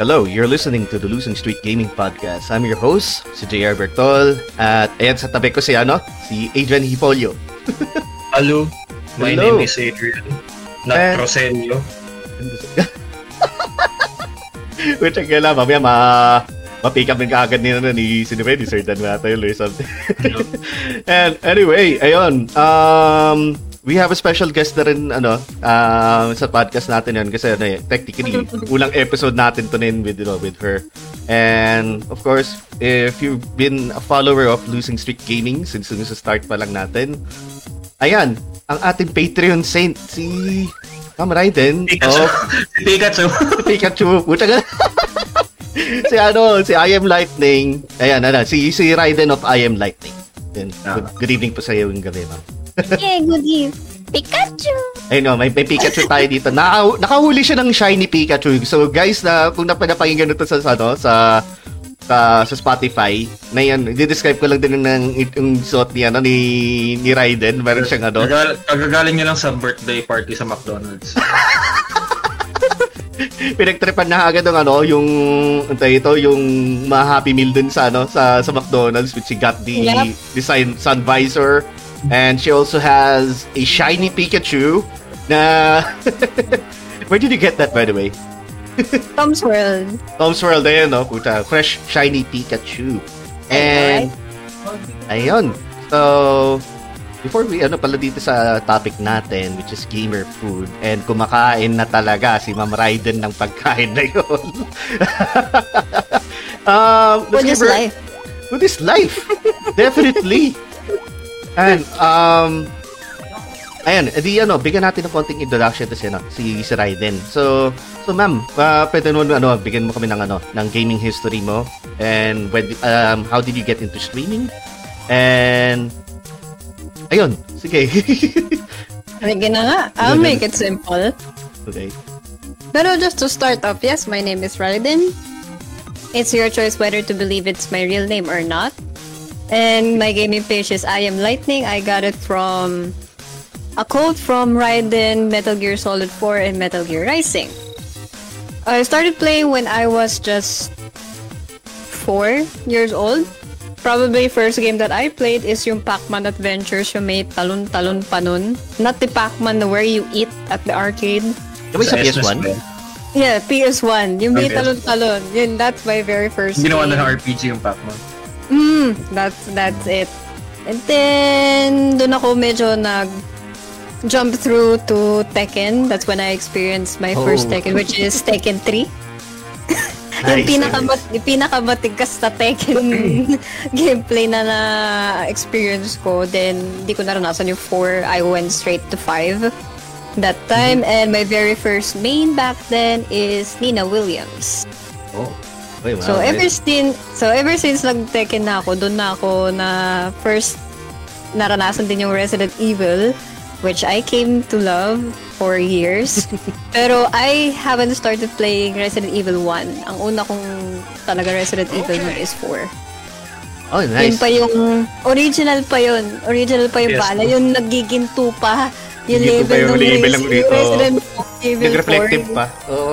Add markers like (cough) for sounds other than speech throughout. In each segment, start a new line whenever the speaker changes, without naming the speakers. Hello, you're listening to the Luzon Street Gaming Podcast. I'm your host, si JR Bertol. At ayan sa tabi ko si ano, si Adrian Hipolio. (laughs)
Hello, my
Hello.
name is Adrian.
Eh.
Not
(laughs)
Rosenio.
Which ang kailangan, mamaya ma ma-pick up din kaagad ni, ano, ni Sinipay, ni Sir Dan Mattel or something. And anyway, ayun, um, we have a special guest na rin ano, um, sa podcast natin yun kasi ano, eh, technically, ulang episode natin to nin with, you know, with her. And of course, if you've been a follower of Losing Streak Gaming since dun sa start pa lang natin, ayan, ang ating Patreon saint, si Kam Raiden
Pikachu.
of
Pikachu.
Pikachu. Puta ka. (laughs) si ano, si I Am Lightning. Ayan, ano, si, si Raiden of I Am Lightning. Then, good, good evening po sa iyo yung gabi, ma'am.
Yeah, good eve. Pikachu!
Ayun, oh, may, may Pikachu tayo dito. Na, nakahuli siya ng shiny Pikachu. So, guys, na, kung napanapakinggan nito sa, sa, ano, sa, sa, sa Spotify, na yan, i-describe ko lang din ng, yung suot ni, ano, ni, ni Raiden. Meron siyang, ano,
Kagal- Kagagaling niya lang sa birthday party sa McDonald's.
pinagtripan na agad ng ano, yung ang tawag ito, yung mga happy meal dun sa ano, sa sa McDonald's which she got the
Yep.
design sun visor and she also has a shiny Pikachu na (laughs) Where did you get that by the way?
Tom's World.
Tom's World ayan, no? Puta, fresh shiny Pikachu. And ayun. So Before we ano pala dito sa topic natin which is gamer food and kumakain na talaga si Ma'am Raiden ng pagkain na yun. (laughs) um, let's
What is
give her-
life?
Food is life. Definitely. And um Ayan, edi ano, bigyan natin ng konting introduction to si, ano, si, si Raiden. So, so ma'am, uh, pwede mo, ano, bigyan mo kami ng, ano, ng gaming history mo. And when, um, how did you get into streaming? And, ayun, sige. (laughs)
Sige na nga.
Ganun.
I'll make it simple.
okay.
Pero just to start off, yes, my name is Raiden. It's your choice whether to believe it's my real name or not. And my gaming page is I Am Lightning. I got it from a quote from Raiden, Metal Gear Solid 4, and Metal Gear Rising. I started playing when I was just four years old. Probably first game that I played is yung Pac-Man Adventures yung may talon-talon pa nun. Not the Pac-Man na where you eat at the arcade.
Kami sa
SNES
PS1?
ba yun?
Yeah, PS1. Yung may
Okay.
talon-talon. Yun, that's my very first
Ginawa na
game.
ng RPG yung Pac-Man.
Mm, that's, that's it. And then, dun ako medyo nag jump through to Tekken. That's when I experienced my
Oh.
first Tekken, which is Tekken 3. yung pinakamat, yung pinakamatigkas na Tekken gameplay na na-experience ko. Then, di ko naranasan yung 4. I went straight to 5 that time. And my very first main back then is Nina Williams.
Oh. Uy, wow,
So ever
nice.
since so ever since nag-Tekken na ako, doon na ako na first naranasan din yung Resident Evil which I came to love for
(laughs)
years. Pero I haven't started playing Resident Evil 1. Ang una kong talaga Resident Evil nun is 4.
Oh,
Yun
nice.
pa yung original pa yun. Original pa yung
Yes.
bala. Yung nagiginto pa. Yung
Nagiginto pa
level
yung level
ng Res-
lang dito.
Resident Evil 4.
Nag-reflective pa. Oo.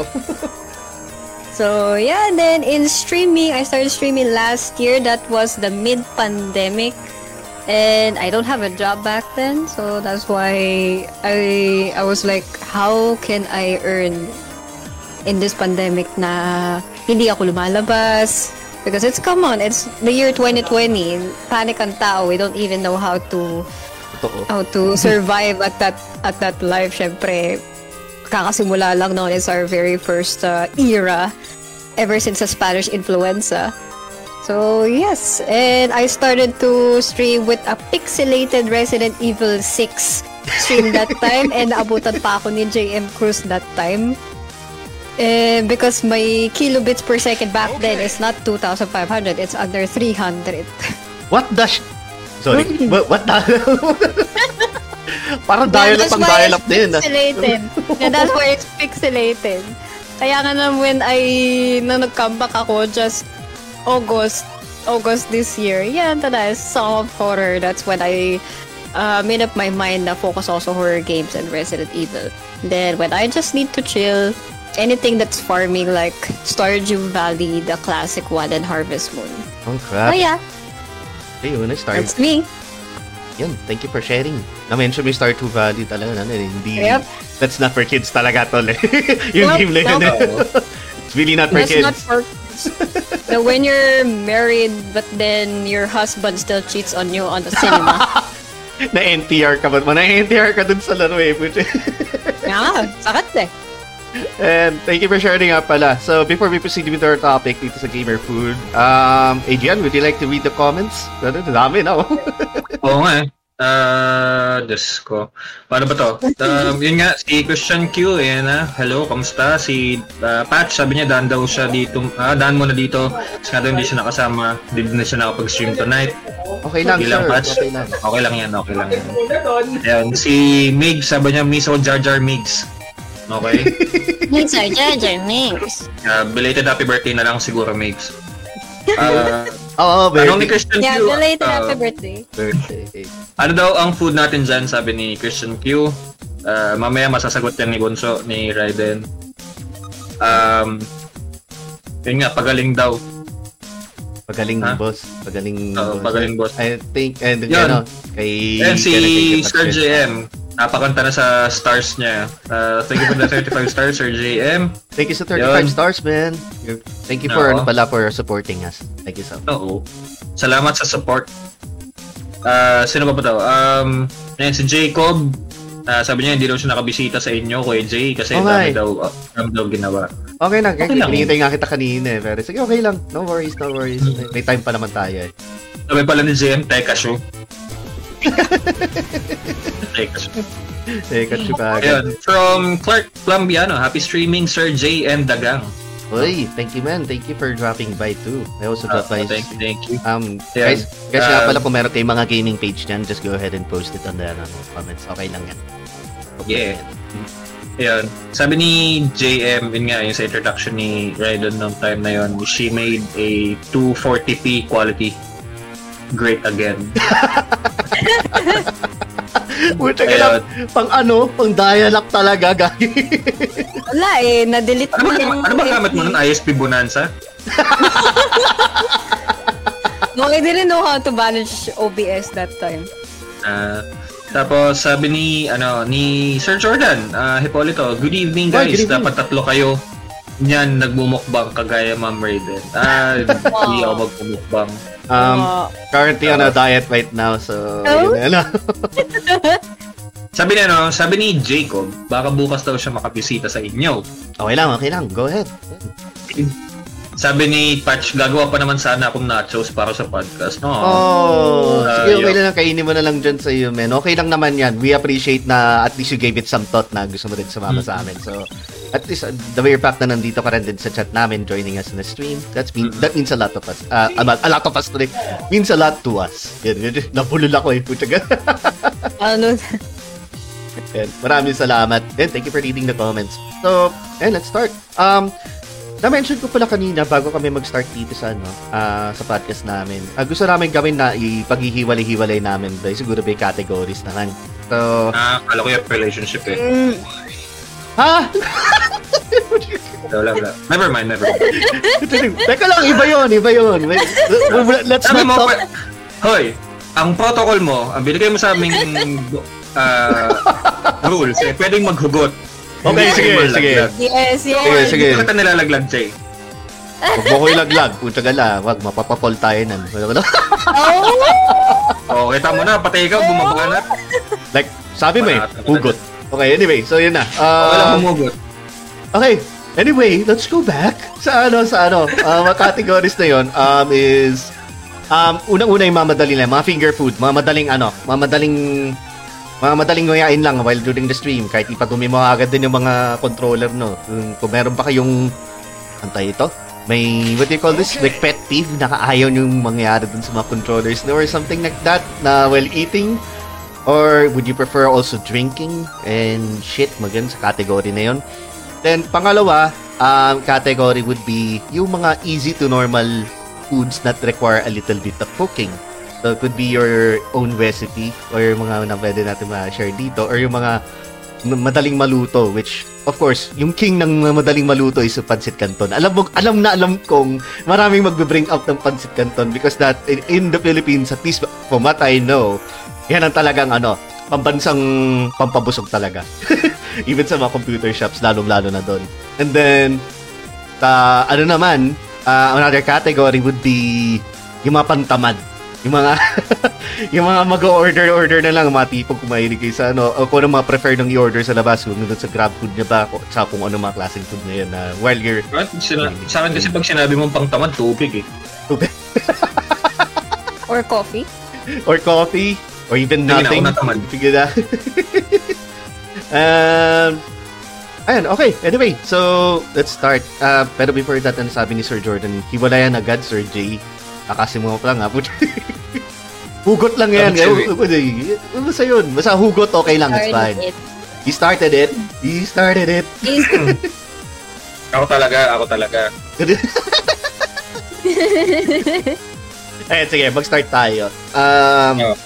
So yeah, then in streaming, I started streaming last year. That was the mid-pandemic, and I don't have a job back then, so that's why I I was like, how can I earn in this pandemic? Na hindi ako lumalabas because it's come on, it's the year 2020. Panic ang tao. We don't even know how to
Totoo.
how to survive at that at that life syempre kakasimula lang noon is our very first uh, era ever since the Spanish influenza so yes and I started to stream with a pixelated Resident Evil 6 stream that time and abutan pa ako ni JM Cruz that time eh, because my kilobits per second back then is not 2,500, it's under 300.
What the sh- Sorry. What, what the (laughs) Parang dial up
That's
ang
why
dial up
it's
din. ah.
Pixelated. yeah, that's why it's pixelated. Kaya nga naman when I, na nag-comeback ako, just August, August this year, yeah, tada, Song of Horror, that's when I uh, made up my mind na focus also horror games and Resident Evil. Then when I just need to chill, anything that's farming, like Stardew Valley, the classic one, and Harvest Moon.
Oh,
Oh
crap.
yeah,
Ayun, na-start.
that's me.
Yun, thank you for sharing. Na-mention mo yung Stardew Valley talaga. Ano, eh, hindi,
Yep.
That's not for kids talaga, tol. eh. (laughs) yung
Nope,
game na yun.
nope.
eh. It's really not for
That's
kids.
not for. no, when you're married, but then your husband still cheats on you on
(laughs)
the cinema.
Na NTR ka ba? Na NTR ka dun sa laro eh. puti.
yeah, sakit eh.
(laughs) And thank you for sharing nga pala. So before we proceed with our topic dito sa Gamer Food, um, Adrian, would you like to read the comments? Ano, dami na. oh.
(laughs) Oo nga eh. Ah, Diyos ko. Paano ba to? Um, yun nga, si Christian Q, ayan na. Hello, kamusta? Si ah, Pat, sabi niya, daan daw siya dito. Ah, daan mo na dito. Kasi nga daw hindi siya nakasama. Hindi na siya nakapag-stream tonight.
(laughs) okay lang,
Ilang
sir.
patch?
Okay lang.
Okay lang yan, okay lang yan. Ayan, si Mig, sabi niya, Miss o Jar Jar Migs. Okay?
It's a Jaja mix.
Ah, belated happy birthday na lang siguro, Migs. Ah,
Oo, oh,
ano ni Christian
Yeah,
Q?
belated
ah,
happy birthday.
birthday.
Ano daw ang food natin dyan, sabi ni Christian Q. Ah, mamaya masasagot yan ni Bonso, ni Raiden. Um, yun nga, pagaling daw.
Pagaling
Ha?
boss. Pagaling
Oo, pagaling boss.
I think, and ano,
Yun.
kay...
And si
kay- kay- kay-
Sir JM, napakanta na sa stars niya. Ah, thank you for the 35 stars, Sir JM.
Thank you sa 35
Yun.
stars, man. You're- Thank you for,
Oo.
ano pala, for supporting us. Thank you so much.
Oo. Salamat sa support. Ah, sino ba ba daw? Um, ayan, si Jacob. Ah, sabi niya, hindi daw siya nakabisita sa inyo, Kuya Jay, kasi
Okay.
dami daw, ah, dami daw ginawa.
Okay lang,
Okay
okay
lang.
Hinihintay nga kita kanina eh. Pero sige, okay lang. No worries, no worries. May time pa naman tayo eh.
Sabi pala ni JM, teka show. teka show.
Teka, Chubaga.
Ayun, from Clark Plumbiano, happy streaming, Sir JM Dagang.
Uy, thank you man. Thank you for dropping by too. I also
Ah,
dropped by.
thank you, thank you.
Um, guys,
Ayan.
guys nga
Um,
pala kung meron kayong mga gaming page dyan, just go ahead and post it on the ano, comments. Okay lang yan. Okay
Yeah.
lang yan.
Ayun. Sabi ni JM, yun nga, yung sa introduction ni Raiden nung time na yun, she made a 240p quality great again.
Puta ka lang,
Ayun.
pang ano, pang dialog talaga, gagi.
Wala eh, na-delete
Ano
ko
ba,
yung-
ano ba gamit mo nun? ah? ISP Bonanza?
No, I didn't know how to manage OBS that time.
Ah, tapos sabi ni ano ni Sir Jordan, ah, Hipolito, good evening
Hi,
guys.
good evening."
Dapat tatlo kayo niyan nagmumukbang kagaya Ma'am Raiden.
(laughs)
Ah, hindi ako magmumukbang.
(laughs) Um,
Uh,
currently on a diet right now, so,
Oh.
yun, ano.
Sabi ni ano, sabi ni Jacob, baka bukas daw siya makabisita sa inyo.
Okay lang, okay lang. Go ahead.
Sabi ni Patch, gagawa pa naman sana akong nachos para sa podcast, no?
Oh,
Ah,
sige, okay
yeah.
lang. Kainin mo na lang dyan sa iyo, man. Okay lang naman yan. We appreciate na at least you gave it some thought na gusto mo rin sumama sa amin. So, at least uh, the mere fact na nandito ka rin din sa chat namin, joining us in the stream, that's mean, that means a lot of us. Ah, a, lot- a lot of us today. Means a lot to us. Yan, yun, yun. Nabulol ako eh, putya ka.
ano,
(laughs)
Yan. Maraming salamat. And thank you for reading the comments. So, and let's start. Um, na-mention ko pala kanina bago kami mag-start dito sa ano, ah, sa podcast namin. Ah, gusto namin gawin na ipaghihiwalay-hiwalay namin by siguro by categories na lang. So,
Ah, kala ko yung relationship eh.
mm,
ha?
Wala, wala. Never mind, never mind.
Teka lang, iba yun, iba yun. Wait, let's
Sabi
not
mo,
talk.
pa, hoy, ang protocol mo, ang binigay mo sa aming ah, rules, eh, pwedeng maghugot.
Okay, sige, sige.
yes, yes.
Sige, sige.
Hindi ka nilalaglag, Jay.
Huwag mo ko ilaglag. Puta ka lang. Huwag, mapapapol tayo nan.
Oh,
Oh, kita mo na, patay ka, bumabaga na.
like, sabi mo eh, hugot. Okay, anyway, so yun na.
Okay lang
Um,
humugot.
Okay. Anyway, let's go back sa ano, sa ano. Uh, mga categories na yun um, is... Um, unang-una yung mga madali lang, mga finger food, mga madaling ano, mga madaling mga madaling ngayain lang while during the stream kahit ipadumi mo agad din yung mga controller no Yung- kung meron pa kayong antay ito may what do you call this like pet peeve nakaayaw yung mangyayari dun sa mga controllers no? or something like that na while eating or would you prefer also drinking and shit magan sa category na yun Then, pangalawa, um, category would be yung mga easy to normal foods that require a little bit of cooking. So, it could be your own recipe or yung mga na pwede natin ma-share dito or yung mga na madaling maluto which of course yung king ng madaling maluto is yung pancit canton alam mo alam na alam kong maraming magbe-bring up ng pancit canton because that in, in the Philippines at least from what I know yan ang talagang ano pambansang pampabusog talaga even sa mga computer shops lalong lalo na doon and then ta ano naman uh, another category would be yung mga pantamad yung mga (laughs) yung mga mag-order order na lang mga tipong kumahilig kayo sa ano o kung ano mga prefer ng i-order sa labas kung nandun sa grab food na ba o sa kung ano mga klaseng food na yun na while you're
Right? Sina- sa akin kasi pag sinabi mong pangtamad, tubig eh.
Or coffee.
or coffee or even
Tingin
nothing.
ako natamad.
Figure that. (laughs) um, ayun, okay. Anyway, so let's start. Uh, pero before that, ano sabi ni Sir Jordan, hiwalayan agad, Sir J. Nakasimula pa lang, ha? (laughs) hugot lang yan.
Sabi
Eh, Basta yun. Basta hugot, okay lang. It's fine.
Started it.
He started it. He started it.
(laughs)
Is-
Ako talaga, ako talaga.
Ayan, sige, mag-start tayo. Um,
Oh.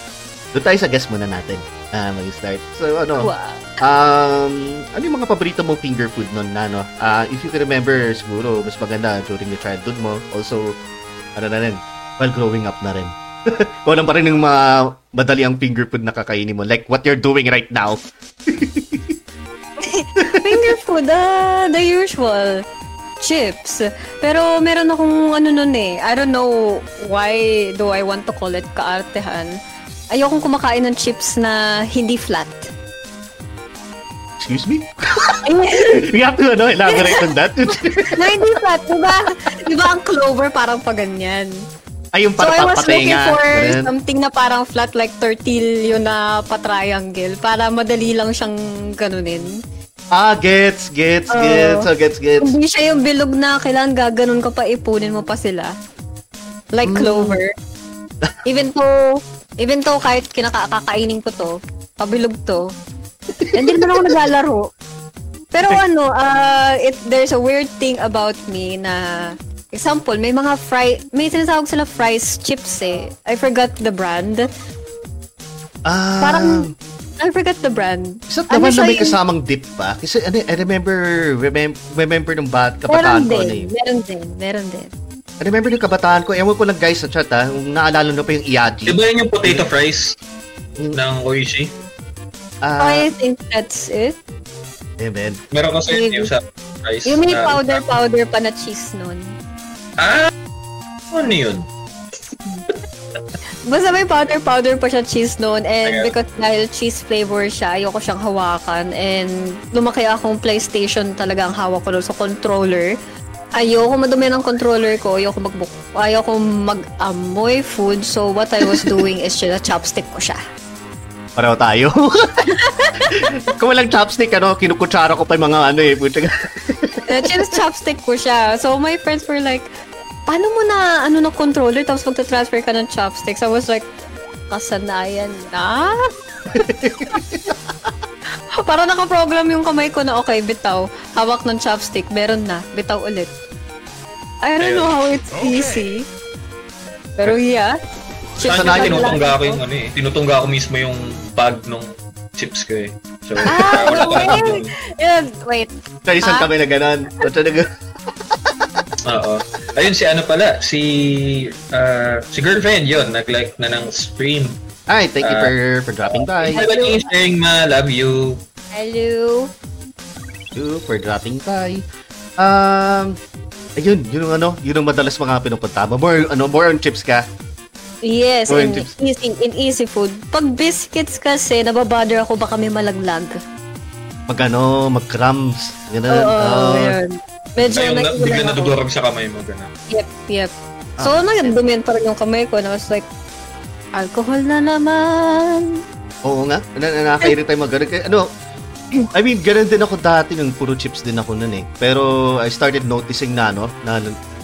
doon tayo sa guest muna natin. Ah, mag-start. So, ano?
Oh.
wow.
Um, ano yung mga paborito mong finger food nun na, no? Ah, if you can remember, siguro, mas maganda during your childhood mo. Also, ano na rin, while growing up na rin. (laughs) Kung ano pa rin yung mga madali ang finger food na kakainin mo. Like what you're doing right now.
Finger food, ah, the usual. Chips. Pero meron akong ano nun eh. I don't know why do I want to call it kaartehan. Ayokong kumakain ng chips na hindi flat.
Excuse me? (laughs) We have to, ano, elaborate on that. (laughs)
na hindi flat, diba? Diba ang clover parang pa ganyan?
Ay, yung
So I was looking
papapatinga.
for
Ganun.
something na parang flat like tortillo na pa-triangle para madali lang siyang ganunin.
Ah, gets, gets,
Oo.
gets, oh, gets, gets.
Hindi siya yung bilog na kailangan gaganon ka pa, ipunin mo pa sila. Like
Hmm.
clover.
(laughs)
even though, even though kahit kinakakainin ko to, pabilog to, hindi naman ako naglalaro. Pero ano, uh, it, there's a weird thing about me na, example, may mga fry, may tinatawag sila fries chips eh. I forgot the brand.
Ah,
Parang, I forgot the brand.
Isa
Ano
naman
siya
na may
yung-
kasamang dip pa. Kasi ano, I remember, remember, remember nung bat,
Meron
kabataan ko. Ano,
din,
yun.
meron din, meron din.
I remember nung kabataan ko. Ewan ko lang guys sa chat ha. Kung naalala nyo pa yung Iaji.
Di ba yun yung potato fries ng Oishi?
Ah,
I think that's it.
eh, man.
Meron kasi yun yung sa fries.
Yung may
na-
powder powder pa na cheese nun.
Ah! Ano yun?
Basta may powder powder pa siya cheese nun
Ayan.
and because dahil cheese flavor siya, ayoko siyang hawakan and lumaki akong PlayStation talaga ang hawak ko nun. So controller, ayoko madumi ng controller ko, ayoko magbuk ayoko mag-amoy food. So what I was doing is (laughs) siya, chopstick ko siya.
Pareho tayo. (laughs) Kung walang chopstick, ano, kinukutsara ko pa yung mga ano eh. (laughs) Puta ka.
Eh, Chinos chopstick ko siya. So my friends were like, paano mo na ano na controller tapos magta-transfer ka ng chopsticks? I was like, kasanayan na? (laughs) Para nakaprogram yung kamay ko na okay, bitaw. Hawak ng chopstick, meron na. Bitaw ulit. I don't know how it's easy. Pero yeah. Chips
Saan
Sanayan
yung
lang
tinutungga ko
ako.
yung ano eh. Tinutungga ko mismo yung bag nung chips ko eh. So,
Ah, (laughs)
wala pa lang
okay.
yung-
Yeah, wait.
Tradisyon
Ah?
kami na ganun. Puta na
Oo. Ayun si ano pala, si ah, si girlfriend yon nag-like na ng stream.
Ay, thank you
Ah.
for, for dropping by.
Hi,
Thank
Bunny.
you.
Saying ma, love you.
Hello.
Thank you for dropping by. Um, ayun, yun ang ano, yun ang madalas mga pinupunta mo. More, ano, more on chips ka.
Yes,
Or
in
in chips.
easy, in easy food. Pag biscuits kasi, nababother ako baka may malaglag.
Mag ano, mag crumbs. Ganun.
Oo,
Oh.
yun. Medyo
Ayun, na,
nag-iwan
bigla
ako.
nadudurog sa kamay mo. Ganun.
Yep, yep.
Ah,
So, nagdumihan pa rin yung kamay ko. And I was like, alcohol na naman.
Oo nga. Na, na, nakakairita yung mga ganun. Kaya, ano, I mean, ganun din ako dati nung puro chips din ako nun eh. Pero I started noticing na, no, na,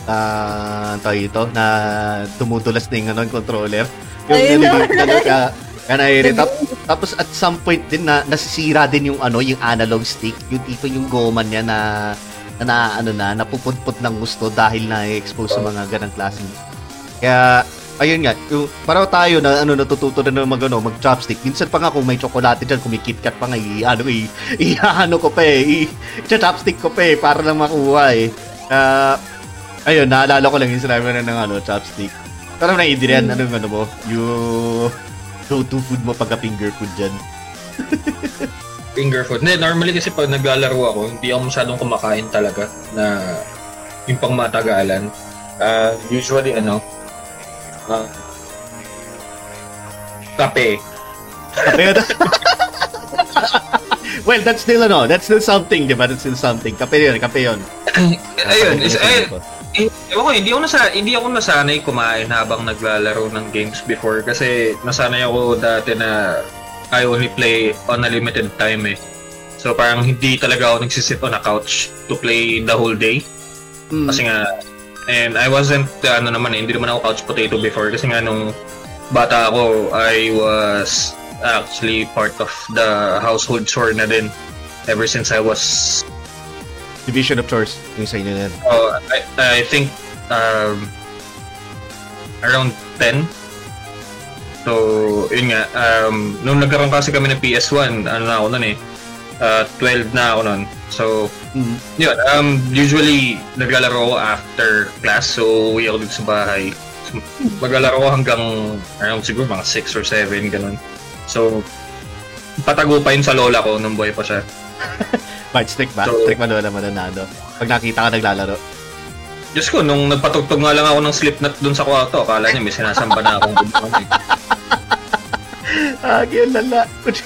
ah, ang tawag ito, na dumudulas na yung ano, yung controller.
Ayun
naliliit
na.
na, kaya, kaya naiirita. Tapos at some point din na nasisira din yung ano, yung analog stick, yung tipo yung goma niya na na, na ano na napupudpud ng gusto dahil na expose sa mga ganang klaseng. Kaya ayun nga, yung, para tayo na ano natututo na ng mag ano, mag chopstick. Minsan pa nga kung may tsokolate diyan, kumikitkat pa nga i ano i, i ano ko pa eh, i chopstick ko pa eh para lang makuha eh. Ah, ayun, naalala ko lang yung sinabi mo na ng ano, chopstick. Pero na Adrian, ano yung ano mo? Yung go-to food mo pagka finger food dyan.
Finger food. Hindi, normally kasi pag naglalaro ako, hindi ako masyadong kumakain talaga na yung pang matagalan. Ah, usually, ano, ah, kape.
Kape yun. (laughs) well, that's still ano, that's still something, di ba? That's still something. Kape yun, kape yun.
Ayun, is, ay, eh, ewan ko, hindi ako, nasa, hindi ako nasanay kumain habang naglalaro ng games before kasi nasanay ako dati na I only play on a limited time eh. So parang hindi talaga ako nagsisit on a couch to play the whole day.
Mm.
Kasi nga, and I wasn't, uh, ano naman eh, hindi naman ako couch potato before kasi nga nung bata ako, I was actually part of the household chore na din ever since I was,
Division of chores, yung sa inyo na yan.
uh, I, I think, um, around 10. So, yun nga, um, nung nagkaroon kasi kami ng PS1, ano na ako nun eh, uh, 12 na ako nun. So,
Mm.
yun, um, usually, naglalaro ako after class, so uwi ako dito sa bahay. So, maglalaro ako hanggang, ano, siguro mga 6 or 7, ganun. So, patago pa yun sa lola ko nung buhay pa siya.
Bart, strict ba?
So-
strict ba naman naman na ano? Pag nakita ka naglalaro.
Diyos ko, nung nagpatugtog nga lang ako ng slip knot dun sa kwarto, akala niya may sinasamba na akong gumawin. Eh.
Ah, yun lala. (laughs)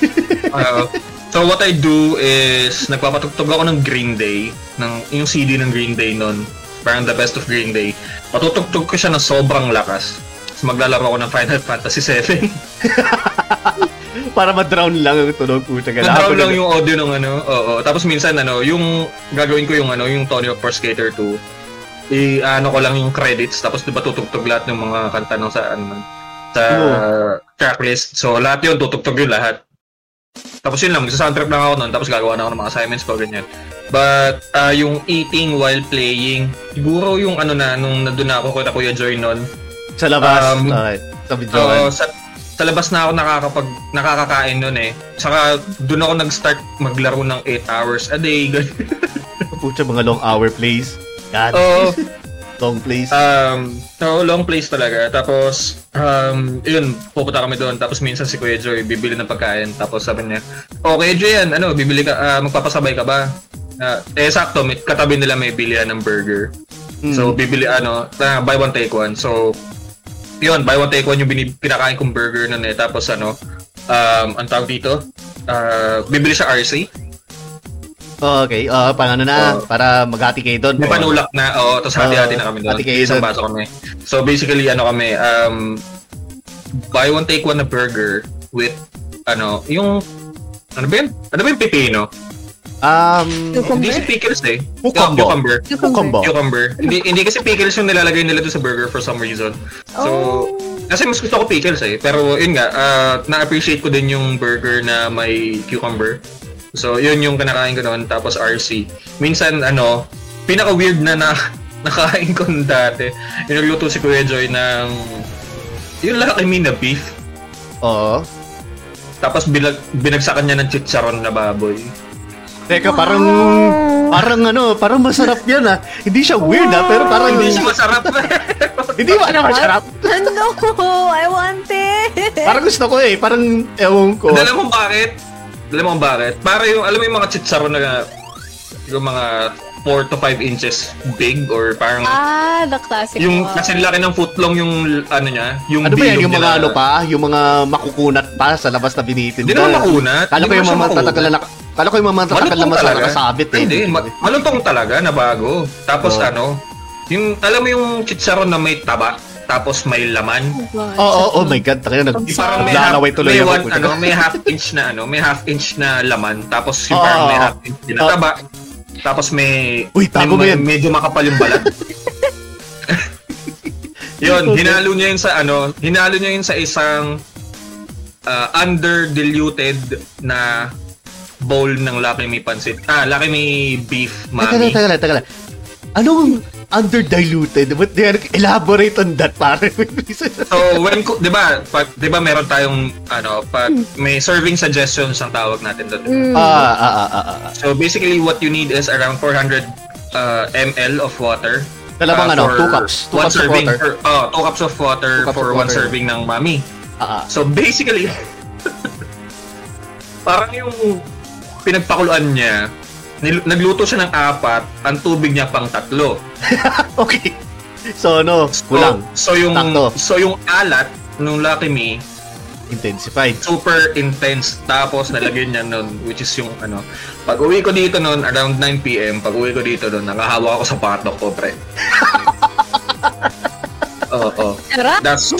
Uh, so what I do is nagpapatugtog ako ng Green Day, ng yung CD ng Green Day noon, parang the best of Green Day. Patutugtog ko siya ng sobrang lakas. Tapos maglalaro ako ng Final Fantasy 7.
Para madrown lang yung tunog po. Tagal.
Nandrown lang yung audio ng ano. Oo, tapos minsan ano, yung gagawin ko yung ano, yung Tony Hawk Pro Skater 2. I ano ko lang yung credits tapos 'di ba tutugtog lahat ng mga kanta ng sa ano sa tracklist. So lahat 'yun tutugtog yun lahat. Tapos yun lang, magsa-soundtrack lang ako noon tapos gagawa na ako ng mga assignments ko ganyan. But ah, yung eating while playing, siguro yung ano na nung nandun na ako kay Kuya Joy noon,
Sa labas.
Um,
Alright. Sa
Oo,
videoan.
sa, sa labas na ako nakakapag nakakakain noon eh. Saka doon ako nag-start maglaro ng 8 hours a day. (laughs) ganun.
Pucha, eh. mga long hour plays. God,
Oo.
long plays.
Um, so long place talaga. Tapos um, yun, pupunta kami doon. Tapos minsan si Kuya Joy bibili ng pagkain. Tapos sabi niya, "Okay, Joy, yan, ano, bibili ka ah, magpapasabay ka ba?" Ah, eh sakto, may, katabi nila may bilihan ng burger.
Mm.
So bibili ano, ah, buy one take one. So yun, buy one take one yung binib- pinakain kong burger nun eh. Tapos ano, um, ang tawag dito, ah, bibili siya RC.
okay. Uh, pang ano na.
Oo.
para maghati kayo doon.
Oh. May panulak na, oo, tapos hati-hati na kami doon.
Ah, hati kayo
Isang
doon.
baso kami. So basically, ano kami, um, buy one take one na burger with, ano, yung, ano ba yun? Ano ba yung pipino?
Um,
Hindi si
Cucumber?
pickles eh.
Cucumber. Oh.
Cucumber.
cucumber.
Cucumber. Hindi, hindi kasi pickles yung nilalagay nila doon sa burger for some reason. So,
Oh.
kasi mas gusto ko pickles eh. Pero yun nga, ah, na-appreciate ko din yung burger na may cucumber. So, yun yung kinakain ko noon. Tapos RC. Minsan, ano, pinaka-weird na (laughs) na nakain ko nun dati. Yung nagluto si Kuya Joy ng... Yung laki mean na beef.
Oo.
Tapos binag binagsakan niya ng chicharon na baboy.
Teka, parang... Parang ano, parang masarap yan ah. Hindi siya weird ah, pero parang
Hindi siya masarap. (laughs)
Hindi ba na masarap?
no, I Oh, want (laughs) it!
Parang gusto ko eh, parang ewan ko.
Alam mo bakit? Alam mo bakit? Para yung, alam mo yung mga chicharon na yung mga 4 to 5 inches big or parang
Ah, the classic
yung
one.
kasi laki ng footlong yung ano niya, yung
Ano ba yan,
bilog
yung mga
nila.
ano pa, yung mga makukunat pa sa labas na binitin.
Hindi naman makunat.
Kala ko Ano
Hindi
yung
naman
mga
siya
matatagal na, kala ko yung mga matatagal na
Malutong
masarap
talaga.
kasabit eh. Oh.
Hindi, ma- malutong talaga na bago. Tapos
Oo.
ano, yung alam mo yung chicharon na may taba tapos may laman.
God,
Oh, oh, oh my God, takin na.
Yung parang may half,
Lalaway tuloy
may
ako.
one, ano, may half inch na ano, may half inch na laman tapos
Oo.
yung parang may half inch na
Oo.
taba. Tapos may
Uy, tago mo
may,
yan.
medyo makapal yung
(laughs)
balat. yun, hinalo niya yun sa ano, hinalo niya yun sa isang uh, under diluted na bowl ng laki may pansit. Ah, laki may beef,
Tagal,
mami.
tagal, tagal. Anong, underdiluted. But they elaborate on that, pare. (laughs)
So, when, ku- di ba, pag, di ba meron tayong, ano, pag may serving suggestions ang tawag natin doon. di ba?
ah, ah, ah, ah, ah.
So, basically, what you need is around 400 uh, ml of water.
Dalawang
Uh,
ano,
for
two cups. Two
one
cups of
serving,
water.
for- oh, two cups of water
Two cups
for
of
one
water.
serving ng mami.
ah, ah.
So basically, (laughs) parang yung pinagpakuluan niya, nil- nagluto siya ng apat, ang tubig niya pang tatlo.
(laughs) Okay. So, ano,
So,
kulang.
So yung,
Takto.
so yung alat nung Lucky Me,
Intensified.
super intense. Tapos nalagyan niya nun, which is yung ano, pag uwi ko dito nun, around 9pm, pag uwi ko dito nun, nakahawa ako sa patok ko,
(laughs)
pre. Oo, oo.
Sarap!
(laughs)
That's,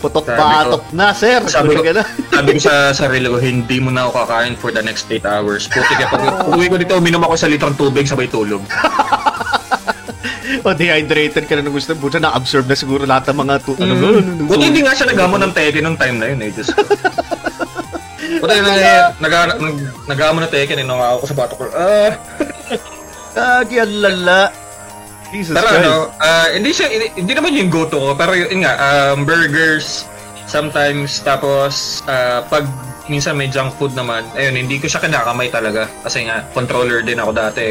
Putok-patok na, sir.
Sabi ko,
Kulang ka na.
sabi ko sa sarili ko, hindi mo na ako kakain for the next 8 hours. Puti ka, pag uwi ko dito, uminom ako sa litrong tubig, sabay tulog.
O, dehydrated ka na ng gusto. Buta na-absorb na siguro lahat ng mga... Tu- ano, ano, ano,
Mm. Buti hindi nga siya nagamo ng teke nung time na yun eh.
(laughs)
Diyos ko. Buti na eh, naga- nag- nagamo ng teke, ninong ako sa batok ko. Ah,
Lagi ang lala. Jesus
pero
Christ.
ano, ah, hindi siya, hindi, hindi naman yung go-to ko. Pero yun nga, um, burgers, sometimes, tapos, ah, pag minsan may junk food naman, ayun, hindi ko siya kinakamay talaga. Kasi nga, controller din ako dati.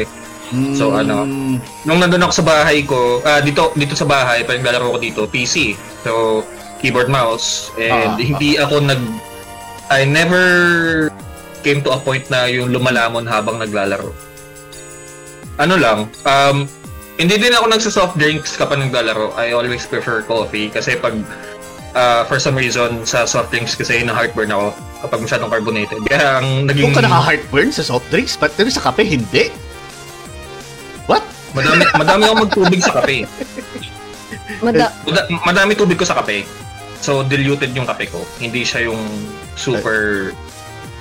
So, ano,
Mm,
nung nandun ako sa bahay ko, ah, dito dito sa bahay, pinaglalaro ko dito, PC. So, keyboard, mouse.
Ah,
And hindi ako nag... I never came to a point na yung lumalamon habang naglalaro. Ano lang, um, hindi din ako nagsa-soft drinks kapag naglalaro. I always prefer coffee kasi pag ah, for some reason sa soft drinks kasi na heartburn ako kapag masyadong carbonated. Kaya ang naging
Kung ka naka-heartburn sa soft drinks, ba't pero sa kape, hindi? What?
madami madami ako magtubig sa kape.
Mada-
Mada- madami tubig ko sa kape. So diluted yung kape ko. Hindi siya yung super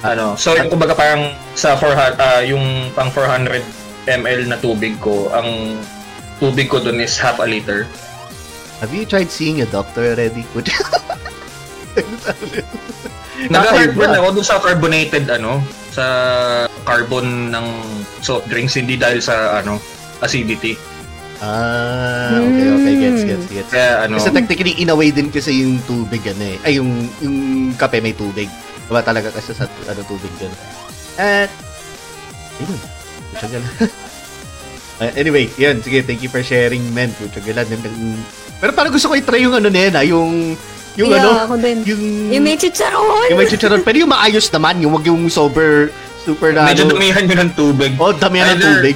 ano. So yung kumbaga parang sa 400 ah, yung pang 400 ml na tubig ko, ang tubig ko dun is half a liter.
Have you tried seeing a doctor already? (laughs)
Nag-heartburn ako dun sa carbonated ano, sa carbon ng soft drinks hindi dahil sa ano acidity.
Ah, okay, okay. Gets, gets, gets.
Kaya ano,
Kasi technically, in a way din kasi yung tubig ano eh. Ay, yung, yung kape may tubig. Diba talaga kasi sa ano, tubig gano'n. At, ayun. Pucha gala. (laughs) Ah, anyway, yun. Sige, thank you for sharing, men. Pucha gala. Nang- nang- Pero parang gusto ko i-try yung ano na yun, ah, Yung, yung
Yeah,
ano.
ako din.
Yung,
Yung may chicharon!
yung may chicharon. Pero yung maayos naman. Yung wag yung sober, super na
medyo
ano.
dumihan yun ng tubig.
Oh, damihan ng
Either-
tubig.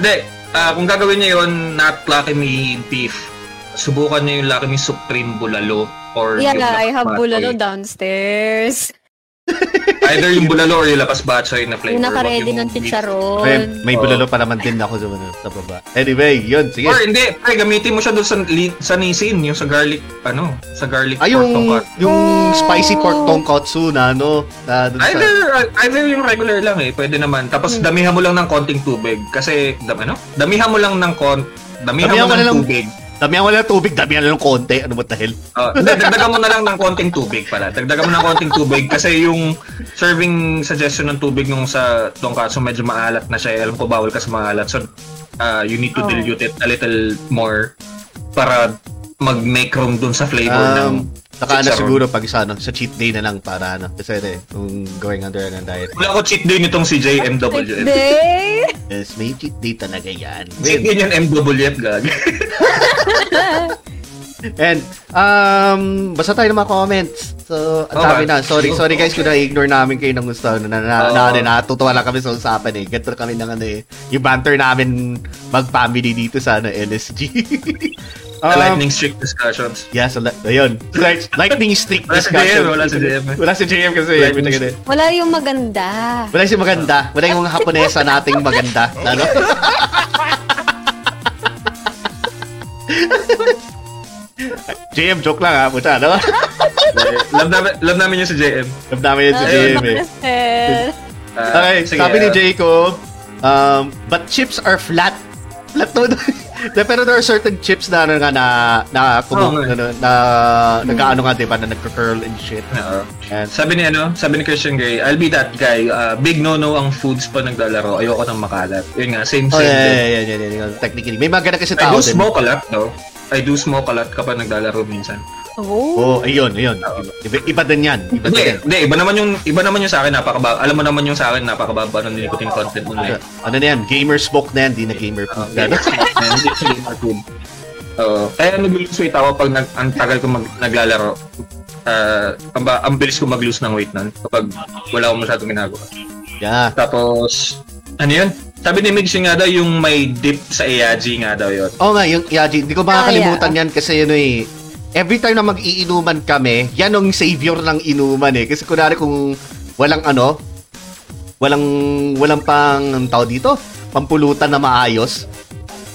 Hindi. ah, kung gagawin niya yun, not Lucky Me Beef, subukan niya yung Lucky Me Supreme Bulalo or
Yeah,
yung
I have
Lapas
bulalo
Batsoy.
downstairs.
Either yung Bulalo or yung Lapas Batsoy na flavor.
Yung naka-ready
wag
ng
yung beef.
May,
chicharon.
may
Oh.
bulalo pa naman din ako sa, ano, sa baba. Anyway, yun. Sige.
Or hindi, pre, gamitin mo siya doon sa, li- sa nisin, yung sa garlic, ano, sa garlic
Ay, Ah, yung,
pork tongkat.
yung
Oh.
spicy pork tonkatsu na, ano, na dun sa...
Either, ah, either yung regular lang eh, pwede naman. Tapos
Hmm.
damihan mo lang ng konting tubig. Kasi, dam, ano? Damihan mo lang ng kon... Damihan,
Damihan
mo
mo na
ng
lang-
tubig.
Damihan mo na lang tubig, damihan na lang konti. Ano ba dahil?
Ah, hindi, dagdagan mo na lang ng konting tubig pala. Dagdagan mo ng konting tubig kasi yung serving suggestion ng tubig nung sa tongkatsu medyo maalat na siya. eh. Alam ko bawal ka sa maalat. So, ah, you need to
Oh.
dilute it a little more para mag-make room dun sa flavor
Um,
ng
saka na
chicharon.
siguro pag sa, ano, sa cheat day na lang para ano. Kasi eh, kung going under ng diet.
Wala ko cheat day nitong si JMWF.
Day!
Yes, may cheat day talaga yan.
Cheat
Win.
day niyan MWF gag.
And, um, basta tayo ng mga comments. So, ang
Okay.
dami na. Sorry,
Sure.
sorry guys kung na-ignore namin kayo ng gusto. Na, na, na,
Oo.
na, na, natutuwa lang kami sa usapan eh. Ganito kami ng ano eh. Yung banter namin mag-family dito sa ano, (laughs) LSG. Um,
The lightning streak discussions.
Yeah, so la- ayun. Light, lightning streak
Wala si
discussion.
JM, wala si JM.
Wala si JM kasi.
Lightning
yun,
streak.
Wala yung maganda.
Wala si maganda. Wala yung Haponesa nating
(laughs)
maganda. Ano? JM, joke lang ha. Puta, ano?
love, namin, love namin yun si JM.
Damdamin yun si JM eh.
eh.
Ah,
Okay,
sige,
sabi ni
ah.
Jacob, um, but chips are flat. Flat no? De, (laughs) pero there are certain chips na ano nga na na kumu-
Oo
na,
nga.
na, na nagkaano nga 'di ba na nagka-curl and shit.
Oo.
And
Sabi ni ano, sabi ni Christian Grey, I'll be that guy. Uh, big no-no ang foods pa naglalaro. Ayoko nang makalat. Yun nga, same
oh,
same. din.
yeah, yeah, yeah, yeah, yeah, yeah. Technically, may mga ganun kasi
I
tao eh.
do
din.
smoke a lot though. I do smoke a lot kapag naglalaro minsan.
Oh.
Oh, ayun, ayun. Iba, iba din 'yan. Iba din.
Hindi,
yan.
hindi, iba naman yung iba naman yung sa akin napakababa. Alam mo naman yung sa akin napakababa ng nicotine content eh. Oh, online.
Ano na yan? Gamer smoke na yan, di na gamer
Oo,
poop.
hindi
(laughs)
hindi actually not good. Oo. kaya nag-lose weight ako pag nag ang tagal ko mag, naglalaro. Ah, ang, ba- ang bilis ko mag-lose ng weight nun kapag wala akong masyadong ginagawa.
Yeah.
Tapos, ano yun? Sabi ni Migs yun nga daw, yung may dip sa Eyaji nga daw yun.
Oh nga, yung Yaji, hindi ko makakalimutan
Ah,
yan kasi yun eh. Every time na mag-iinuman kami, yan ang savior ng inuman eh. Kasi kunwari kung walang ano, walang walang pang ang tao dito, pampulutan na maayos.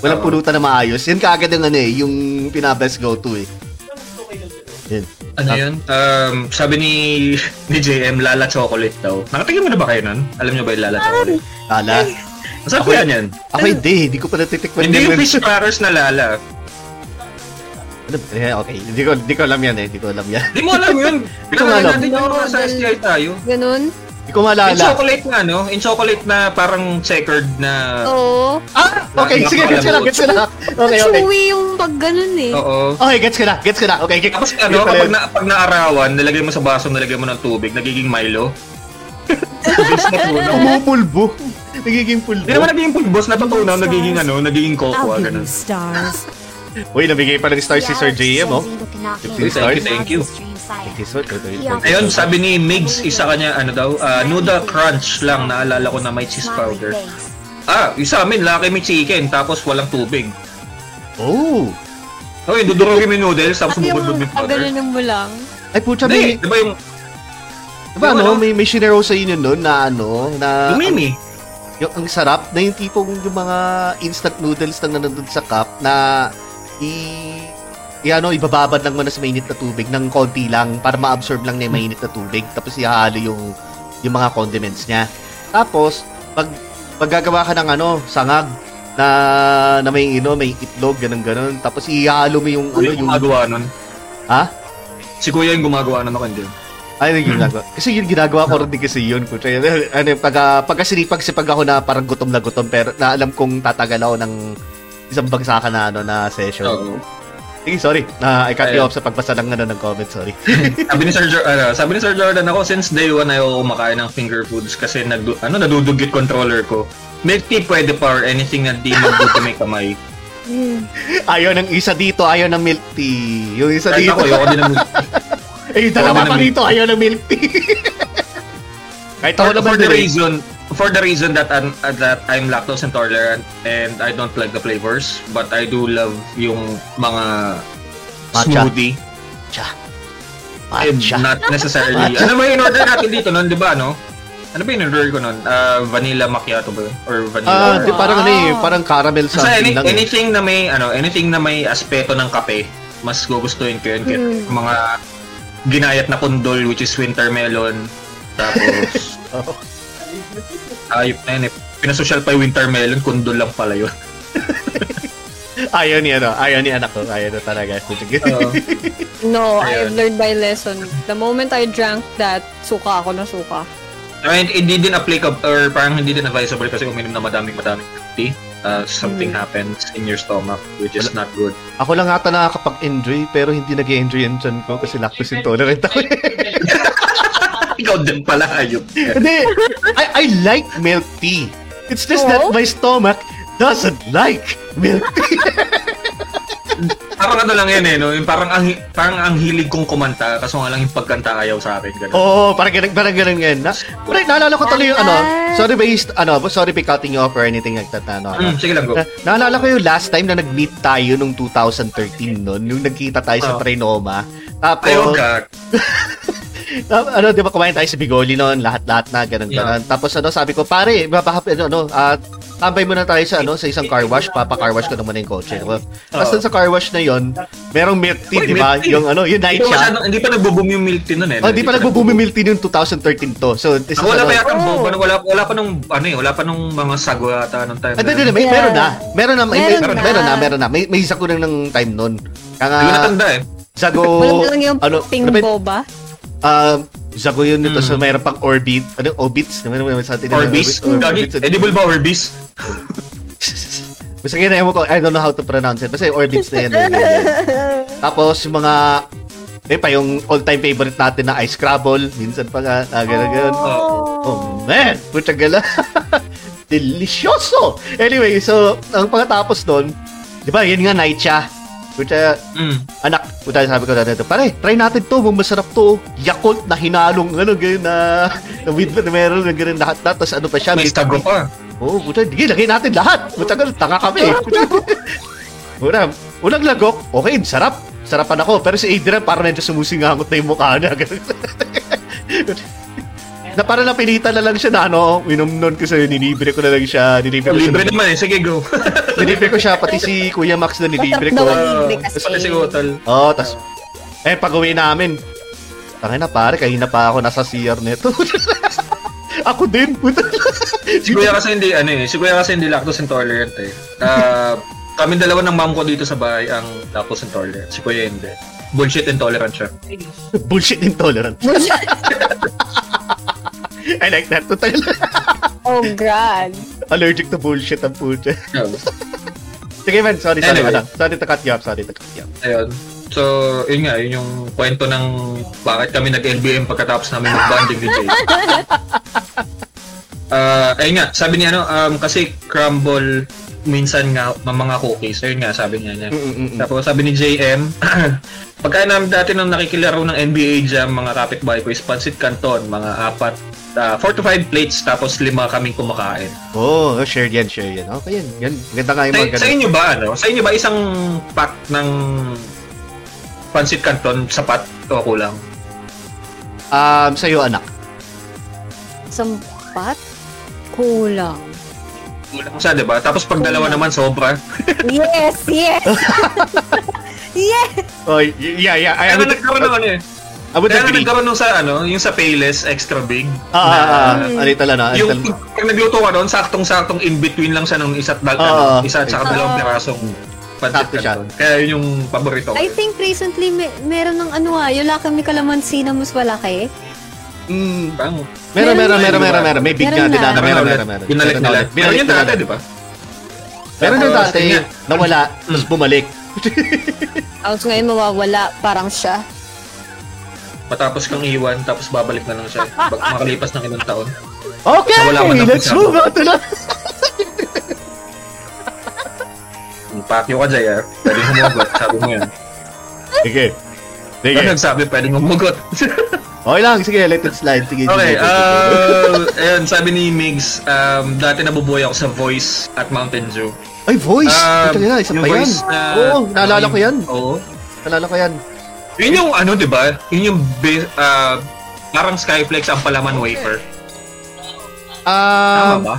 Walang
Oo.
pulutan na maayos. Yan kaagad yung ano eh, yung pinabest go to eh. Yan.
Ano
Ah.
yun? Um, sabi ni, (laughs) ni JM, Lala Chocolate daw. Nakatingin mo na ba kayo nun? Alam nyo ba yung Lala Chocolate?
Kala.
Saan ko yan yan?
Ako hindi, hindi ko pa natitikman yan.
Hindi yung fish paros na Lala.
Eh, okay, hindi ko, hindi ko alam yan eh. Hindi ko alam yan.
Hindi mo alam yun.
ko
Pinakain
alam.
natin yung mga sa
Nobel.
STI tayo.
Ganun.
Hindi ko
In
maalala.
chocolate na, no? In chocolate na parang checkered na...
Oo.
Ah, okay, sige, gets ko na, gets ko na. Okay, okay.
Chewy yung pag ganun eh.
Oo.
Okay, gets ko na, gets ko na. Okay, gets
Tapos
gets
ano,
ko na
kapag,
yun.
na, pag naarawan, nilagay mo sa baso, nilagay mo ng tubig, nagiging Milo. Tubig na puno.
Pumupulbo. Nagiging pulbo.
Hindi naman nagiging pulbos, natutunaw, nagiging ano, nagiging kokwa,
I'll give
ganun.
you stars.
Uy, nabigay pa ng stars si Sir JM, oh.
Uy, Thank you, thank you.
Thank you, sir.
Ayun, sabi ni Migs, isa kanya, ano daw, ah, Nuda Crunch lang, naalala ko na may cheese powder. (laughs) Ah, yung sa amin, laki may chicken, tapos walang tubig.
Oh!
Okay, dudurogin mo yung noodles, tapos
At yung
bubudbog mo yung
pag
powder.
ganun mo lang.
Ay, putya,
Hindi,
may...
di ba yung
Diba,
yung
ano,
ano?
may, may shinero sa inyo nun na, ano, na...
lumimi?
Yung, ang sarap na yung tipong yung mga instant noodles na nandun sa cup na i... i ano, ibababad lang muna sa mainit na tubig ng konti lang para ma-absorb lang na yung mainit na tubig. Tapos ihahalo yung, yung mga condiments niya. Tapos, pag, pag gagawa ka ng ano, sangag na, na may ino, may itlog, ganun ganun. Tapos ihahalo mo yung, ano,
Kuya yung
yung,
gumagawa nun.
ha?
Si Kuya yung gumagawa nun ako, hindi.
Ay, yung ginagawa. Kasi yung ginagawa ko rin din kasi yun. Kutsa, yun, ano, pag, ah, pagkasinipag si pag ako na parang gutom na gutom, pero na alam kong tatagal ako ng isang bagsakan na, ano, na session.
Oo.
Sige, sorry. Na I cut you
Ayun.
off sa pagbasa ng, ano, ng comment, sorry. (laughs)
sabi ni Sir Jordan, ano, sabi ni Sir Jordan ako since day one ayoko kumakain ng finger foods kasi nag ano nadudugit controller ko. Milk tea pwede pa or anything na di magbuti may kamay.
Hmm. ayaw ng isa dito, ayaw ng milk tea. Yung isa dito,
Kahit ako, ayoko din
(laughs)
ng milk tea.
eh, yung dalawa pa
ayaw ng
dito, ayaw ng milk
(laughs)
tea. Kahit ako
For,
naman
for the
din eh.
reason, for the reason that I'm, uh, that I'm lactose intolerant and I don't like the flavors, but I do love yung mga
Matcha.
smoothie. I'm
Matcha.
not necessarily.
Matcha.
ano ba yung order natin dito nun, di ba, no? Ano ba yung order ko nun? Ah, vanilla macchiato ba? yun? Or
Ah,
vanilla?
di, parang ano eh, parang caramel
Basta
something
any-
lang. eh.
anything na may ano, anything na may aspeto ng kape, mas gugustuhin ko yun. kaya Mga ginayat na kundol which is winter melon.
(laughs)
Tapos
Oo.
ayop na yun eh. Pinasosyal pa yung winter melon, kundol lang pala yun.
(laughs) Ayaw ni, ano, ayaw ni anak ko. Ayaw na talaga.
(laughs) Oo.
No,
Ayun.
I've learned my lesson. The moment I drank that, suka ako na suka.
And hindi din applicable or parang hindi din advisable kasi uminom na madaming madaming tea. Uh, something
Hmm.
happens in your stomach which is not good. (laughs)
Ako lang ata nakakapag-enjoy pero hindi nag enjoy yung chan ko kasi lactose intolerant ako.
Ikaw din pala
(laughs)
ayop.
Hindi! I, I like milk tea. It's just that
Oo?
my stomach doesn't like milk tea. (laughs)
parang ano lang yan eh, no? Yung parang ang, parang ang hilig kong kumanta kaso nga lang yung pagkanta ayaw sa akin. Ganun.
Oo, oh, parang ganun, parang ganun ngayon. Na, pero naalala ko tuloy yung ano, sorry based, ano, sorry pa cutting you off or anything like that na ano. ano.
Mm, sige lang, go.
Na, naalala ko yung last time na nag-meet tayo nung 2013 noon, yung nagkita tayo sa
Oh.
Trinoma. Tapos,
Ayaw ka.
Tap- ano, di ba kumain tayo sa Bigoli noon, lahat-lahat na, ganun,
Yeah.
ganun. Tapos ano, sabi ko, pare, mapahap, ano, ano, at tambay muna tayo sa ano sa isang car wash, papa car wash ko naman yung kotse. Well, Tapos dun sa car wash na yon, merong milk tea,
Uy,
di ba?
milk tea.
Yung ano, yung night
Hindi, pa
shop.
masyadong, hindi pa nagbo-boom yung milk tea nun eh.
Oh, di pa nagbo-boom yung milk tea noong 2013 to. So, this is
Wala pa
ano.
yata
Oo.
boom, wala, wala pa nung, ano eh, wala pa nung mga sago yata nung time.
Ah,
na
di, di, di,
yun.
may,
Yeah.
meron na. Meron na, may,
Meron
meron,
na.
meron na, meron na. May, may isa ko lang ng time noon. Kaya nga,
Hindi ko natanda eh.
Zago,
Walang lang yung
ano,
ping
ano ba yun?
boba.
Ah, Zago yun nito.
Hmm.
So, meron pang Orbit. Ano, Orbits? Ano naman sa atin?
Orbeez? Gagi, edible ba Orbeez?
Basta kaya mo ko, I don't know how to pronounce it. Basta yung Orbits na yan. yun, yun, yun. Tapos, yung mga, eh, pa yung all-time favorite natin na Ice Scrabble. Minsan pa nga, ah, gano'n, gano'n. Oh man, puta gala. (laughs) Delicioso. Anyway, so ang pagkatapos noon, 'di ba? Yun nga night siya. Puta
Mm.
anak, puta sabi ko dati, pare, try natin 'to, mukhang masarap 'to. Yakult na hinalong ano ganyan na, na with na meron na ganyan lahat na, tapos ano pa siya,
May
vitamin-
stago pa.
Oo, oh, puta, sige, lagay natin lahat. Puta ka, tanga kami. Una, unang lagok, okay, sarap. Sarapan ako. Pero si Adrian, parang medyo sumusingangot na yung mukha niya. (laughs) Ganun. na parang napilitan na lang siya na ano, minom nun kasi nilibre ko na lang siya. Nilibre ko, siya,
Libre naman eh. Sige, go.
nilibre ko siya, pati si Kuya Max na nilibre
Masarap
ko.
daw.
Ah,
Libre kasi.
Pati si Kotal.
Oo, oh, tas, eh, pag-uwi namin, tangin na pare, kahina pa ako nasa CR nito. (laughs) ako din, puta.
Si Kuya kasi hindi, ano eh, si Kuya kasi hindi lactose intolerant eh. Ah, kami dalawa ng mom ko dito sa bahay ang lactose intolerant. Si Kuya hindi. Bullshit intolerant siya.
Bullshit intolerant. I like that. Total.
(laughs) oh, God. (laughs)
allergic to bullshit ang puta. (laughs)
Yun.
Sige man, sorry, sorry.
Anyway.
Anyway. Sorry to cut you off, sorry to cut you off.
Ayun. So, yun nga, yun yung kwento ng bakit kami nag-LBM pagkatapos namin mag-bonding ni Jay. Ah, ayun nga, sabi niya ano, um, kasi crumble minsan nga ng mga cookies. Ayun nga, sabi niya niya.
Mm-mm-mm.
Tapos sabi ni JM, (clears throat) pagka namin dati nung nakikilaro ng NBA Jam, mga kapitbahay ko is Pancit Canton, mga apat, 4 to 5 plates, tapos lima kaming kumakain.
Oh, share yan, share yan. Okay, yan. yan. Ganda nga yung
Sa,
mga
sa
ganun.
inyo ba, ano? Sa inyo ba isang pack ng Pancit Canton, sapat o kulang?
Um, sa'yo, anak.
Sampat? Kulang.
Kulang siya, di ba? Tapos pag dalawa naman, sobra.
Yes,
(laughs)
yes! yes!
Oh, y- yeah, yeah. I, I
Kaya
would,
nagkaroon ng ano eh.
I would
Kaya
agree.
nagkaroon nung sa ano, yung sa Payless, extra big.
Ah, ah, ah. Alita lang, ah.
yung
Alita lang.
pag nagluto ka doon, saktong-saktong in-between lang siya ng isa't dal,
Oo. Mm.
ano, isa at saka dalawang
Oo.
pirasong pancit
Sakto siya.
canton. Kaya yun yung paborito ko.
I think recently, may, meron ng ano ah, yung lakam ni Kalamansi na mas wala kay.
Mm,
Parang,
meron, meron,
Meron
meron,
na.
meron, meron. May big nga
Meron
din
na.
na. Meron, meron, meron.
Binalik
Meron
nila.
ulit.
Meron yung
na
dati,
ulit.
di ba? Mm.
Meron yung
Tapos,
dati.
yun nga.
Nawala. Tapos bumalik.
Tapos ngayon mawawala, parang siya.
Matapos kang iwan, tapos babalik na lang siya.
(laughs)
Pag makalipas ng ilang taon.
Okay,
Nawala ko ng
let's
pagkano.
move on to (laughs) the... Mm.
Pakyo ka, Jaya. Pwedeng humugot. Sabi mo yan.
Sige.
Ano
Sige.
nagsabi? Pwedeng humugot. (laughs)
Okay lang. Sige, let it slide. Sige.
okay,
sige.
uh, ayun, sabi ni Migs, um, dati nabubuhay ako sa Voice at Mountain Dew.
Ay, voice!
Um,
Ito na, isa
yung
pa yan.
voice na-
Oo, naalala ko yan.
Oo.
Naalala ko yan.
Yun yung ano, di ba? Yun yung ba- ah, parang Skyflex ang palaman wafer. Tama
Um,
ba?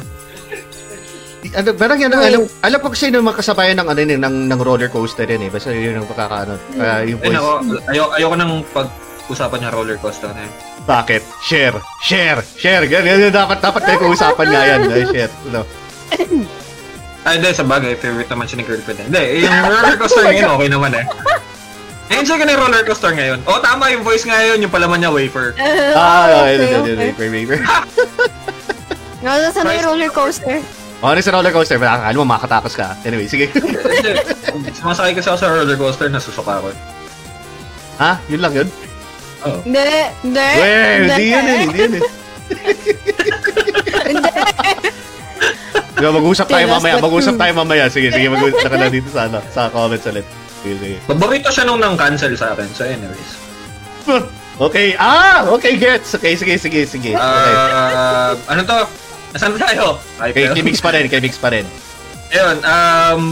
ano, parang yan, ang alam, alam ko kasi yung mga kasabayan ng, ano, yun, ng, ng roller coaster yan eh. Basta yun ang pagkakaano. ah, yung
Ayun ako,
voice.
ayaw, ayoko nang pag-usapan yung roller coaster na yun.
Bakit? Share! Share! Share! Ganyan, ganyan. dapat, dapat tayo usapan nga yan. Ay, share. ano. No.
Ay, Ah, hindi, sa bagay, favorite naman siya ni girlfriend. eh. Hindi,
(laughs)
yung roller
Oh
coaster ngayon, okay naman eh. Na-enjoy ko na yung roller coaster ngayon. Oo, tama, yung voice ngayon, yung palaman niya, wafer.
(laughs) Ah, (laughs) okay, okay, okay, okay, okay, (laughs) okay.
Nasa sa
Price-
roller coaster.
Oh, ano sa roller coaster? Akala mo, makakatakas ka. Anyway, sige. (laughs)
Hindi, sumasakay kasi ako sa roller coaster, nasusuka ako. Oh.
ha? Yun lang yun?
Oo.
Hindi, hindi.
Well, hindi yun eh. Hindi yun eh.
Hindi.
Diba, mag-usap tayo
Tell us
mamaya.
what
Mag-usap
you-
tayo mamaya. Sige, sige. Mag-usap na ka lang dito sa, ano, sa comments ulit. Sige, sige.
Paborito siya nung nang-cancel sa akin. So anyways.
Okay. Ah! Okay, gets. Okay, sige, sige, sige. Okay.
Ah, ano to? Nasaan na tayo? Ay,
Kay,
pero-
kay Mix pa rin, kay Mix pa rin.
Ayun, um,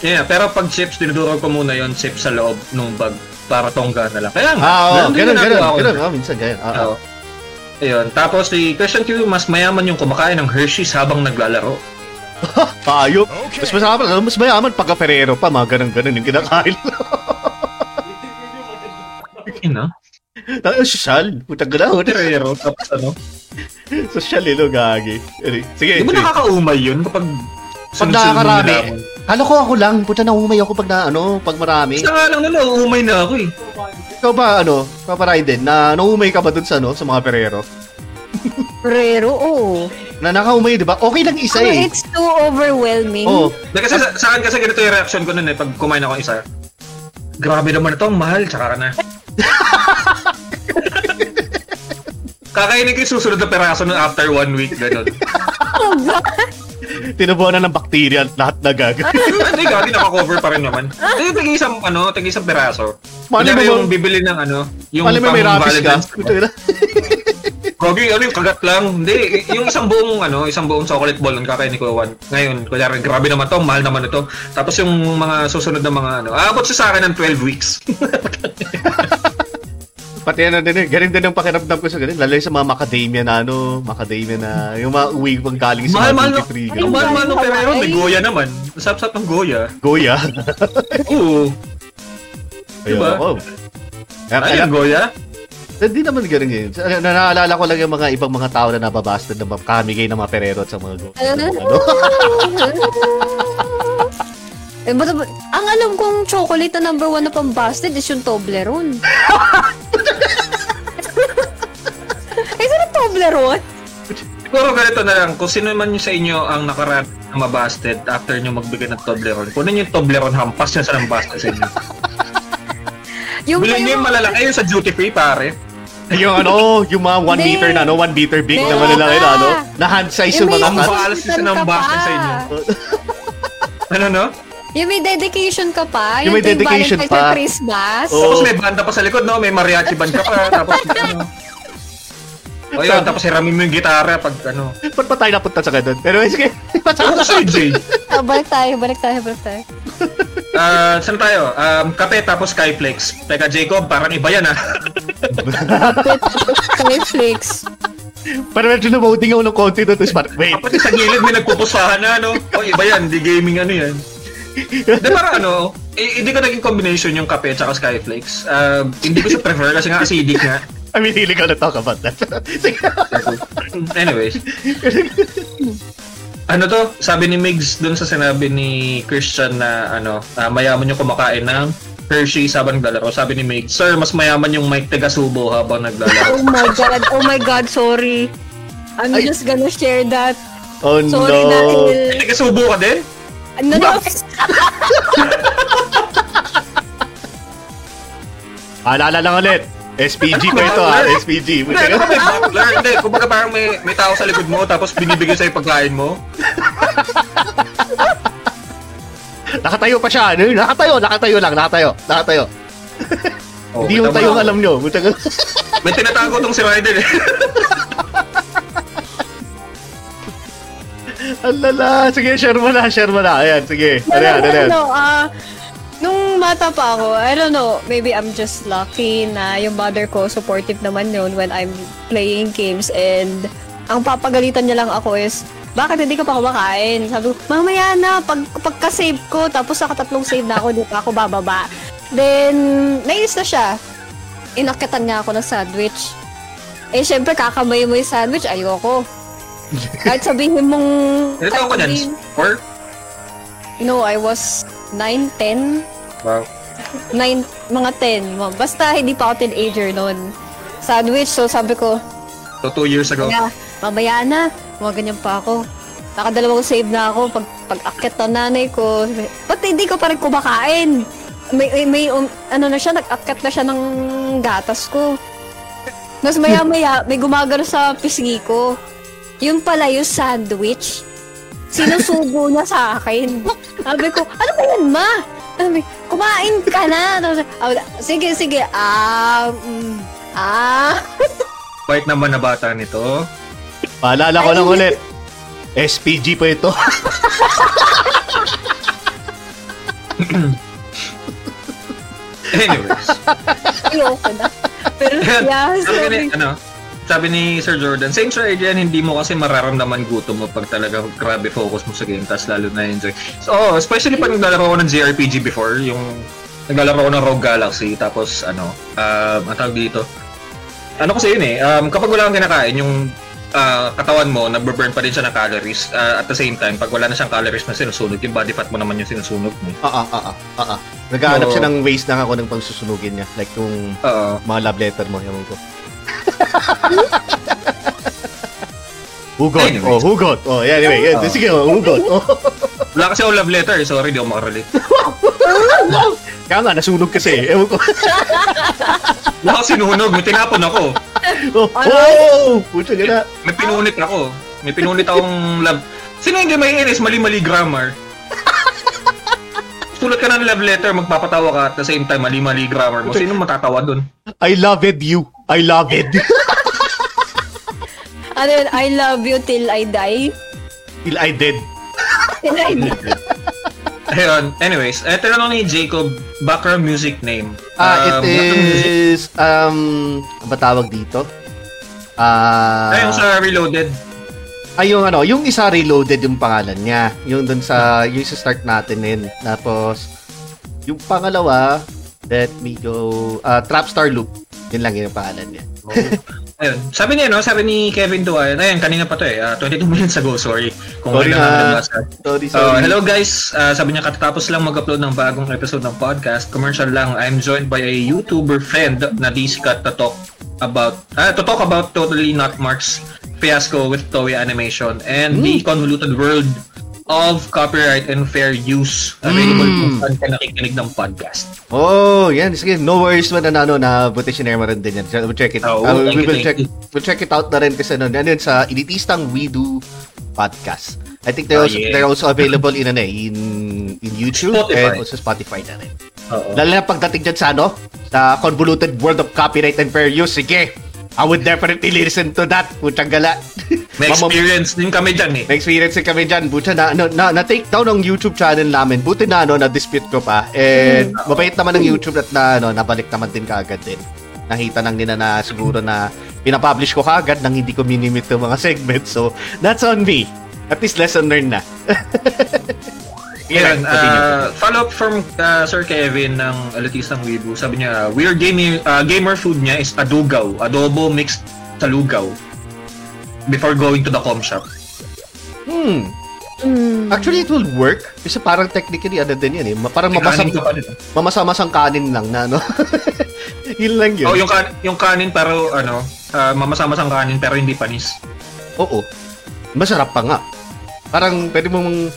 yeah, pero pag chips, dinuduro ko muna yon chips sa loob nung bag para tongga na lang. Kaya nga,
Ah, oo,
ganun
ganun,
din
ganun,
ginagawa ko.
ganun. Ah, minsan ganun. Ah, ah.
Oo. Ayun, tapos si question Q, mas mayaman yung kumakain ng Hershey's habang naglalaro.
Ayop. Mas mayaman, mas mayaman pagka Ferrero pa, mga ganun-ganun yung kinakain. (laughs)
You know?
Ang Ah, social. Putang ka na.
Pero, tapos ano?
Social eh, no? Gagi. Anyway, Sige.
Di ba
sige.
nakakaumay yun kapag...
Pag
sunod-sunod
nakakarami.
nila ako?
Kala ko ako lang. Puta na umay ako pag na, ano, pag marami.
Isa nga lang na nauumay na ako eh.
Ikaw ba, ano, Papa Raiden, na naumay ka ba dun sa, ano, sa mga Ferrero?
Rero, oo.
Na nakaumay, di ba? Okay lang isa
Pero
eh.
Ano, it's too overwhelming.
Oo.
Dahil kasi sa, sa akin kasi ganito yung reaction ko nun eh, pag kumain ako ng isa. Grabe naman ito, ang mahal, tsaka ka
(laughs)
na. Kakainin ko yung susunod na peraso nun after one week, ganun. (laughs)
Tinubuan na ng bacteria at lahat na gag.
Pero Hindi, gabi, nakakover pa rin naman. Hindi, tag isang, ano, tag isang peraso.
Mali
Mali
mo
yung
bang-
bibili ng ano, yung
Pala may may
pang
rabies ka.
Valentine's
Puta
Day.
na. (laughs)
Grabe, ano yung kagat lang. Hindi, y- yung isang buong, ano, isang buong chocolate ball nun kakainin ko one. Ngayon, kunyari, grabe naman to, mahal naman ito. Tapos yung mga susunod na mga ano, aabot siya sa akin ng 12 weeks.
Pati ano din eh. Ganun din ang pakiramdam ko sa ganun. Lalo yung sa mga macadamia na ano, macadamia na, yung mga uwi pang galing sa
mahal,
mga
mahal,
duty free.
Ay,
ang
ganun.
mahal, mahal ng
mahal.
Ferrero, may Goya naman. Masap-sap ng Goya.
Goya.
Oo.
Ayun,
Diba?
oo. Kaya,
Ano yung Goya?
Hindi Eh, naman ganun yun. Sa- na- Naalala ko lang yung mga ibang mga tao na nababastard na mga kamigay ng mga perero at sa mga go. ano? (laughs)
(laughs) eh, ba't, ba't- ang alam kong chocolate na number one na pambasted is yung
(laughs)
Toblerone. Is it a Toblerone?
Siguro ganito na lang, kung sino man yung sa inyo ang nakaraan na mabasted after nyo magbigay ng Toblerone, kunin yung Toblerone, hampas nyo sa nambasted sa inyo.
Yung
Bilhin nyo yung malalaki yung sa duty free, pare.
yung ano, yung mga 1
Hindi.
meter na ano, 1 meter big na
Meron
malalaki na
ka.
ano, na hand size yung
Yung may
mga kat.
Ang balas yung
dedication ka
sinambasted sa inyo.
pa.
Ano no?
Yung may dedication ka pa.
Yung may
tuwing
dedication
Valentine's
pa. Oh.
and Christmas.
Oo.
Tapos may banda pa sa likod, no? May mariachi band ka pa, tapos ano. O yun, tapos hiramin mo yung gitara pag ano.
Ba't pa tayo napunta sa ganun? Pero eh, sige, (laughs)
Ano
pasaka.
sa Jay?
(laughs) Ah, balik tayo, balik tayo, balik tayo.
Ah, saan tayo? Um, kape tapos Skyflex. Teka, Jacob, parang iba yan, ah. (laughs)
Netflix.
Pero medyo lumoding ako ng konti doon. Tapos parang, wait.
Kapag Eh, sa gilid may nagpupusahan na, ano? O iba yan, di gaming ano yan. Hindi, parang ano, eh, hindi ko naging combination yung kape at Skyflex. Ah, hindi ko siya prefer kasi nga acidic nga.
I mean, hindi ka na talk about that. (laughs) sige.
Anyways. ano to? Sabi ni Migs dun sa sinabi ni Christian na ano, ah, mayaman yung kumakain ng Hershey's habang naglalaro. Sabi ni Migs, Sir, mas mayaman yung Mike Tegasubo habang (laughs) naglalaro.
Oh my God, oh my God, sorry. I'm just gonna share that.
Oh no.
Sorry dahil...
Ay, Tegasubo ka din?
Ano
(laughs)
daw?
Alala lang ulit. SPG pa ito
(laughs)
ah, SPG.
Hindi, ano ka may butler? Hindi, kumbaga parang may, may tao sa likod mo tapos binibigyan sa'yo pagkain mo.
Nakatayo pa siya. Ano yun? Nakatayo, nakatayo lang, nakatayo. Nakatayo.
Oh,
Hindi yung
tama
tayong
ako.
alam nyo. Buta ka.
May tinatago tong si Ryder eh.
Alala. Sige, share mo na, share mo na. Ayan, sige. Ano yan, ano yan?
Ano, ah... Nung bata pa ako, I don't know, maybe I'm just lucky na yung mother ko supportive naman yun when I'm playing games and ang papagalitan niya lang ako is, bakit hindi ka pa kumakain? Sabi ko, mamaya na, pag, pagka-save ko, tapos nakatatlong save na ako, di pa ako bababa. Then, nais na siya. Inakitan niya ako ng sandwich. Eh, syempre, kakamay mo yung sandwich, ayoko. Kahit sabihin mong...
Ilan taon ko niyan?
kahit sabihin-
Four?
No, I was 9, 10,
Wow.
9, mga 10. Mga- Basta hindi pa ako teenager noon. Sandwich, so sabi ko,
So two years ago.
yeah, mamaya na. Mga ganyan pa ako. Nakadalawang save na ako pag pag akit ng nanay ko. sabi, Ba't hindi ko pa rin kumakain? May, may, may um, ano na siya, nag-akit na siya ng gatas ko. Tapos maya-maya, may gumagano sa pisngi ko. Yun pala yung sandwich. Sinusubo niya sa akin. Sabi ko, ano ba yan, ma? Sabi, kumain ka na. Tapos, ah, sige, sige. Ah, mm, ah.
Bait naman na bata nito.
Paalala ko lang ulit. SPG pa ito.
Anyways.
Ayoko na. Pero yeah,
Sabi ko
(laughs)
sorry.
ni- ano, sabi ni Sir Jordan, same Sir Adrian, hindi mo kasi mararamdaman gutom mo pag talaga grabe focus mo sa game, tas lalo na enjoy. So, oh, especially pag naglalaro ako ng JRPG before, yung naglalaro ako ng Rogue Galaxy, tapos ano, um, ang tawag dito, ano kasi yun eh, um, kapag wala kang kinakain, yung ah, katawan mo, nagbaburn pa rin siya ng calories. Ah, at the same time, pag wala na siyang calories na sinusunog, yung body fat mo naman yung sinusunog mo.
(laughs) Ah, ah, ah, ah, ah, ah. Naghahanap
Oo.
siya ng ways na ako ng pangsusunugin niya. Like yung
Oo.
mga love letter mo, yaman ko. (laughs) hugot.
Anyways.
Oh, hugot. Oh, yeah, anyway. Yeah,
Oo.
Sige, oh, hugot. Oh.
Wala kasi ako love letter, eh, sorry, di ako makarelate.
Kaya nga, nasunog kasi. eh. Ewan ko.
Wala ako sinunog, may tinapon ako.
Oh,
Ano?
oh! Puta ka na.
May pinunit ako. May pinunit akong love. Sino hindi may iris? Mali-mali grammar. Sulat ka ng love letter, magpapatawa ka at the same time, mali-mali grammar mo. Sino matatawa dun?
I loved you. I loved.
Ano yun, I love you till I die?
(laughs) Till I did.
Till I die.
Ayun. Anyways, eto na lang ni Jacob, background music name.
Ah,
Um,
it
background music-
is, um, ang ba tawag dito? Ah,
Ayun sa Reloaded.
Ay, yung ano, yung isa reloaded yung pangalan niya. Yung dun sa, yung sa start natin yun. Tapos, yung pangalawa, let me go, ah, Trapstar Loop. Yun lang yun yung pangalan niya.
Ayun. Sabi niya, no? Sabi ni Kevin Duan, ayun, kanina pa to eh. ah, 22 minutes ago, sorry. Kung
Sorry
kailangan
na.
nabasa.
Sorry,
So,
sorry.
Oh, hello guys. Ah, sabi niya katatapos lang mag-upload ng bagong episode ng podcast. Commercial lang. I'm joined by a YouTuber friend na di sikat to talk about ah, to talk about totally not Mark's fiasco with Toei Animation and the convoluted world of copyright and fair use available kung
Mm.
saan ka nakikinig ng podcast.
Oh, yan. Sige, no worries man na ano, na buti sinare mo rin din yan. We'll check it out.
Oo,
Ah, we-
thank
we
you,
will
thank
check,
you.
we'll check it out na rin kasi ano, ano yun sa Elitistang We Do Podcast. I think they're,
Ah,
also,
yeah.
they're also available in, ano, eh, in, in YouTube
Spotify. Oh.
and also Spotify na rin.
Oo.
Lalo na pagdating dyan sa ano, sa convoluted world of copyright and fair use, sige, I would definitely listen to that. Putang gala.
May
(laughs) Mamam-
experience din kami dyan eh.
may experience din kami dyan. Buta na, na, na, na take down ng YouTube channel namin. Buti na, ano, na-dispute ko pa. And
Hmm.
mabait naman ng YouTube at na, ano, nabalik naman din kaagad din. Nakita nang nila na siguro na pinapublish ko kaagad nang hindi ko minimit yung mga segments. So, that's on me. At least lesson learned na. (laughs)
Yan,
Continue.
uh, follow up from uh, Sir Kevin ng Alatisang Weibo. Sabi niya, weird game, uh, gamer food niya is adugaw, adobo mixed salugaw before going to the com shop.
Hmm.
Hmm.
Actually, it will work. Kasi parang technically, ano din yan eh. Ma- Parang mabasa,
Kanin ko pa rin. ah.
mamasamasang kanin lang na, no? (laughs) yun lang yun.
Oh, yung, kan yung kanin pero ano, uh, mamasamasang kanin pero hindi panis.
Oo. Masarap pa nga. Parang pwede mong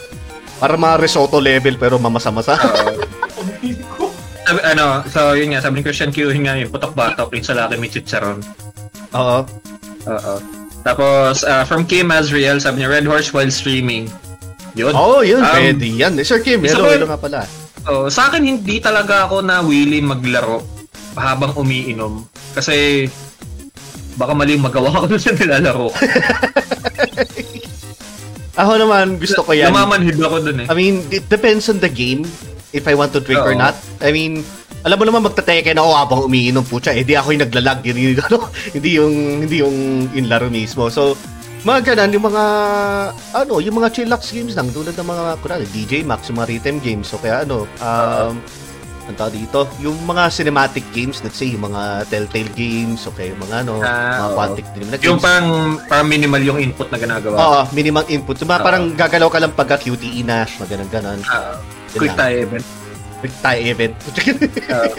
para mga risotto level pero mamasa-masa.
Sabi, ano, so yun nga, sabi ni Christian Q, yun nga yung putok-batok, yung sa laki may chicharon.
(laughs) Oo.
Oo. Tapos, uh, from Kim Azriel, sabi niya, Red Horse while streaming. Yun.
Oo, oh, yun.
Um,
pwede yan. Eh, Sir Kim,
isa
hello,
pa-
hello nga pala.
Oh, sa akin hindi talaga ako na willing maglaro habang umiinom kasi baka mali yung magawa ko (laughs) dun sa nilalaro.
Ako naman, gusto ko yan.
Namamanhid ako dun eh.
I mean, it depends on the game if I want to drink or
Oo.
not. I mean, alam mo naman magtateke na ako habang umiinom po siya. Eh, di ako yung naglalag. Yun, yung (laughs) ano, hindi yung, hindi yung inlaro mismo. So, mga ganun, yung mga, ano, yung mga chillax games lang. Tulad ng mga, kunwari, DJ Max, yung mga rhythm games. So, kaya ano, um, ang tawag dito, yung mga cinematic games, let's say, yung mga Telltale games, okay, yung mga ano, mga
Ah, oo.
Quantic Dream na
Yung
games.
pang, pang minimal yung input na ginagawa.
Oo, minimum input. Yung mga
Oo.
parang gagalaw ka lang pagka QTE na, mga ganun-ganun.
Ah,
Yun
quick
lang.
tie event.
Big tie event.
Ah.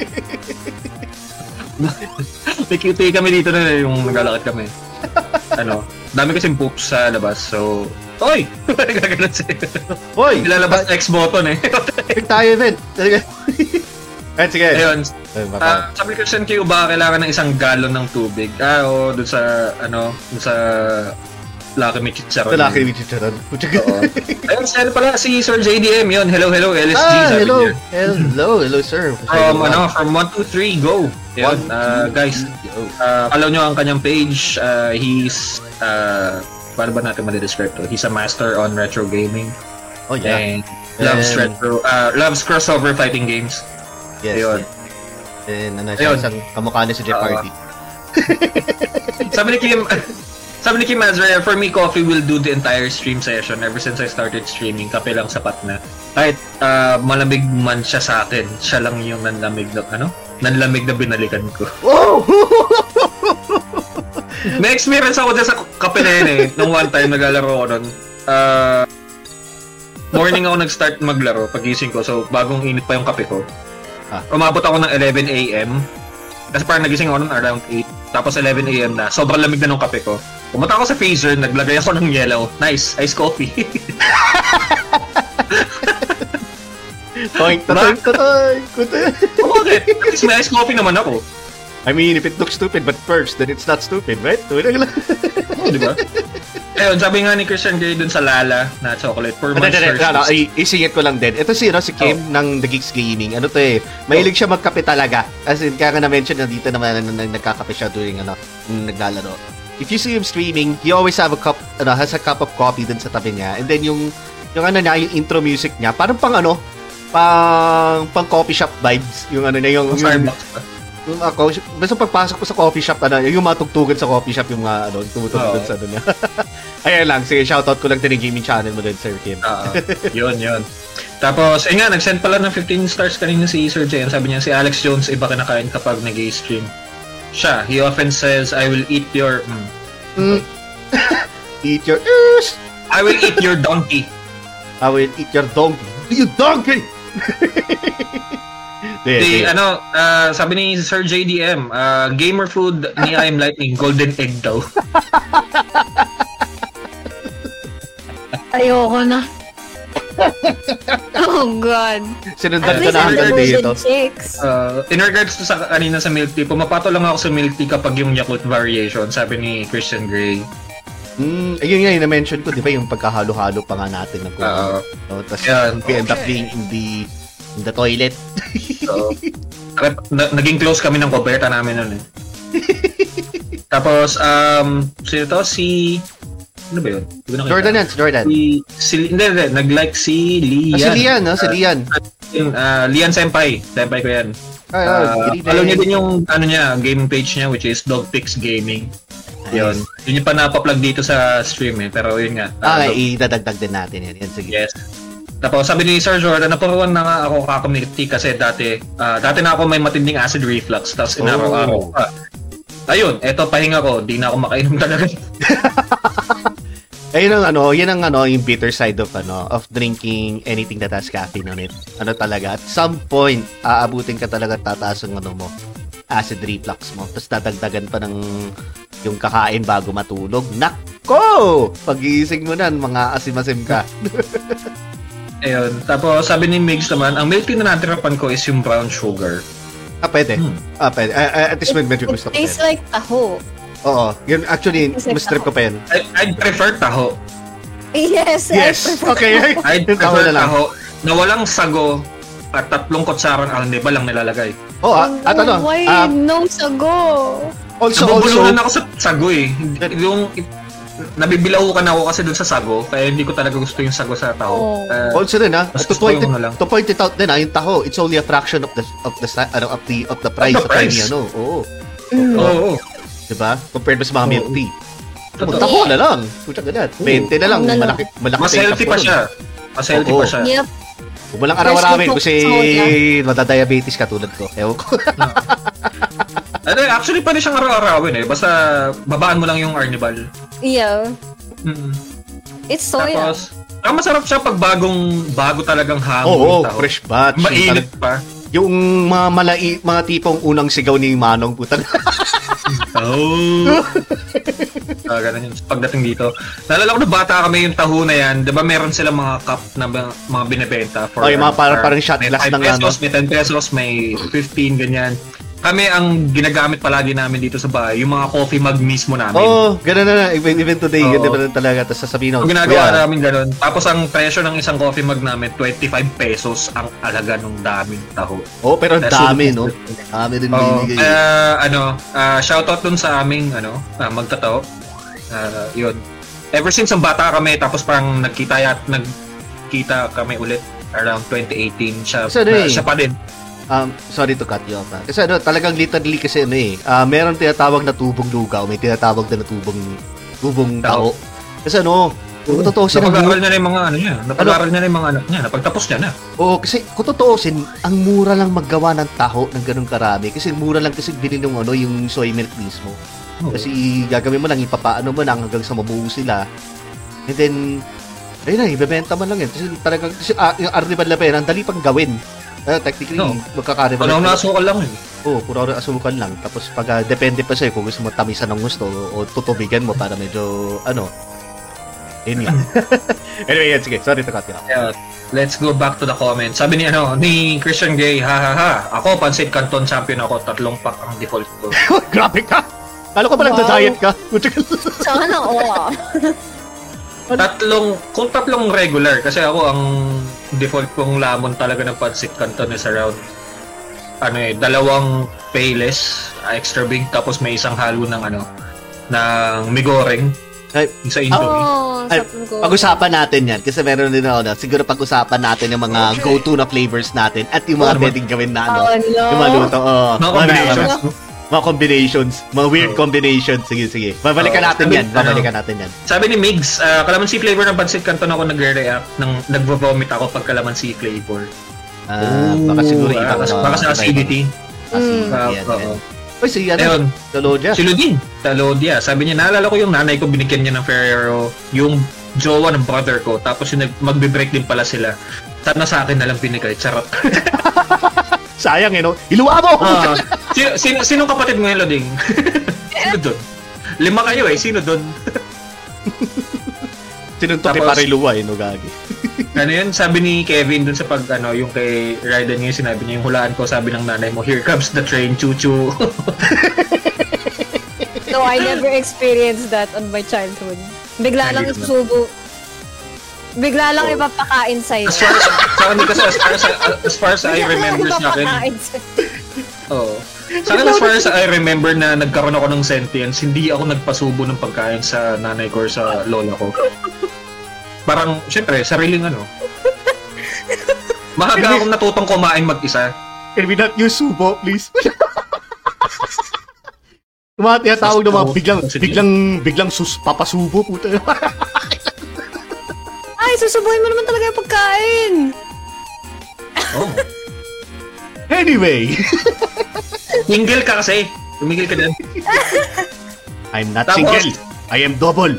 May QT kami dito na eh, yung naglalakad
(laughs)
kami. ano, dami kasing poop sa labas, so... Oy! (laughs) Nagkaganon sa'yo.
Hoy!
Nilalabas X button eh.
Big tie event! (laughs) Talaga. Ayun, sige.
Ayun,
Ayun, baka.
Ah, sabi ko Sen Q, baka kailangan ng isang galon ng tubig. Ah, oo, doon sa, ano, doon sa Lucky May Chicharon.
Ito laki ni Chicharon.
Oo. Ayun, sir pala, si Sir JDM yun. Hello, hello, LSG,
Ah,
sabi
hello!
niya.
Hello, hello, sir.
From, ano, from 1, 2, 3, go! Yun,
One,
ah,
two,
guys,
three, go.
ah, follow nyo ang kanyang page. Ah, he's, ah, paano ba natin madidescribe to? He's a master on retro gaming.
Oh, yeah.
And loves
And-
retro, ah, loves crossover fighting games.
Yes.
Ayun.
And ano siya,
Ayun.
Ah. isang kamukha niya sa Jeopardy.
Sabi ni Kim, (laughs) sabi ni Kim Azraya, for me, coffee will do the entire stream session ever since I started streaming. Kape lang sapat na. Kahit ah, malamig man siya sa akin, siya lang yung nanlamig na, ano? Nanlamig na binalikan ko.
Wow!
May experience ako dyan sa kape na yun eh. Nung one time naglalaro ako nun. Ah, morning ako nag-start maglaro, pagising ko. So, bagong init pa yung kape ko.
Ah.
Umabot ako ng 11 a.m. Kasi parang nagising ako nun around 8. Tapos 11 a.m. na. Sobrang lamig na nung kape ko. Pumunta ako sa freezer, naglagay ako ng yellow. Nice, ice coffee.
(laughs)
(laughs)
Toink, toink, toink, toink.
oh, bakit? At least may ice coffee naman ako.
I mean, if it looks stupid but first, then it's not stupid, right? Tulad lang.
Oo, Oh, di ba? Ayun, sabi nga ni Christian Grey dun sa Lala na chocolate. For
Ano,
months
ano,
first.
ano, i- isingit ko lang din. Ito si, ano, si Kim
Oh.
ng The Geeks Gaming. Ano to eh, mahilig siya magkape talaga. As in, kaya nga na-mention na dito naman na, na, nagkakape siya during ano, nung naglalaro. If you see him streaming, he always have a cup, ano, has a cup of coffee dun sa tabi niya. And then yung, yung ano niya, yung intro music niya, parang pang ano, pang pang coffee shop vibes yung ano na yung,
Yung
yung
Starbucks pa.
Yung ako, basta pagpasok ko sa coffee shop, ano, yung mga tugtugan sa coffee shop, yung mga, ano, tumutugtog
Oo.
sa ano niya. (laughs) Ayan lang, sige, shoutout ko lang din yung gaming channel mo din, Sir Kim.
Oo. (laughs) yun, yun. Tapos, eh nga, nag-send pala ng 15 stars kanina si Sir Jen. Sabi niya, si Alex Jones, iba kinakain kapag nag stream Siya, he often says, I will eat your... mm,
Eat your ears!
I will eat your donkey.
I will eat your donkey. You donkey! (laughs) Sige,
Di,
sige.
ano, ah, sabi ni Sir JDM, ah, gamer food ni I'm Lightning, golden egg daw. (laughs)
Ayoko na. oh God.
Sinundan
At
ka
least
na
I'm the
hanggang
golden
dito. Ah,
chicks.
Uh, in regards to sa kanina sa milk tea, pumapato lang ako sa milk tea kapag yung Yakult variation, sabi ni Christian Grey.
Mm, ayun nga, yung na-mention ko, di ba, yung pagkahalo-halo pa nga natin ng
Oo.
kuha. no, Tapos,
Yan.
we end up being in the, in the toilet.
So, (laughs) rep- na- naging close kami ng koberta namin nun eh. Tapos, um, sino to? Si... Ano ba yun? Hindi ko nakita.
Jordan yan, si Jordan.
Si... si hindi, hindi. Nag-like si Lian.
Ah, si Lian, no? Si
Ah,
Lian.
yun, ah, Lian Senpai. Senpai ko yan.
Ah, ah,
Ah,
good
follow niyo
evening.
din yung ano niya, game page niya which is Dogpix Gaming.
Nice.
Yun. Yun yung panapa-plug dito sa stream eh. Pero yun nga.
Ah,
ah, Dog-
idadagdag din natin yan. Yan, sige.
Yes. Tapos sabi ni Sir Jordan, napuruan na nga ako kakommunity kasi dati, ah, dati na ako may matinding acid reflux, tapos inaraw-araw
Oh.
pa. Ayun, eto pahinga ko, di na ako makainom (laughs) talaga.
Ayun ang ano, yan ang ano, yung bitter side of ano, of drinking anything that has caffeine on it. Ano talaga, at some point, aabutin ka talaga at tataas ang ano mo, acid reflux mo. Tapos dadagdagan pa ng yung kakain bago matulog. Nako! Pag-iising mo na, mga asim-asim ka.
Ayun. Tapos sabi ni Migs naman, ang milk tea na natirapan ko is yung brown sugar.
Ah, pwede.
Hmm.
Ah, pwede. Ah, ah, at least med- medyo gusto ko. pa
tastes
yan.
like taho.
Oo. Yun, actually,
It's like
mas trip ko pa yan.
I- I'd prefer taho.
Yes. I (laughs)
Yes!
prefer-
Okay. (laughs)
I'd
Yung tawa
prefer
na lang.
taho na walang sago at tatlong kotsaron ang neba lang nilalagay.
Oo, ah, at ano,
Why
ah,
no sago?
also, also,
Nabubuluhan ako sa sago eh. Yung nabibilaukan ako kasi dun sa sago, kaya hindi ko talaga gusto yung sago sa tao.
Oh.
Uh,
Also din ha,
Mas
to
gusto
point,
ko yung ano lang.
it, to point it out din ha, yung taho, it's only a fraction of the of the si- ano of the of the price
Of
of,
the
any
price.
ano. Oo.
Oo.
Mm.
Oh,
Di ba? Compared mo sa mga milk
Oo.
tea.
Totoo.
Taho na lang. Puta ganyan. 20 na lang.
Ano na lang.
Malaki, malaki
Mas
pa yung
healthy
tapo
pa
nun.
siya. Mas healthy
Oo.
pa siya.
Yep.
Huwag mo lang araw-arawin
First
eh, kasi
cookbook sa ah.
matadiabetes ka tulad ko. Ewan ko.
Ano, eh, actually, pwede siyang araw-arawin eh. Basta babaan mo lang yung Arnibal.
Yeah.
Mm.
It's soya.
Tapos, ah, masarap siya pag bagong, bago talagang
Oo,
hamon.
oh,
yung tao.
fresh batch. Yung
Mainit
talag-
pa.
Yung mga malai, mga tipong unang sigaw ni Manong puta.
Oh. (laughs) ah, ganun yun. Pagdating dito. Nalala ko na bata kami yung taho na yan. Di ba meron silang mga cup na ba- mga binebenta for...
Okay, mga parang- parang shot
may
glass
5
ng ano.
pesos, may 10 pesos, may 15, ganyan. Kami ang ginagamit palagi namin dito sa bahay, yung mga coffee mug mismo namin.
Oo, oh, ganun na na. Even, even today,
Oo.
ganun na lang talaga. Tapos sasabihin
So,
ako,
ginagawa
"Kuya,
namin ganun. Tapos ang presyo ng isang coffee mug namin, 25 pesos ang alaga ng daming taho.
Oo, pero ang
That's
dami,
so-
no? Dami din
Oo.
binigay.
Kaya, ano, ah, shoutout dun sa aming, ano, uh, magtatao. Ah, yun. Ever since ang bata kami, tapos parang nagkita yat, nagkita kami ulit around 2018. Siya, ah,
Kasi ano eh.
siya pa din.
Um, sorry to cut you off. Ha. Kasi ano, talagang literally kasi ano eh, ah, meron tinatawag na tubong lugaw, may tinatawag na tubong tubong tao.
Tao.
Kasi ano, kung tutuusin ang
Napag-aral na na yung mga ano niya. Napag-aral na na yung mga anak niya. Napagtapos niya na.
Oo, kasi kung tutuusin, ang mura lang maggawa ng taho ng ganun karami. Kasi mura lang kasi bilhin yung, ano, yung soy milk mismo.
Oo.
Kasi gagawin mo lang, ipapaano mo lang hanggang sa mabuo sila. And then, ayun na, ibebenta mo lang yan. Kasi talagang, kasi ah, yung Arrival Lapen, ang dali pang gawin. Ah, technically,
No.
magkaka-arrival.
Ano na asukal lang yun.
Oo, puro oras asukan lang. Tapos pag ah, depende pa sa'yo kung gusto mo tamisan ng gusto o tutubigan mo para medyo, ano, yun nga. (laughs) anyway, yan, sige. Sorry to cut (laughs) you off.
Yeah, let's go back to the comment. Sabi ni ano, ni Christian Gay, ha ha ha. Ako, Pancit Canton champion ako. Tatlong pack ang default ko.
Grabe ka! Kala ko pala
Wow.
diet ka.
Sana oh. all.
Tatlong, kung tatlong regular, kasi ako ang default kong lamon talaga ng Pancit Canton is around ano eh, dalawang payless, ah, extra big, tapos may isang halo ng ano, ng migoreng
Ay,
sa Indomie.
Oh,
Ay,
sapon ko.
pag-usapan natin yan kasi meron din ako na siguro pag-usapan natin yung mga
Okay.
go-to na flavors natin at yung mga
Oo naman.
pwedeng gawin na ano.
Oh, no.
Yung mga luto. oo.
Mga
Mga-
combinations. Oh. no?
Mga combinations. Mga weird
Oo.
combinations. Sige, sige. Babalikan
Oo.
natin
Sabi-
yan. Babalikan natin yan.
Sabi ni Migs, uh, kalamansi flavor ng pancit canton ako nagre-react, nang nagvo-vomit ako pag kalamansi flavor.
Ah, baka siguro iba.
Oh. baka,
mga-
baka sa
iba-
acidity.
Acidity,
Ah,
yan, yan.
oo.
Uy, si ano?
Ayun,
Dalodia.
si Ludin, Talodia. Sabi niya, naalala ko yung nanay ko, binigyan niya ng Ferrero, yung jowa ng brother ko, tapos yung nag- magbe-break din pala sila. Sana sa akin nalang binigay, charot.
Sayang eh, no? Iluwa mo! (laughs)
Ah, (laughs) sino, sino, sinong kapatid mo yun, (laughs) Loding? sino doon? Lima kayo eh, sino doon?
Sinuntok ni
Tapos-
Pare Luwa eh, no, gagi.
ano yun, sabi ni Kevin dun sa pag, ano, yung kay Raiden ngayon, sinabi niya yung hulaan ko, sabi ng nanay mo, here comes the train, (laughs) chuchu.
No, I never experienced that on my childhood. Bigla lang
Ay, Oh. hindi
isusubo. Bigla lang ipapakain sa'yo.
as far as, sa akin kasi, as far as, as far as I
(laughs) Bigla lang
remember sa akin,
ipapakain sa'yo.
oo. Sa akin, as far as I remember na nagkaroon ako ng sentience, hindi ako nagpasubo ng pagkain sa nanay ko or sa lola ko. Parang, syempre, sariling ano. Mahaga akong natutong kumain mag-isa.
Can we not use subo, please? (laughs) Yung mga tinatawag na mga biglang, biglang, biglang sus, papasubo, puta. (laughs)
Ay, susubuhin mo naman talaga yung pagkain.
Oh.
anyway,
Tingil ka kasi. Tumigil ka din.
I'm not
Tapos-
single. I am
(laughs)
double.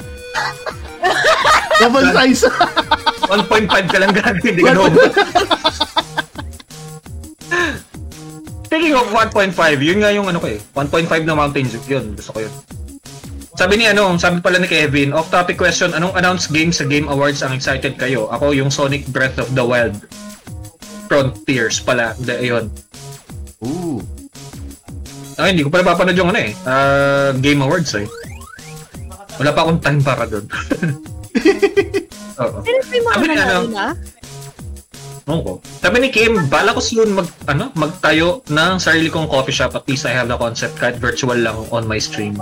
double size.
1.5 ka lang grabe, hindi ka normal. Speaking of 1.5, yun nga yung ano ko eh. 1.5 na Mountain Dew, yun. Gusto ko yun. Sabi ni ano, sabi pala ni Kevin, off-topic question, anong announced game sa Game Awards ang excited kayo? Ako yung Sonic Breath of the Wild. Frontiers pala, da, yun.
Ooh.
Ay, hindi ko pala papanood yung ano eh. ah, Game Awards eh. Wala pa akong time para doon. (laughs) Oo.
Pero may mga
Sabi ni
nanalo
ano?
na.
Oo. Sabi ni Kim, bala ko soon mag, ano, magtayo ng sarili kong coffee shop. At least I have the concept kahit virtual lang on my stream.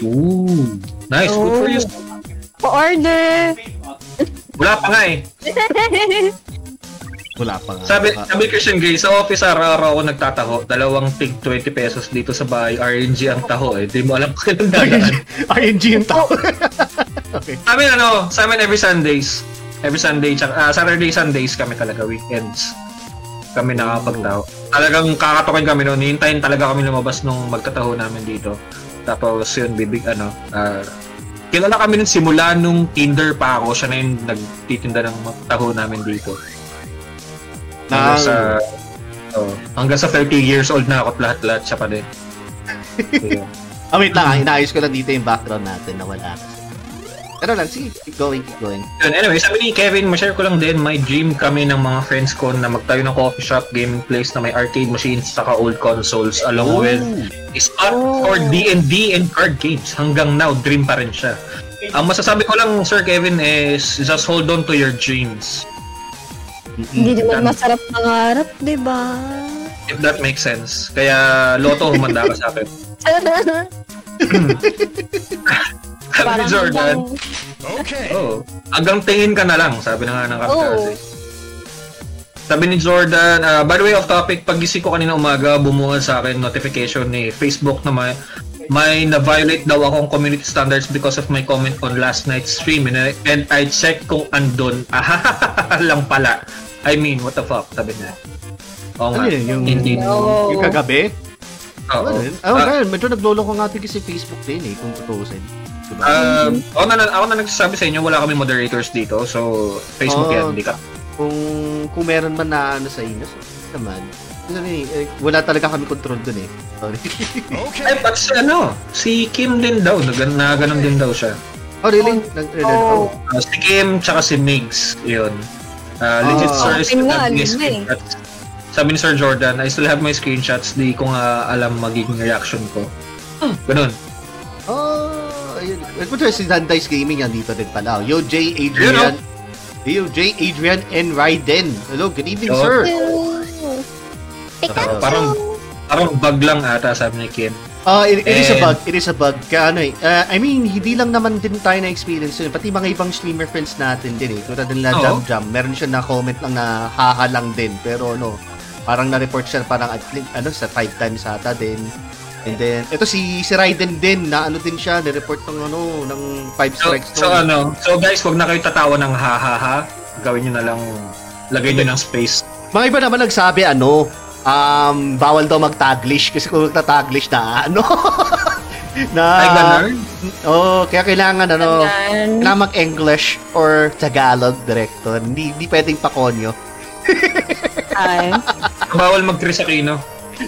Ooh. Nice. Good for you.
Pa-order.
Wala pa nga eh.
Wala pa (laughs) nga.
Sabi,
Ah,
sabi Christian Gray, sa office araw-araw ako nagtataho. Dalawang tig 20 pesos dito sa bahay. RNG ang taho eh. Di mo alam kung kailan dadaan.
ING yung tao. (laughs)
Sa amin ano, sa amin every Sundays. Every Sunday, tsaka, ah, Saturday, Sundays kami talaga, weekends. Kami nakapagtao. Talagang kakatokin kami noon, hintayin talaga kami lumabas nung magkataho namin dito. Tapos yun, bibig ano, ah, kilala kami nun simula nung kinder pa ako, siya na yung nagtitinda ng mga taho namin dito. Hanggang
Nang-
sa, oh, hanggang sa 30 years old na ako, at lahat-lahat siya pa din. Ayun.
Ah, wait lang. ah, Inaayos ko lang dito yung background natin na wala. Pero lang, sige. Keep going, keep going.
Yun, anyway, sabi ni Kevin, ma-share ko lang din, my dream kami ng mga friends ko na magtayo ng coffee shop, gaming place na may arcade machines, saka old consoles, along with a spot for D&D and card games. Hanggang now, dream pa rin siya. Ang masasabi ko lang, Sir Kevin, is just hold on to your dreams.
Hindi naman
Dan-
masarap pangarap, diba? di ba?
If that makes sense. Kaya, Lotto, humanda ka sa akin. (laughs) Sabi ni
Parang
Jordan,
lang-
oh, hanggang tingin ka na lang, sabi na nga ng
Oo.
kapitasi. Sabi ni Jordan, ah, by the way, off topic, pagising ko kanina umaga, bumunga sa akin notification ni Facebook na may, may na-violate daw akong community standards because of my comment on last night's stream. And, I- and I checked kung andon. (laughs) Ah, lang pala. I mean, what the fuck, sabi niya. Oo
Ano
nga.
yun, yung-
Indeed.
No.
Yung kagabi?
Oo.
Ano yun? Oh,
Ah,
dahil medyo naglolo ko nga ito kasi Facebook din eh, kung tutuusin. Diba?
Um, ako na, ako na nagsasabi sa inyo, wala kami moderators dito. So,
Oo.
Facebook yan, hindi ka.
kung, kung meron man na ano sa inyo, so, naman. Kasi, eh, wala talaga kami control dun eh. Sorry. (laughs)
Ay, but si ano, si Kim din daw, na, gan- na ganun din daw siya.
oh, really? Nag-
Oh.
Ah, si Kim, tsaka si Migs, yun. Ah, legit,
Ah.
sir,
Sabi
still have my
nga, ano eh.
screenshots. Sabi ni Sir Jordan, I still have my screenshots, di ko nga alam magiging reaction ko. Hmm, ganun.
Oh, ayun. Well, si Dandice Gaming yan dito din pala. Yo, J.
Yun,
Adrian. Yo, J. Adrian and Raiden. Hello, good evening,
Yo.
sir.
Pikachu!
parang- Parang bug lang ata, sabi ni Kim.
Ah, it, it is a
And-
bug. It is a bug. Kaya ano eh. ah, I mean, hindi lang naman din tayo na-experience yun. Pati mga ibang streamer friends natin din eh. Tulad nila
Oo.
Jam Jam. Meron siya na comment lang na haha lang din. Pero ano, parang na-report siya parang at least, ano, sa five times ata din. And then, ito si, si Raiden din na ano din siya, na-report ng ano, ng five
So,
strikes. to.
so ano, so guys, wag na kayo tatawa ng ha-ha-ha. Gawin nyo na lang, lagay nyo ng space.
Mga iba naman nagsabi, ano, um, bawal daw mag-taglish kasi kung magta-taglish na, ano, (laughs) na,
Ay, ganun.
oh, kaya kailangan, ano,
Ganun.
kailangan mag-English or Tagalog director. Hindi, hindi pwedeng pakonyo.
(laughs)
Ay.
Bawal mag-Chris Aquino.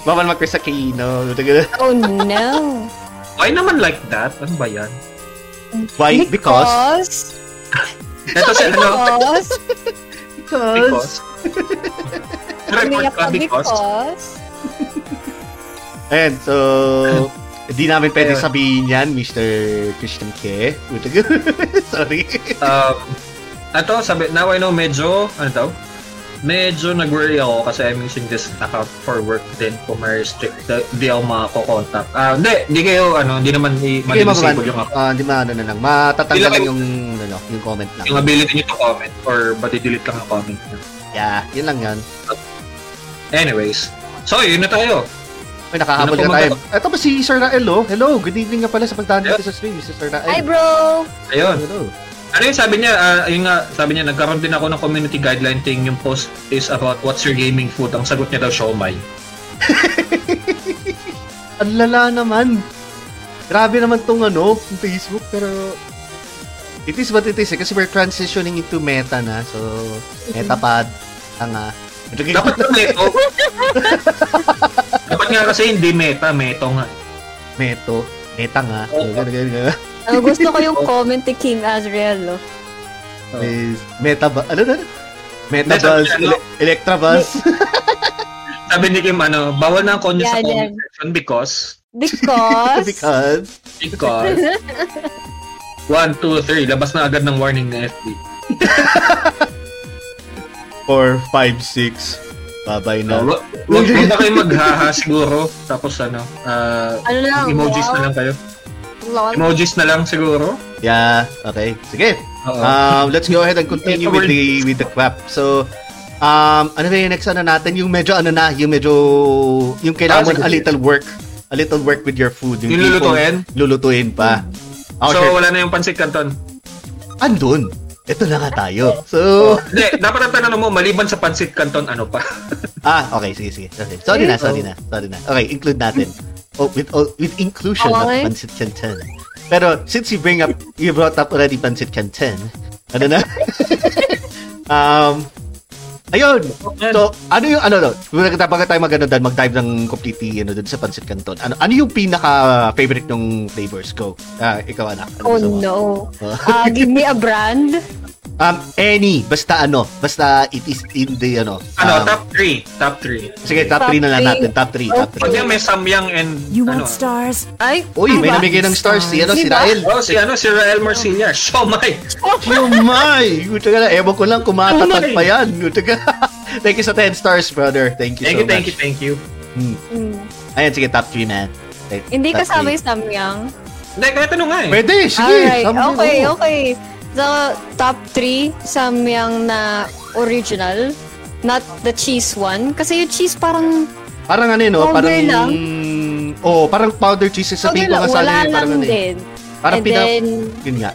Bawal mag-Chris Aquino. Why?
Oh no.
Why naman like that? Ano ba yan?
Because?
Ito si ano,
Because.
because.
(laughs)
Record
Umiyak
ka
ka
because.
because.
And
(laughs)
so, hindi namin pwedeng
Ayun.
sabihin yan, Mr. Christian K. (laughs) Sorry.
Um, ito, sabi, now I know medyo, ano daw? Medyo nag-worry ako kasi I'm using this account for work din kung may restrict di, di ako makakokontakt. Ah, hindi, hindi kayo, ano, hindi naman i-
Hindi mag-
madidisable yung account.
Ah, Hindi ma, ano na lang. Matatanggal
Hindi
lang
lang-
yung, ano, yung comment lang.
Yung ability niyo to comment or delete lang ang comment niyo.
Yeah, yun lang yan.
Anyways, so yun na tayo.
May nakahabol
Ano
na
po
tayo. Ito pa si Sir Rael, oh. Hello, good evening nga pala sa pagdaan natin sa stream, Mr. Sir
Hi
Rael.
bro.
Ayun.
Hello.
Ano yung sabi niya? Ah, yung nga, sabi niya, nagkaroon din ako ng community guideline thing. Yung post is about what's your gaming food. Ang sagot niya daw, siomay.
Ang lala naman. Grabe naman tong ano, yung Facebook, pero... It is what it is eh, kasi we're transitioning into meta na. So, metapad. Tanga.
Dapat na meto. Dapat nga kasi hindi meta, meto nga.
Meto. Meta nga.
Oo.
Ganun, ganun, ganun.
Ang gusto ko yung comment ni Kim Azriel. oh.
Is Meta ba? Ano na? Meta
Meta-
bus.
ano?
ele- Electra bus.
Sabi ni Kim, ano, bawal na ang konyo sa
Yeah,
comment
yeah.
section because,
Because.
(laughs) Because.
because, (laughs) 1, 2, 3, labas na agad ng warning ng FB.
4, 5, 6. Babay
No,
na.
wa- Huwag huwag na kayo maghaha siguro. Tapos ano, ah,
Ano lang?
emojis na lang kayo. Emojis na lang siguro.
Yeah. Okay. Sige.
Oo.
Um, let's go
(laughs)
ahead and continue
Ito,
with the with the clap. So, um, ano ba yung next ano natin? Yung medyo ano na, yung medyo yung
Ah,
kailangan
sige,
a
sige.
little work, a little work with your food.
Yung
tipong
lulutuin?
Lulutuin pa. Ako,
so,
sure.
wala na yung pansit canton.
andun. Ito na nga tayo. So,
Hindi, dapat ang tanong mo, maliban sa pansit canton, ano pa?
ah, okay, sige, sige. Okay. Sorry na, sorry na, sorry na. Okay, include natin. Oh, with oh, with inclusion
Okay.
of Pancit Canton. Pero since you bring up, you brought up already Pancit Canton. Ano na? (laughs) um, ayun, So, ano yung ano no? Bago bago tayo magano dun, mag-dive ng completely ano dun sa Pancit Canton. Ano ano yung pinaka favorite ng flavors ko? Ah, ikaw anak. Ano
Oh
gusto mo?
no. Ah, give me a brand.
Um any basta ano, basta it is in the ano.
ano,
um,
top 3. Top 3.
Sige, top
Top
3 na lang
three.
natin. Top 3, top
Okay.
Pag
3.
yan may Samyang and
You
ano.
want stars?
Ay,
Uy, may
diba?
namigay ng stars si ano si
Diba?
(laughs)
Rael.
Oh, si ano, si Rael (laughs) Oh Marcilla. Siomay.
Oh Yumay! Buta ka na, ewan ko lang kumatatag
Yumay!
pa yan. Buta ka. (laughs) Thank you sa 10 stars, brother. Thank you
Thank
so
you, thank you,
much.
thank you.
Hmm.
Hmm.
Ayan, sige, top 3 na. Thank-
Hindi
top
kasama
three.
yung Samyang.
Hindi, kaya tanong nga eh.
Pwede, sige.
Alright,
sama mo.
okay, okay. So, top 3 Samyang na original. Not the cheese one. Kasi yung cheese parang
Parang ano yun, oh,
Powder
parang...
lang?
Oh, parang powder cheese. Sabihin ko
Wala-
nga sa ano yun,
wala lang
parang ano yun.
din.
Parang
And
pina... (laughs)
then,
Yun nga.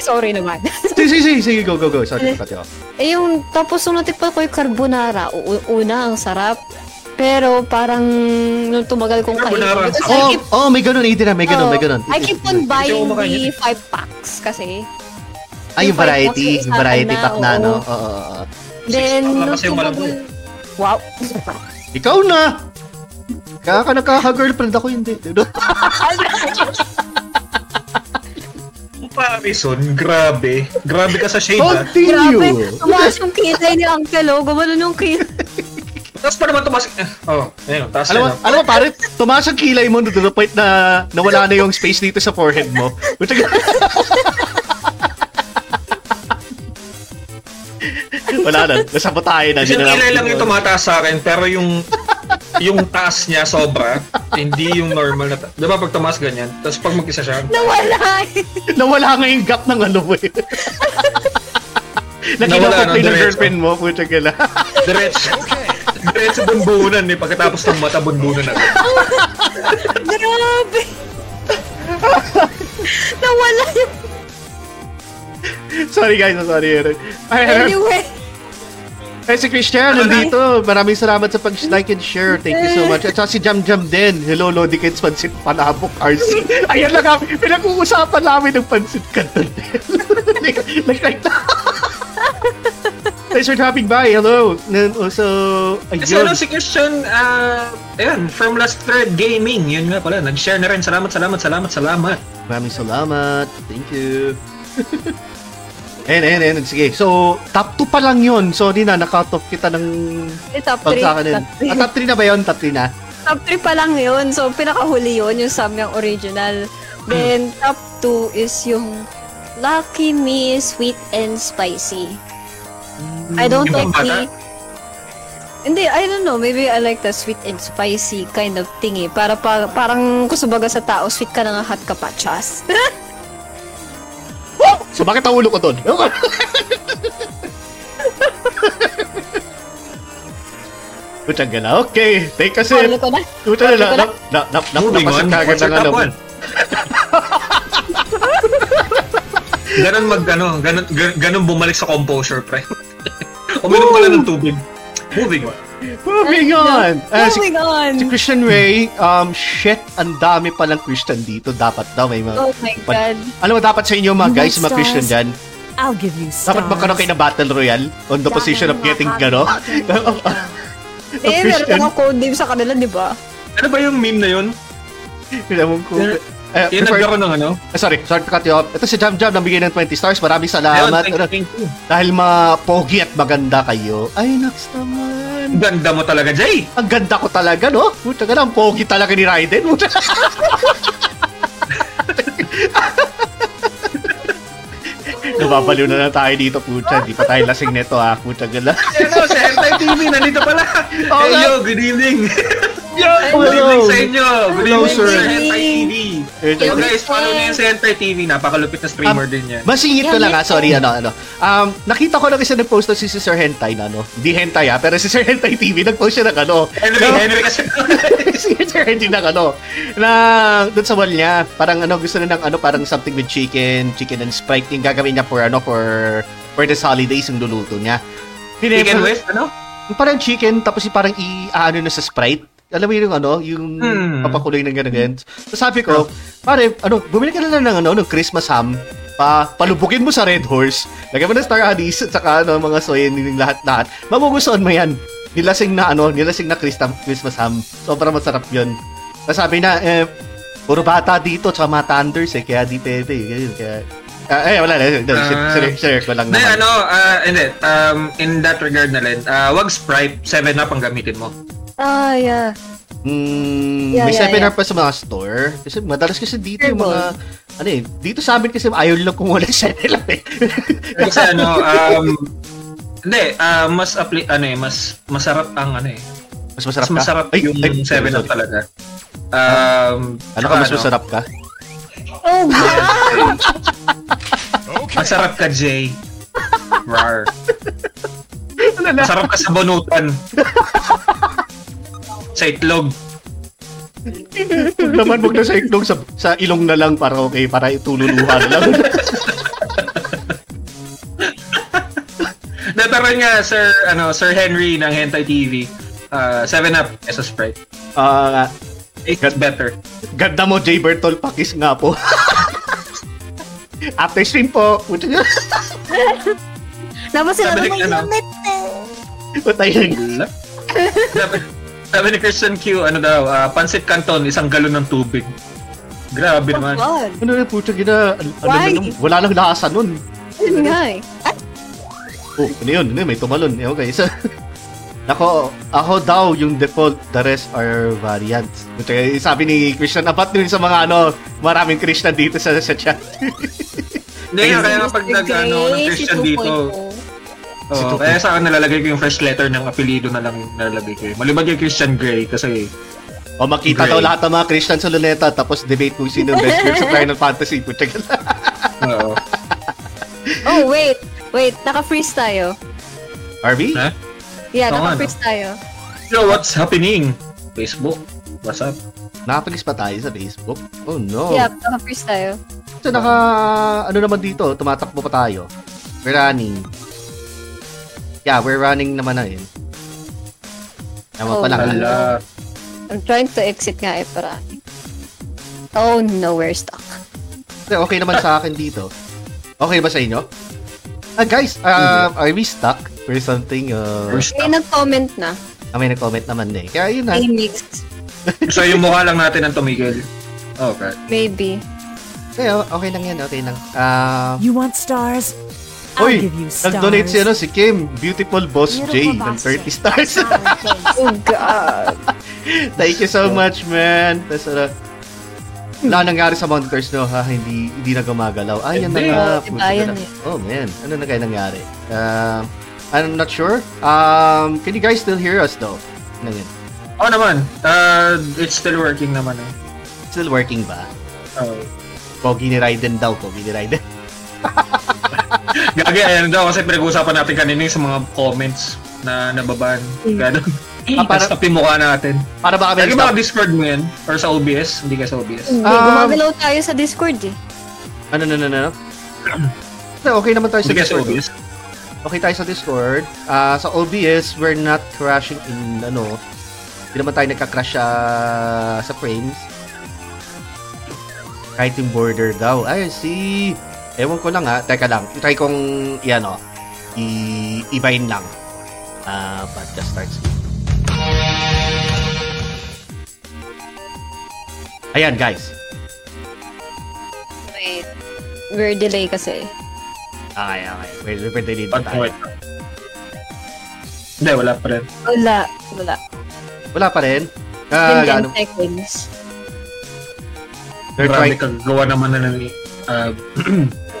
sorry naman.
Sige, sige, sige, sige, go, go, go. Sorry, pati oh. ako.
Eh, yung tapos nung natikpan ko yung carbonara, u- una ang sarap. Pero parang nung tumagal kong kainin.
Carbonara ang
because I
Oh,
keep-
oh, may ganun, Adrian, may ganun,
oh,
may ganun.
I keep on
Hindi
buying
ako kumakain
the five packs kasi.
Ay, Ah, yung
yung five
variety,
boxes
yung variety
na,
pack na,
oo.
no? Oo, oo, oo.
Then,
pack lang
nung
kasi yung
tumagal...
malabo.
Wow.
Ikaw na! Kaya ka nakaka-girlfriend ako, hindi. No?
Comparison, grabe. Grabe ka sa shade, ah. ha?
Grabe.
Continue!
Tumaas yung kilay ni Uncle, oh. Gumano nung kilay. (laughs)
Tapos pa naman tumasik na. Oh, ayun, taas
Alam mo,
na.
alam mo pare, tumaas ang kilay mo to the point na nawala na yung space dito sa forehead mo. (laughs) Buti ka- Wala na, nasabot tayo na.
Isang
yun na
kilay lang yung tumataas sa akin, pero yung yung taas niya sobra, hindi yung normal na taas. Di ba pag tumaas ganyan? Tapos pag mag-isa siya,
Nawala. (laughs)
Nawala nga yung gap ng ano mo eh. (laughs)
Nawala
Nakinapag
ng
tayo ng
diretso.
girlfriend mo, puta ka lang.
diretso. Diretso bunbunan eh. Pagkatapos ng mata, bunbunan na.
Grabe. (laughs) Nawala yung...
(laughs) Sorry guys, I'm sorry. Aaron. Ay, Aaron.
Anyway.
Ay, si Christian, nandito. Maraming salamat sa pag-like and share. Thank you so much. At saka si Jam Jam din. Hello, Lodi Kids Pansit Palabok RC. Ayan lang kami. Pinag-uusapan namin ng Pansit Cantonel. (laughs) like, like, (laughs) like that. Thanks for dropping by. Hello. And also,
Kasi
ayun.
ano si Christian, ah, ayun, from last thread gaming, yun nga pala, nag-share na rin. Salamat, salamat, salamat, salamat.
Maraming salamat. Thank you. and, and, and, sige. So, top 2 pa lang yun. Sorry na, nakatop kita ng
Eh, Top 3.
pagkakanin. Ah, top 3 na ba yun? Top 3 na?
Top 3 pa lang yun. So, pinakahuli yun, yung Samyang original.
Hmm.
Then, top 2 is yung Lucky Me Sweet and Spicy. I don't
Yung
like
pambata?
the... Hindi, I don't know. Maybe I like the sweet and spicy kind of thing eh. Para, pa, parang kusubaga sa tao, sweet ka na nga hot kapachas. (laughs)
Oh! So bakit ang ulo ko doon?
(laughs)
Putang gala. Okay, take a sip.
Ano ko na?
Puta na, na,
Ulo
na, na, na,
Moving
napasag
on,
kagad
what's your
ng ano.
top one? (laughs) ganon mag, ano, ganon, gan- ganon bumalik sa composure, pre. (laughs) Uminom ka lang ng tubig. Moving on.
Moving on! Ah, si,
Moving on!
si Christian Ray, um, shit, ang dami palang Christian dito. Dapat daw may mga...
Oh my God.
Alam mo, dapat sa inyo mga guys, mga Christian dyan,
I'll give you stars.
dapat magkaroon kayo ng battle royale on the position of getting gano. (laughs)
Eh, meron
Christian.
akong code name sa kanila, di ba?
Ano ba yung meme na yun?
Pinamong ko. Eh,
Yung
prefer-
nagkaroon ng ano?
Ah, sorry, sorry to cut you off. Ito si Jam Jam, nabigay ng 20 stars. Maraming
Ayun,
salamat. Ano?
thank you, thank you.
Dahil ma-pogi at maganda kayo. Ay, naks naman.
Ganda mo talaga, Jay!
Ang ganda ko talaga, no? Puta ka na, ang pogi talaga ni Raiden. Puta. (laughs) Nababaliw na na tayo dito, puta. Di pa tayo lasing neto, ha? Puta ka na.
Hello, sa Hentai TV, nandito pala. (laughs) hey,
nga.
yo, good evening.
(laughs) Yo,
Good evening sa inyo. Good
Hello,
evening
sir.
sa Hentai TV. So guys, follow niyo yung sa Hentai TV. Napakalupit na streamer
Ah.
din yan.
Masingit ko lang ha, sorry ano ano. Um, nakita ko lang isa nag-post na si Sir Hentai na ano. Di Hentai ha, pero si Sir Hentai TV nag-post siya ng ano.
Henry,
ng-
Henry
(laughs)
kasi.
si Sir Henry ng ano, na doon sa wall niya, parang ano, gusto na ng ano, parang something with chicken, chicken and Sprite, yung gagawin niya for ano, for, for this holidays, yung luluto niya.
Chicken
Parang-
with, ano?
Parang chicken, tapos yung parang i-ano na sa Sprite. Alam mo yun yung ano, yung
Hmm.
papakuloy ng gano'n ganyan. So sabi ko, pare, ano, bumili ka na lang ng ano, ng Christmas ham, pa, palubukin mo sa Red Horse, lagyan mo ng star anise, at saka ano, mga soya, niling lahat-lahat. Magugustuhan mo yan. Nilasing na ano, nilasing na Christam, Christmas ham. Sobrang masarap yun. Tapos sabi na, eh, puro bata dito, tsaka mga thunders eh, kaya di pwede, ganyan, kaya... Ah, eh, wala na. Uh,
Ah.
share, share ko lang
Hindi,
naman.
ano, ah, hindi. Um, in that regard na rin, ah, wag Sprite, 7 up ang gamitin mo.
Ah, yeah.
Mm,
Yeah,
may
yeah,
seminar
yeah.
pa sa mga store. Kasi madalas kasi dito yung
Herbal.
mga, ano eh, dito sa amin kasi ayaw lang kumuha ng (laughs) 7-Up eh.
Kasi ano, um, hindi, ah, mas apply, ano eh, mas masarap ang ano eh.
mas masarap ka?
Mas masarap
Ay,
yung
ay,
7 up
sorry.
talaga. Um,
Ano ka,
tsaka
mas masarap ka? (laughs)
Oh, God.
Masarap ka, Jay. Rar. Masarap ka sa banutan. sa itlog.
Naman mo na sa itlog sa, sa ilong na lang para okay, para itululuha na
(laughs)
lang.
Na, pero yun nga, Sir, ano, Sir Henry ng Hentai TV, uh, 7-Up as a Sprite.
Ah,
It's better.
ganda mo, Jay Bertol, pakis nga po. (laughs) After stream po. Puta nga.
Tapos sila
Sabi
naman,
ni, ano,
Puta yun.
Wala. sabi, sabi ni Christian Q, ano daw, ah, pancit canton, isang galon ng tubig.
Oh,
Grabe naman.
God.
Ano na, puta gina. Ano
Why?
na, nun, wala nang lasa nun.
Yun nga eh.
Oh, ano yun? Ano yun? May tumalon. Eh, okay, isa. (laughs) Ako, ako daw yung default, the rest are variants. Puta, eh, sabi ni Christian, apat din sa mga ano, maraming Christian dito sa, sa chat.
Hindi, nga, kaya kapag nag, ano, ng Christian dito,
Si
oh, kaya sa akin nalalagay ko yung first letter ng apelido na lang nalalagay ko. Malibag yung Christian Grey kasi
o makita
Great.
daw lahat ng mga Christian sa luneta, tapos debate kung sino yung best girl sa Final Fantasy. Puta ka lang.
Oo.
Oh, wait. Wait, naka-freeze tayo.
Harvey?
Ha?
Yeah,
Oo nga,
naka-freeze tayo.
Yo, what's happening? Facebook, WhatsApp.
Nakapalis pa tayo sa Facebook? Oh no.
Yeah, naka-freeze tayo.
So naka, ano naman dito, tumatakbo pa tayo. We're running. Yeah, we're running naman na yun. Tama
Oh,
pa lang.
Hala.
I'm trying to exit nga eh, para. Oh no, we're stuck.
Pero Okay naman sa akin dito. Okay ba sa inyo? Ah, guys, uh, are we stuck or something? Uh,
First
May
up.
nag-comment na.
ah, may nag-comment naman eh. Kaya yun na.
May mix.
So yung mukha lang natin ang tumigil. Okay.
Maybe.
Kaya okay lang yan, okay lang. Ah,
You want stars? I'll
Uy,
give you stars.
nag-donate si, ano, si Kim, Beautiful Boss
Beautiful
J, ng
boss
30
J.
stars.
Oh God.
(laughs) Thank you so much, man. Tapos, ano, wala nangyari sa monitors, no? Ha? Hindi, hindi na gumagalaw. Ah, yan na
Hindi.
nga.
Oo,
Puta
diba, yan
na.
eh.
Oh, man. Ano na kaya nangyari? Um, I'm not sure. Um, can you guys still hear us, though? Ano yun?
Oo naman. Uh, it's still working naman eh.
Still working ba?
Oo.
Pogi ni Raiden daw, Pogi ni Raiden.
Gagi, ayan daw kasi pinag-uusapan natin kanina yung sa mga comments na nababan. Ganun.
Ah, para-
Tapos tapin mukha natin.
Para ba kami
Lagi ba
stop?
Discord mo yan? Or sa OBS? Hindi ka sa OBS.
Hindi,
Um,
gumagalaw tayo sa Discord eh.
Ano, ano, ano, ano? So, (clears throat) okay naman tayo sa
Hindi ka sa
Discord.
OBS.
Okay tayo sa Discord. Ah, sa OBS, we're not crashing in, ano, hindi naman tayo nagka-crash ah, sa frames. Kahit yung border daw. Ay, si... Ewan ko lang ha. Teka lang. Try kong, yan o. I- i-bind lang. Ah, podcast starts. Ayan, guys.
Wait. We're delay kasi.
Okay, okay. We're, we're delayed na
Wait,
tayo.
wait. Hindi, wala pa rin.
Wala. Wala.
Wala pa rin. Ah,
In 10
gaano?
seconds.
They're trying.
Marami kagawa naman na nani. Uh,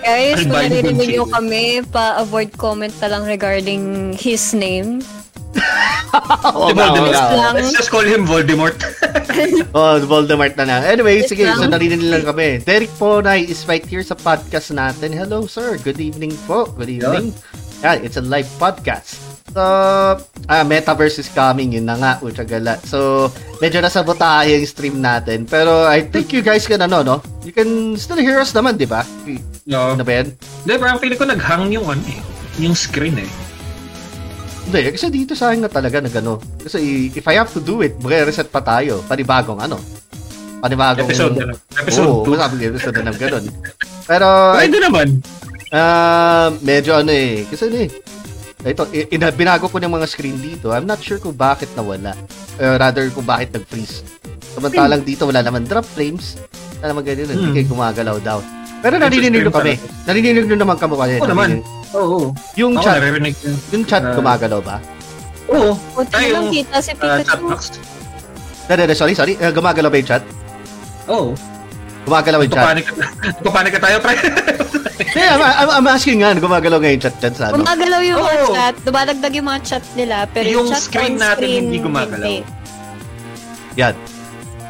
Guys,
Ay,
kung
bye,
naririnig niyo
Bunchi.
kami, pa-avoid comment na lang regarding his name.
Oo,
si
nga, oo,
Voldemort.
nga, oo.
lang.
Let's just call him (laughs) Voldemort.
Oh, Voldemort na na. Anyway, sige,
lang.
so narinig lang kami. Derek Ponay is right here sa podcast natin. Hello, sir. Good evening po. Good evening. Yeah, it's a live podcast. So, ah, Metaverse is coming. Yun na nga, ultra gala. So, medyo nasabot tayo yung stream natin. Pero I think you guys can, ano, no? You can still hear us naman, di ba?
no.
Ano ba yan?
Hindi, parang feeling ko nag-hang yung ano eh. Yung screen eh.
Hindi, kasi dito sa akin na talaga na gano. Kasi if I have to do it, magre-reset pa tayo. Panibagong, ano? Panibagong...
Episode na lang. Episode
Oo,
2.
masabi ko, episode na lang ganun. Pero,
Ay, hindi naman.
Ah, medyo ano eh. Kasi ano eh. Ito, i- ina- binago ko ng mga screen dito. I'm not sure kung bakit nawala. Or rather, kung bakit nag-freeze. Samantalang dito, wala naman drop frames. Wala naman ganyan. Hindi
Hmm.
kayo gumagalaw daw. Pero
Ay,
narinig nyo
subscribe
kami. Narinig nyo naman kami.
Oo naman. Oo.
Yung
Ako
chat,
naririnig ko.
yung chat
Ah.
gumagalaw ba?
Oo.
Buti
Ay,
na lang
yung,
kita si
Uh, chat
Pikachu.
box.
No, no, no, sorry, sorry. Eh, gumagalaw ba yung chat?
Oo.
Gumagalaw yung chat.
(laughs) Nagpapanik nagpapanik ka tayo, pre.
Hindi, I'm, I'm, I'm asking nga, gumagalaw nga yung chat dyan sa ano.
Gumagalaw yung mga
Oo.
chat. Dumadagdag yung mga chat nila. Pero yung,
Yung
chat
screen
on
natin
screen,
hindi gumagalaw.
hindi.
Yan.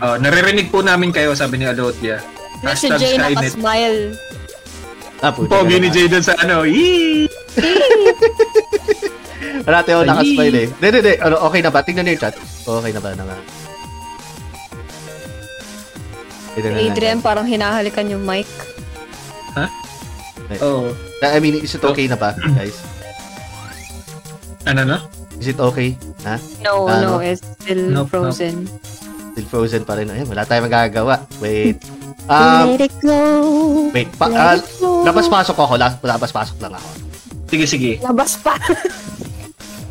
Oh, naririnig po namin kayo, sabi ni Alotia.
Na si Jay nakasmile.
Ah, puti.
Pogi ni Jay dun sa ano, yee!
Ano natin ako
Ay.
nakasmile eh. Hindi, hindi, hindi. Ano, okay na ba? Tingnan niyo yung chat. Okay na ba na nga? Tignan na natin.
Adrian, parang hinahalikan yung mic.
Oh.
I mean, is it okay na ba, guys?
Ano na?
Is it okay? Ha?
No,
Ah,
no,
no.
it's still
Nope,
frozen.
Still frozen pa rin. Ayun, wala tayong magagawa. Wait.
Ah.
Um,
Let it go.
wait. Pa,
Let
ah,
it go.
labas-pasok ako. La- Labas-pasok lang ako.
Sige, sige.
Labas pa.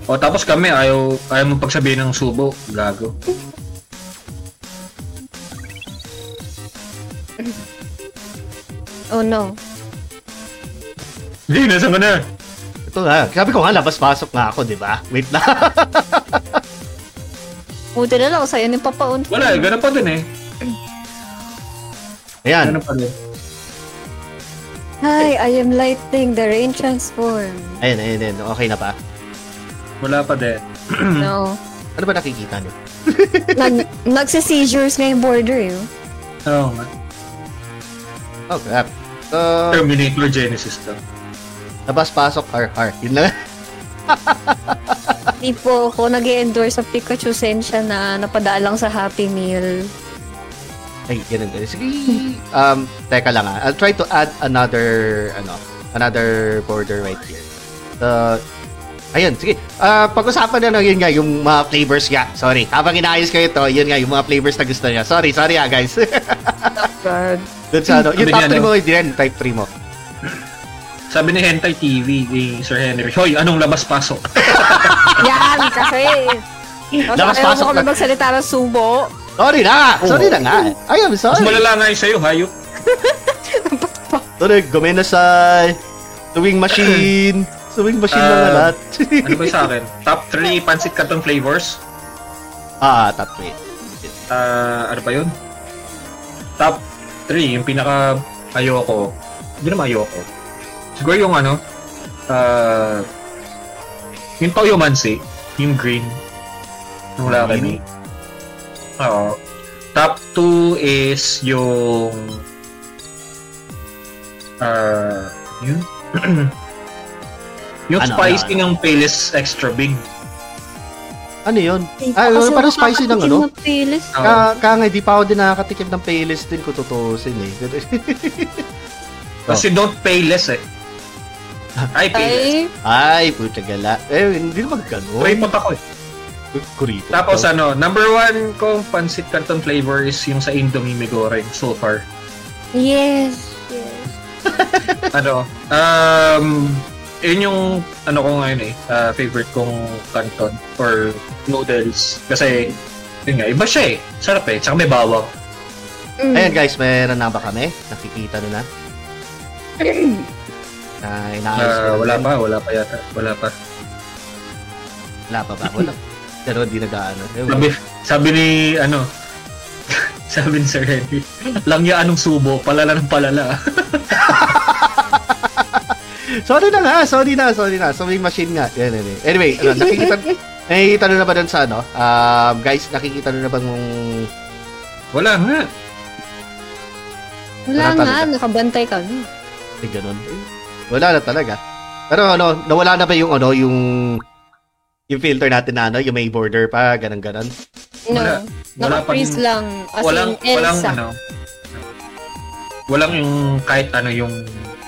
O tapos kami, ayaw, ayaw mong pagsabihin ng subo. Gago.
(laughs) Oh no.
Hindi, nasa ka na?
Ito nga. Sabi ko nga, labas-pasok nga ako, di ba? Wait (laughs) na.
Buti na lang, sa'yo ni Papa Un.
Wala, eh, ganun pa din eh.
Ayan.
Ganun pa din.
Hi, I am lightning, the rain transform.
(clears throat)
Ayan, ayan, ayan. Okay na ba?
Wala pa din.
no.
Ano ba nakikita niyo?
Nag, nagsa-seizures nga yung border eh.
Oo nga.
Oh, crap. So,
Terminator Genesis to.
labas-pasok, har, har. Yun lang.
Di po ako nag endorse sa Pikachu Sensya na napadaan lang sa Happy Meal.
Ay, ganun din. Sige. Um, teka lang ah. I'll try to add another, ano, another border right here. So, ayun, sige. Ah, pag-usapan na lang yun nga, yung mga flavors nga. Sorry. Habang inaayos kayo to, yun nga, yung mga flavors na gusto niya. Sorry, sorry ah, guys. (laughs)
Oh,
God.
Doon sa ano. Yung
Sabi
top 3
niya, ano?
mo, hindi yan, type 3 mo.
Sabi ni Hentai TV, ni Sir Henry, Hoy, anong labas-pasok?
Yan, kasi... Kasi ayaw
Labas-pasok
ko
na.
na magsalita ng subo.
Sorry na! Sorry na nga! Ay, I'm
Oh. Mas
sorry!
malala nga yung sa'yo, hayop.
Sorry, gumain na sa sewing machine. Sewing machine lang na
Ah.
lahat.
Ano ba yung sa akin? Top 3 pancit canton flavors?
(laughs) ah, top 3.
Ah, ano ba yun? Top 3, yung pinaka ayoko. Hindi naman ayoko. Siguro yung ano, ah, yung Toyo Mansi, yung green. Yung
Green?
laki ni. Oo. Top 2 is yung... Ah, yun? (clears throat) yung
Ano,
spicy
ano,
ng Payless Extra Big.
Ano yun? Ah,
Kasi
parang spicy ng ano?
nakakatikim ng pilis.
Oo.
Ka, ka nga, di pa ako din nakakatikim ng playlist din ko tutusin eh. (laughs)
Kasi don't pay less eh. Ay, pay less.
Ay,
Ay, puta gala. Eh, hindi naman
Uy,
ganun.
punta ko eh.
Kurito.
Tapos ano, number one kong pancit canton flavor is yung sa Indomie may goreng so far.
yes. yes.
ano, um, yun yung ano ko ngayon eh, ah, favorite kong canton or noodles. Kasi, yun nga, iba siya eh. Sarap eh. Tsaka may bawang.
Mm.
Ayan guys, meron na ba kami? Nakikita (clears throat) nyo na? Na inaayos
Ah,
ko na
wala
din.
pa, wala pa yata. Wala pa.
Wala pa ba? Wala. Pero hindi nag-ano.
Sabi, sabi ni, ano, (laughs) sabi ni Sir Henry, langya anong subo, palala ng palala. (laughs)
Sorry na nga, sorry na, sorry na. Sewing machine nga. Yan, yan, yan. Anyway, ano, nakikita, (laughs) nakikita nyo na ba dun sa ano? Um, guys, nakikita nyo na ba yung...
wala nga.
Wala
Wala
nga,
talaga.
nakabantay kami.
Eh,
Ay, ganun. Wala na talaga. Pero ano, nawala na ba yung ano, yung... Yung filter natin na ano, yung may border pa, ganun ganun.
No.
Wala. Wala pa
Naka-freeze
rin-
lang. As
walang,
in,
walang
Elsa.
ano, walang yung kahit ano yung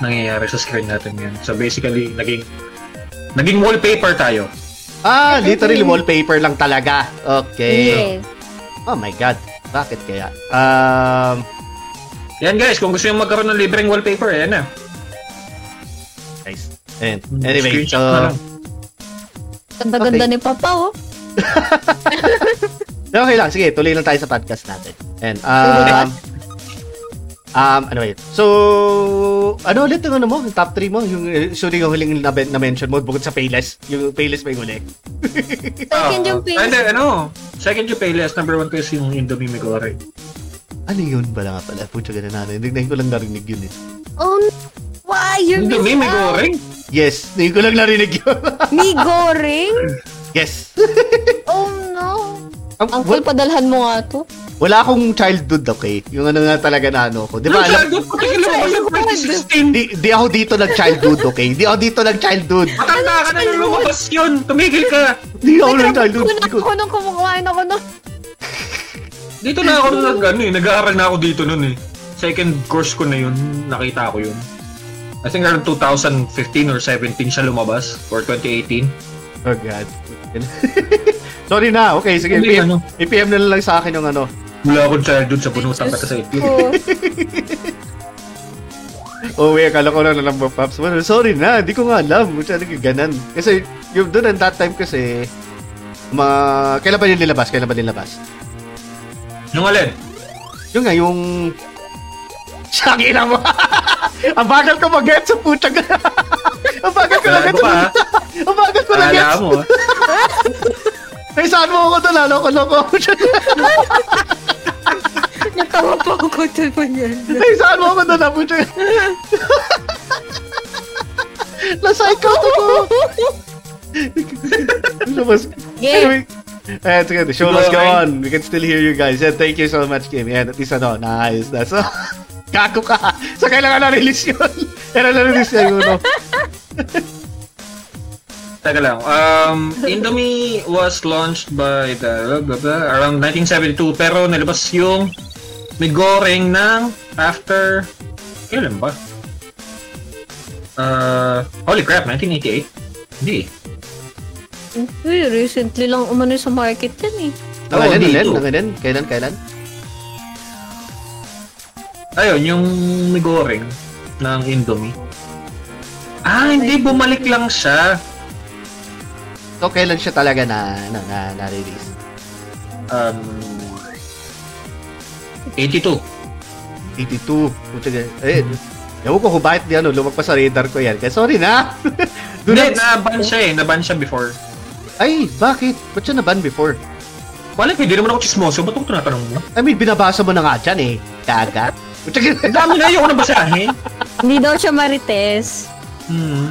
nangyayari sa screen natin yan. So basically, naging, naging wallpaper tayo.
Ah, literally wallpaper lang talaga. Okay.
Yes.
Oh my God. Bakit kaya? Um,
Yan guys, kung gusto nyo magkaroon ng libreng wallpaper, ayan na.
guys. Ayan. Anyway,
Screenshot na
so,
lang.
Ganda-ganda ni Papa, oh.
Okay lang, sige, tuloy lang tayo sa podcast natin. And, um, um, ano yun? So, ano ulit yung ano mo, yung top 3 mo? Yung, eh, sorry, yung huling na, na mention mo, bukod sa Payless. Yung Payless may huli.
Second yung
Ah,
page.
Hindi, ano, second yung Payless, number one ko is yung Indomie Migore.
Ano yun pala nga pala? Pucha, ganun na. Hindi hindi ko lang narinig yun eh.
Oh, no. why? You're
Indomie
missing out.
Migore?
Yes, hindi ko lang narinig yun. (laughs)
Mi goreng?
yes.
Oh, no.
Ang,
Uncle, padalhan mo nga to.
Wala akong childhood, okay? Yung ano nga talaga na ano ko. Di ba, alam,
Nagsagot ko kayo lang ako ng 2016.
di, di ako dito nag-childhood, okay? Di ako dito nag-childhood.
Matanda ka na lumabas yun. Tumigil ka.
Di ako nag-childhood.
Kuna
Di ko-
ako nung kumukuhain ako
(laughs)
nung...
Dito na ako nung nag, ano, eh, nag-aaral na ako dito noon eh. Second course ko na yun, nakita ko yun. I think around 2015 or 17 siya lumabas, or 2018.
Oh, God. (laughs) Sorry na. Okay, sige.
Hindi,
IPM,
ano.
IPM na lang sa akin yung ano.
Wala akong childhood sa bunutang ka sa ito.
Oo.
Oh, wait, akala ko lang alam mo, Paps. Well, sorry na, di ko nga alam. Kung saan ganan. Kasi, yung doon, and that time kasi, ma... Kailan ba yung nilabas? Kailan ba nilabas?
Nung alin?
Yung nga, yung... Saki na mo! (laughs) Ang bagal ko (laughs) mag-get sa putang Ang bagal ko lang
Gago
ito.
ka, ha?
Ang bagal ko lang
Alala
gets.
mo ah.
Eh, saan mo ako ito? Loko-loko ako dyan.
Natawa pa ako kung ito yan.
Eh, saan mo ako ito? Napunta. Na-psycho to ko. Show must...
Yay.
Anyway, eh, sige, the show must go
Okay.
on. We can still hear you guys. And thank you so much, Kim. And at least ano, naayos na. So, (laughs) kako ka. Sa kailangan na-release yun. (laughs) Kailangan na-release na yun. no?
Teka lang. Um, Indomie was launched by the blah, blah, blah, around 1972 pero nilabas yung may goreng ng after kailan ba? Uh, holy crap, 1988? Hindi.
Uy, recently lang umano sa market yan eh.
Oh,
Oo,
kailan,
hindi
kailan,
ito.
kailan, kailan, kailan?
Ayun, yung may goreng ng Indomie. Ah, hindi. Bumalik lang siya.
So, kailan siya talaga na, na, na, na-release?
Um, 82.
82. Putya, eh, ewan ko kung bakit di ano, lumagpas sa radar ko yan. Kaya sorry na. (laughs) Do
Hindi,
not-
naban siya eh. Naban siya before.
Ay, bakit? Ba't siya naban before?
Wala, hindi naman ako chismoso. Ba't ako tinatanong mo?
I mean, binabasa mo na nga dyan eh. Kaga. (laughs)
Ang dami na yung nabasahin.
Hindi daw siya marites.
Hmm.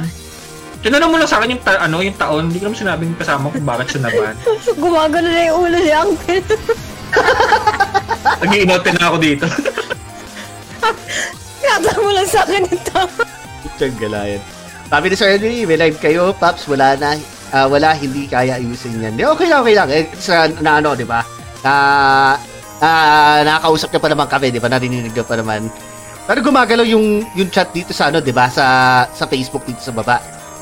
Tinanong mo lang sa akin yung, ta- ano, yung taon, hindi ko naman sinabing kasama kung bakit siya naman.
Gumagano na yung ulo ni Uncle. (laughs)
Nag-iinote na ako dito.
Kata mo lang sa akin ito.
Putya, galayan. Sabi ni Sir Henry, may live kayo, Paps, wala na, ah, wala, hindi kaya ayusin yan. Di, okay lang, okay lang. Eh, sa, na ano, di ba? Na, na, nakakausap niya pa naman kami, di ba? Narinig niya pa naman. Pero gumagalaw yung, yung chat dito sa ano, di ba? Sa, sa Facebook dito sa baba.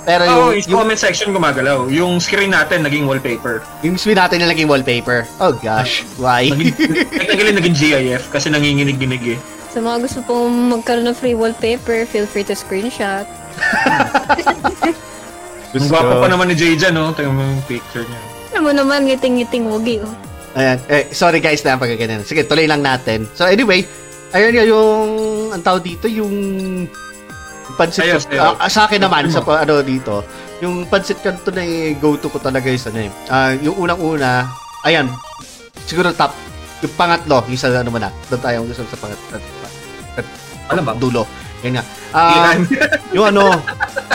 Pero yung,
Oo, oh, yung
yung,
comment section gumagalaw. Yung screen natin naging wallpaper.
yung screen natin na naging wallpaper. Oh gosh, why?
Naging, technically naging GIF kasi nanginginig-ginig eh.
Sa mga gusto pong magkaroon ng free wallpaper, feel free to screenshot.
Ang gwapo pa naman ni Jay dyan, no? Tingnan mo yung picture niya.
Alam mo naman, ngiting-ngiting wogi oh.
Ayan. Eh, sorry guys na pagkaganan. Sige, tuloy lang natin. So anyway, ayun nga yung ang tawag dito yung pansit
Ayos, ayos.
ah, sa akin naman
Ayos
sa
mo.
pa- ano dito. Yung pansit kanto na eh, go-to ko talaga is ano eh. Ah, yung unang-una, ayan. Siguro top yung pangatlo, yung sa ano muna. Doon tayo gusto sa pangatlo.
Ano ba?
Dulo. Yan nga. Ah, (laughs)
Ilan?
yung ano,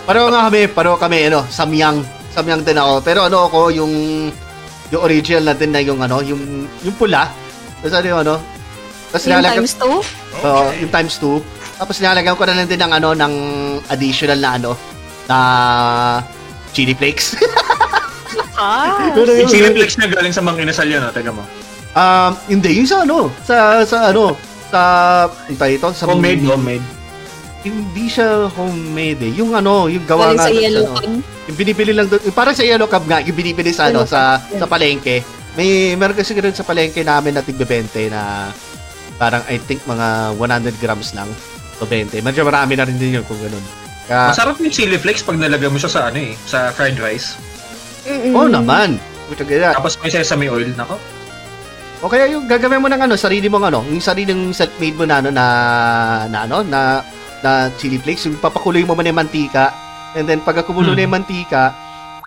pareho nga kami, pareho kami, ano, samyang, samyang din ako. Pero ano ako, yung, yung original natin na yung ano, yung, yung pula. Tapos ano yung ano, tapos
Yung
nilalagyan,
times two?
(laughs)
oo, yung times two. Tapos nilalagyan ko na lang din ng ano, ng additional na ano, na chili flakes. (laughs)
Ah!
Pero yun,
Yung chili flakes niya galing sa mang inasal yun, no? Tingnan mo.
um, hindi, yung sa ano, sa, sa ano, sa, yung tayo ito, sa,
Homemade, homemade.
Hindi siya homemade eh. Yung ano, yung gawa
Galing
nga
sa
dun
yellow
ano.
pin.
Yung binibili lang doon, yung parang sa Yellow Cab nga, yung binibili sa ano,
Yellow
sa, sa palengke. May, meron kasi rin sa palengke namin na tigbebente na parang I think mga 100 grams lang. O 20. Medyo marami na rin din yun kung ganun. Kaya,
Masarap yung chili flakes pag nalagay mo siya sa ano eh, sa fried rice.
oh naman. Puta gaya.
Tapos may sesame oil, nako.
O kaya yung gagawin mo ng ano, sarili mong ano, yung sariling self-made mo na ano, na, na ano, na, na chili flakes, yung papakuloy mo muna yung mantika, and then pag kumulo na yung mantika,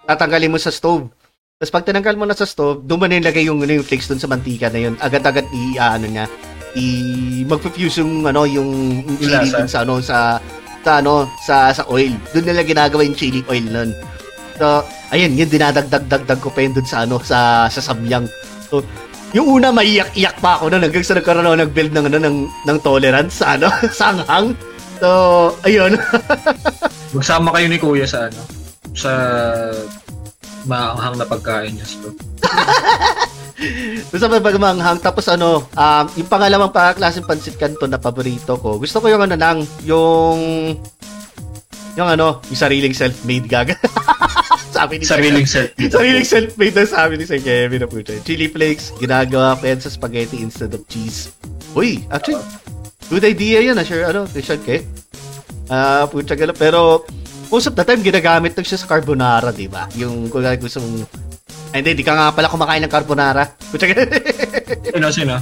tatanggalin mo sa stove. Tapos pag tinanggal mo na sa stove, doon mo na ilagay yung, ano, yung flakes doon sa mantika na yun. Agad-agad i, ah, ano niya, i, mag-fuse yung, ano, yung, yung chili
Lasa.
dun sa, ano, sa, sa, ano, sa, sa oil. Doon nila ginagawa yung chili oil nun. So, ayun, yun, dinadagdag-dagdag ko pa yun doon sa, ano, sa, sa samyang. So, Yung una, maiyak-iyak pa ako nun hanggang sa nagkaroon ako nag-build ng, ano, ng, ng tolerance sa ano, (laughs) sanghang. So, ayun.
Magsama kayo ni Kuya sa ano? Sa maanghang na pagkain niya. So,
Basta may pagmanghang. Tapos ano, um, yung pangalawang pa klaseng pansit canton na paborito ko. Gusto ko yung ano lang, yung... Yung ano, yung sariling self-made gag. (laughs) sabi ni Sir- (laughs)
sariling self.
Sariling self-made na sabi ni Sir Kevin na puto. Chili flakes, ginagawa ko yan sa spaghetti instead of cheese. Uy, actually, good idea yan. ah, Sure, ano, Christian K. Ah, puta gala. Pero, most of the time, ginagamit lang siya sa carbonara, di ba? Yung kung gusto mong... Ay, hindi, di ka nga pala kumakain ng carbonara. Puta gala.
Sino, sino?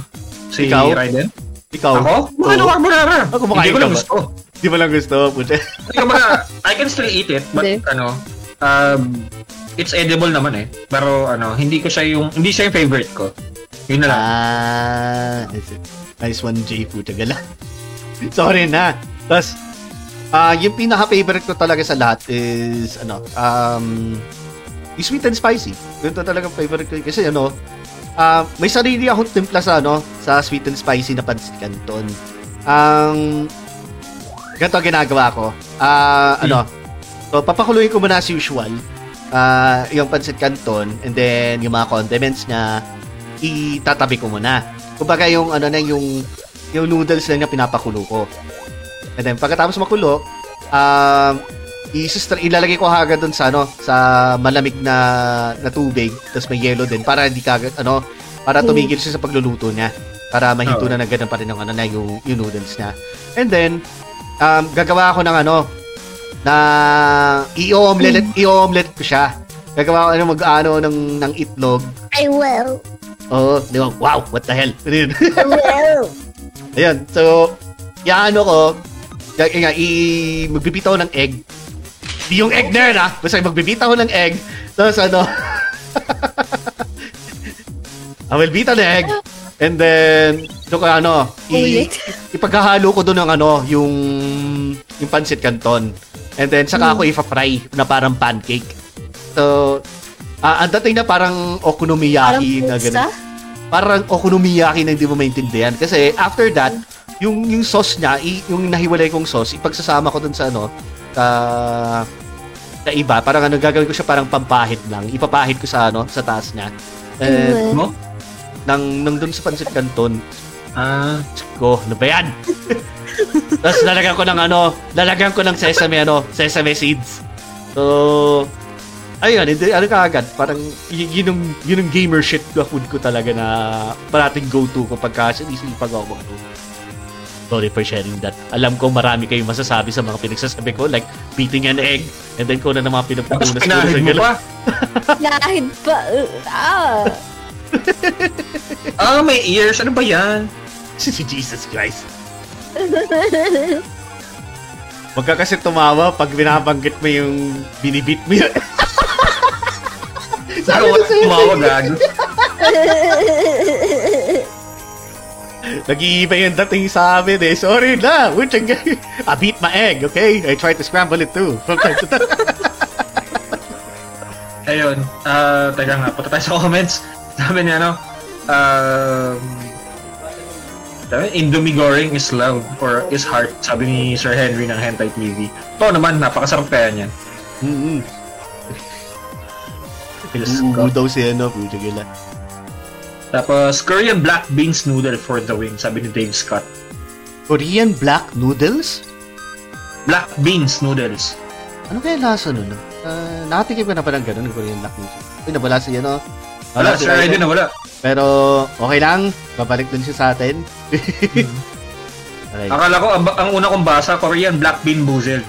Si
Ikaw?
Raiden?
(laughs) Ikaw?
Ako? Kumakain ng
Oo.
carbonara!
Ah, kumakain
Hindi ko
ka
lang
ba?
gusto.
Di mo lang gusto, puti.
Hindi ko ba- I can still eat it, but
Hindi.
ano, um, it's edible naman eh. Pero ano, hindi ko siya yung, hindi siya yung favorite ko. Yun na lang.
ah, is it? Nice one, J. Puta gala. (laughs) Sorry na. Tapos, ah yung pinaka-favorite ko talaga sa lahat is, ano, um, yung sweet and spicy. Yun to talaga favorite ko. Kasi ano, ah may sarili akong timpla sa, ano, sa sweet and spicy na pansit canton. Ang, ganito ang ginagawa ko. Ah, ano, so, papakuluin ko muna as usual. Ah, yung pancit canton and then yung mga condiments niya itatabi ko muna. Kumbaga yung ano na yung yung noodles lang na pinapakulo ko. And then pagkatapos makulo, um isustra- ilalagay ko agad dun sa ano sa malamig na na tubig, tapos may yelo din para hindi kagad ano para tumigil siya sa pagluluto niya para mahinto
Oo.
na ng ganun pa rin yung ano na yung, yung noodles niya. And then um gagawa ako ng ano na i-omelet i-omelet ko siya. Gagawa ako ano mag ano ng ng itlog
I will.
Oo, di ba? Wow, what the hell? (laughs) Ayun.
I will.
Ayun, so, yaano ko, y- yun nga, i magbibitaw ng egg. Di yung egg na yun, ah. Basta magbibitaw ng egg. Tapos ano, (laughs) I will beat an egg. And then, so, ano, i-
Ulit.
ipaghahalo ko doon ng ano, yung, yung pancit canton. And then, saka
Hmm.
ako ipa-fry na parang pancake. So, ah, ang dating na parang okonomiyaki na ganun
pizza?
parang okonomiyaki na hindi mo maintindihan. Kasi after that, yung yung sauce niya, i- yung nahiwalay kong sauce, ipagsasama ko dun sa ano, sa sa iba. Parang ano, gagawin ko siya parang pampahid lang. Ipapahid ko sa ano, sa taas niya. Eh,
Mo?
nang, nang dun sa pancit canton
Ah,
ko, ano ba (laughs) yan? Tapos lalagyan ko ng ano, lalagyan ko ng sesame ano, sesame seeds. So, ayun, hindi, ano ka agad, parang y- yun yung, yun yung gamer shit na food ko talaga na parating go-to ko pagka sinisipag ako mag Sorry for sharing that. Alam ko marami kayong masasabi sa mga pinagsasabi ko, like beating an egg, and then ko na naman
tapos
pinapunas
pinahid mo pa.
Lahid pa. Uh, Ah.
Ah, may ears. Ano ba yan?
(laughs) Si Jesus Christ.
ah. (laughs)
Huwag ka kasi tumawa pag binabanggit mo yung binibit mo yun.
Sabi ko sa'yo. Ano, Tumawa, gago.
Nag-iiba yung dating sa amin eh. Sorry na. Which ang (laughs) I beat my egg, okay? I tried to scramble it too. From time to (laughs) time.
Ayun. Ah, teka nga. Punta tayo sa comments. (laughs) Sabi niya, ano? Um, sabi, Indomie goreng is love or is heart. Sabi ni Sir Henry ng Hentai TV. Oo naman, napakasarap kaya niyan.
Mm-mm.
Feels
Uubo daw si ano, puto gila.
Tapos, Korean black beans noodle for the win, sabi ni Dave Scott.
Korean black noodles?
Black beans noodles.
Ano kaya lasa nun? Uh, nakatikim ka na pa ng ganun, ng Korean black noodles. Uy, nawala si ano.
Wala,
Nawala si
Sir Raiden na wala.
Pero okay lang, babalik dun siya sa atin. (laughs) Alright.
Akala ko, ang, ang una kong basa, Korean black bean boozled.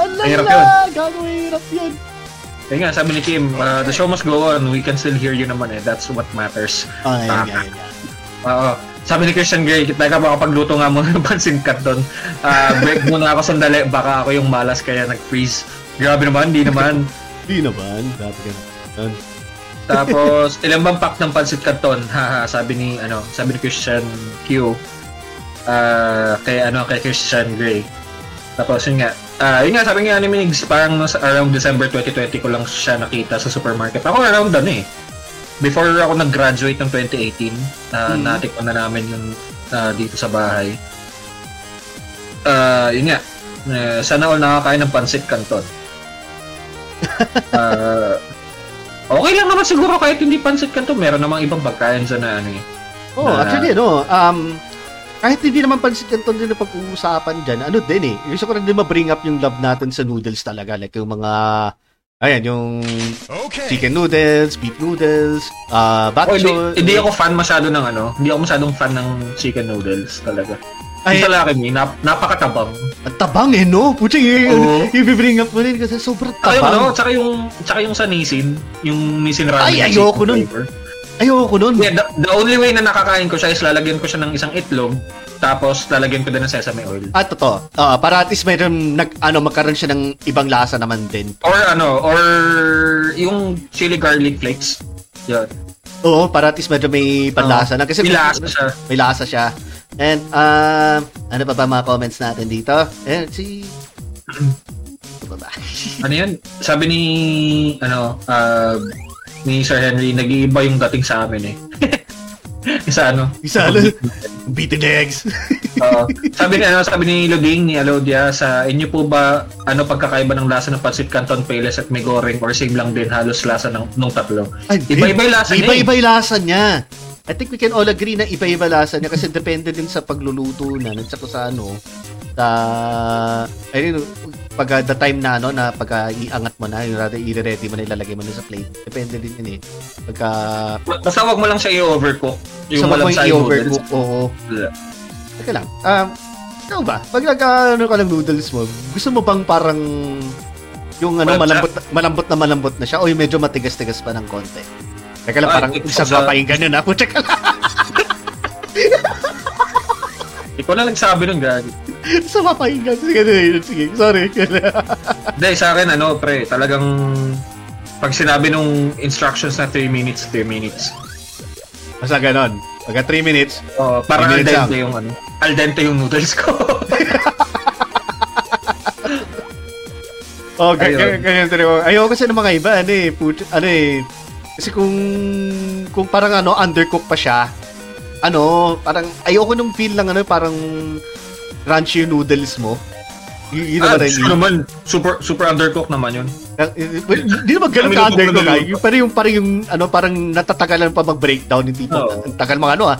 Ang
Mahirap
lala! Gagawin hirap yun!
Kaya nga, sabi ni Kim, uh, the show must go on, we can still hear you naman eh, that's what matters.
Oh, ayan,
Tama.
ayan, ayan.
Oo. Sabi ni Christian Grey, teka makapagluto nga muna ng pansin canton. Ah, break muna ako sandali, baka ako yung malas kaya nag-freeze. Grabe naman, di naman.
Di naman, dapat ganun. Yun.
Tapos, ilan bang pack ng pancit canton? (laughs) Haha, sabi ni, ano, sabi ni Christian Q. Ah, kay, ano, kay Christian Grey. Tapos, yun nga, Ah, yun nga, sabi nga ni Minigs, parang nasa around December 2020 ko lang siya nakita sa supermarket. Ako around ano eh. Before ako nag-graduate ng 2018, na natikman na namin yung ah, dito sa bahay. Ah, yun nga. eh, sana all nakakain ng pancit canton. Ah, okay lang naman siguro kahit hindi pancit canton, meron namang ibang pagkain sa na ano eh.
Oh,
Na-
actually, ano, um, kahit hindi naman pansit canton din na pag-uusapan dyan, ano din eh, gusto ko rin din ma-bring up yung love natin sa noodles talaga. Like yung mga, ayan, yung chicken noodles, beef noodles, ah, bok
Oh, hindi,
choy.
hindi ako fan masyado ng ano, hindi ako masyadong fan ng chicken noodles talaga.
Ay,
Yung sa laki ni, nap, napakatabang.
ang tabang eh, no? Puti,
Oo.
oh. (laughs) i-bring up mo rin kasi sobrang
Tsaka yung ano,
tabang.
tsaka yung, tsaka yung sa nisin, yung nisin ramen.
Ay,
na
ayoko nun.
chicken flavor.
Ayoko nun.
Yeah, the, the only way na nakakain ko siya is lalagyan ko siya ng isang itlog, tapos lalagyan ko din ng sesame oil.
Ah, totoo. Ah, para at least mayroon nag, ano, magkaroon siya ng ibang lasa naman din.
Or ano, or yung chili garlic flakes. Yun.
Oo, para at least medyo may panlasa na. Kasi
May lasa siya.
May lasa siya. And, um, ano pa ba mga comments natin dito? Eh, si... Ano pa ba? (laughs)
Ano yun? Sabi ni, ano, ah, ni Sir Henry, nag-iiba yung dating sa amin eh. (laughs) Isa ano,
Isa, ano? Beaten eggs.
Oo. sabi ni ano, sabi ni Luding ni Alodia sa inyo po ba ano pagkakaiba ng lasa ng pancit canton peles at may goreng or same lang din halos lasa ng nung tatlo.
Ay,
Iba-iba yung lasa niya. eh.
Iba-iba yung lasa niya. I think we can all agree na iba-iba lasa niya kasi depende din sa pagluluto na at saka sa ano sa I don't know pag uh, the time na ano na pag uh, iangat mo na yung rather i-ready mo na ilalagay mo na sa plate depende din yun eh pagka
Basta wag mo lang siya i-overcook.
sa
Yung walang
mga
side
i-overcook
noodles.
oo
Wala.
Teka lang. Um, ikaw ba? Pag nagkaano ka ng noodles mo, gusto mo bang parang yung ano,
Walang
malambot, malambot na malambot na siya o yung medyo matigas-tigas pa ng konti? Teka lang,
Ay,
parang
Ah, ito
isang
sa-
papahinggan yun ha. Teka lang, (laughs)
Ikaw na nagsabi nun, gagi.
isang papahinggan. Sige, sige, sige. Sorry. (laughs)
Hindi, sa akin, ano, pre, talagang pag sinabi nung instructions na 3 minutes, 3 minutes.
Basta ganon. Pagka 3 minutes,
Oh, parang
Three
al
minutes
dente yung ano. Al dente yung noodles ko.
Oh, g- g-
Ayun.
ganyan talaga. Ayoko kasi ng mga iba, ano eh, put, ano eh, kasi kung, kung parang ano, undercook pa siya, ano, parang, ayoko nung feel lang, ano, parang crunchy yung noodles mo. Y- yun naman
ah,
rin.
sure naman, super, super undercooked naman yun.
Hindi eh, naman ganun
Kami
ka
nung
undercook,
pagkagawa.
ah. Yung parang yung, parang yung, ano, parang natatagalan pa mag-breakdown yung tipo.
Oo.
Ang tagal mga ano,
(laughs)
ah.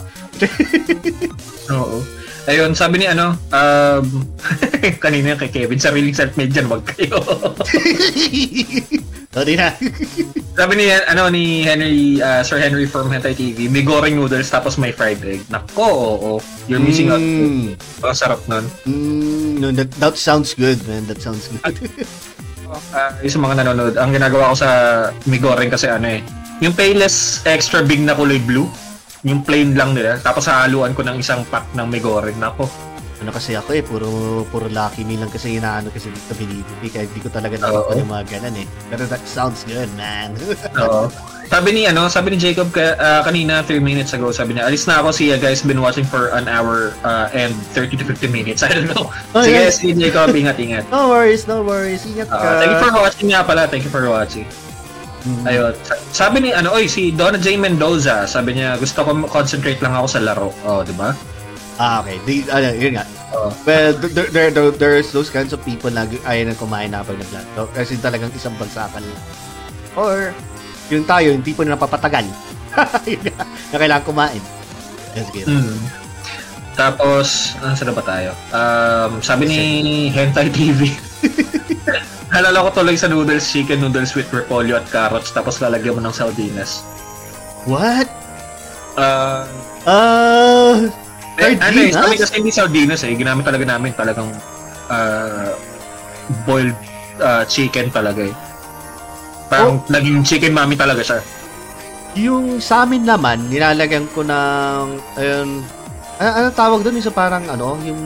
Oo. Ayun, sabi ni ano, um, (laughs) kanina kay Kevin, sariling self-made dyan, wag kayo. (laughs)
Sorry na.
sabi ni, ano, ni Henry, ah, Sir Henry from Hentai TV, may goreng noodles tapos may fried egg. Nako, oo, You're missing out.
Mm.
Ang sarap nun.
Mm, no, that, that sounds good, man. That sounds good.
Ah, yung sa mga nanonood, ang ginagawa ko sa may goreng kasi ano eh, yung payless extra big na kulay blue, yung plain lang nila, tapos haluan ko ng isang pack ng may goreng. Nako,
ano kasi ako eh, puro, puro lucky me lang kasi inaano kasi dito binibili. Kaya hindi ko talaga
Oo.
nakakita yung mga ganun eh. Pero that sounds good, man. (laughs)
Oo. Sabi ni ano, sabi ni Jacob ka, ah, kanina 3 minutes ago, sabi niya, alis na ako siya guys, been watching for an hour ah, and 30 to 50 minutes. (laughs) I don't know.
Oh,
Sige,
yeah.
si Jacob, ingat-ingat.
no worries, no worries. Ingat ka.
Ah, thank you for watching nga pala. Thank you for watching.
Mm.
Ayun. Sa- Sabi ni ano, oy, si Donna J. Mendoza, sabi niya, gusto ko concentrate lang ako sa laro. Oh, di ba?
Ah, okay. Di, ano, yun nga.
Oo.
Well, th- there, there, there, there's those kinds of people na gu- ayaw na kumain na pag nag-laptop. Kasi talagang isang bagsakan lang. Or, yun tayo, yung tipo na napapatagal. (laughs) Yun nga, na kailangan kumain. Let's get it.
Mm. Tapos, ah, saan na ba tayo? Um, sabi ni Hentai TV. Halala ko tuloy sa noodles, chicken noodles with repolyo at carrots, tapos lalagyan mo ng sardinas.
What?
Ah,
Uh,
eh, ano eh,
sardinas?
kami kasi hindi sardinas eh. Ginamit talaga namin talagang ah, boiled ah, chicken talaga eh. Parang naging chicken mami talaga siya.
Yung sa amin naman, nilalagyan ko ng, ayun, ano, ano tawag doon yung sa parang, ano, yung,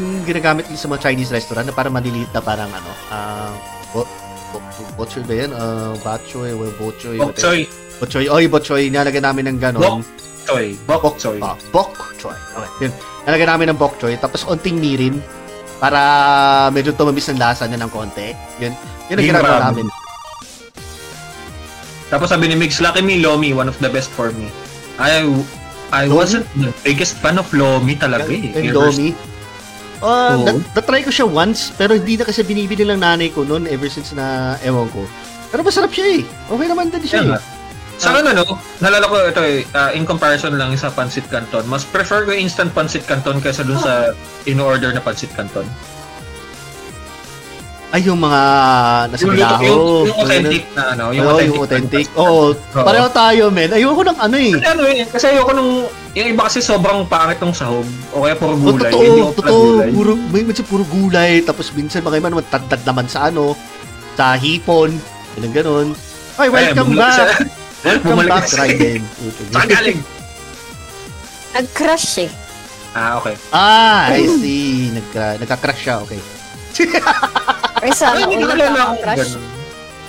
yung ginagamit yung sa mga Chinese restaurant na parang maliliit na parang, ano, ah, bo, bo, bo- bochoy ba yan? Uh, bachoy, well, bochoy.
Bok choy.
Bochoy. Oy, bochoy. Nilalagyan namin ng ganon.
Bok choy.
Oh,
Bok choy.
Ah, bok choy. Okay. Yun. Nalagyan namin ng bok choy. Tapos onting mirin. para medyo tumabis ang lasa niya ng konti. Yun, yun ang
Game
ginagawa
rub.
namin.
Tapos sabi ni Mix, Lucky Me, Lomi, one of the best for me. I I wasn't the biggest fan of Lomi talaga eh.
Yung
Ever
Domi. Uh,
Oo.
na, natry ko siya once, pero hindi na kasi binibili lang nanay ko noon ever since na ewan ko. Pero masarap siya eh. Okay naman din siya
Kaya nga.
eh.
Sa ano no, nalala ko ito eh, ah, in comparison lang sa pancit canton, mas prefer ko yung instant pancit canton kaysa dun sa in-order na pancit canton.
Ay, yung mga nasa
Yung, luto-
bilaho.
yung, yung authentic na ano, yung
Oo, Oh,
authentic.
yung authentic. Oh,
na pancit
Oo,
Oo.
pareho tayo, men. Ayoko ng ano eh.
canton. Kasi ano eh, kasi ayoko nung, yung iba kasi sobrang pangit ng sahog, o kaya
Oh,
puro gulay. hindi
totoo,
ako pala
totoo.
gulay.
Puro, may minsan puro gulay. Tapos minsan mga iba naman tantad naman sa ano, sa hipon. Ganun, ganun. Ay, welcome
bumalik
back.
siya.
Welcome
bumalik
back,
siya.
Raiden.
(laughs) Saan galing?
Nag-crush eh.
Ah, okay.
Ah, I see. Nagka, nagka-crush siya, okay.
Or sana
Ay, may
all
kakilala akong
crush.
ganun.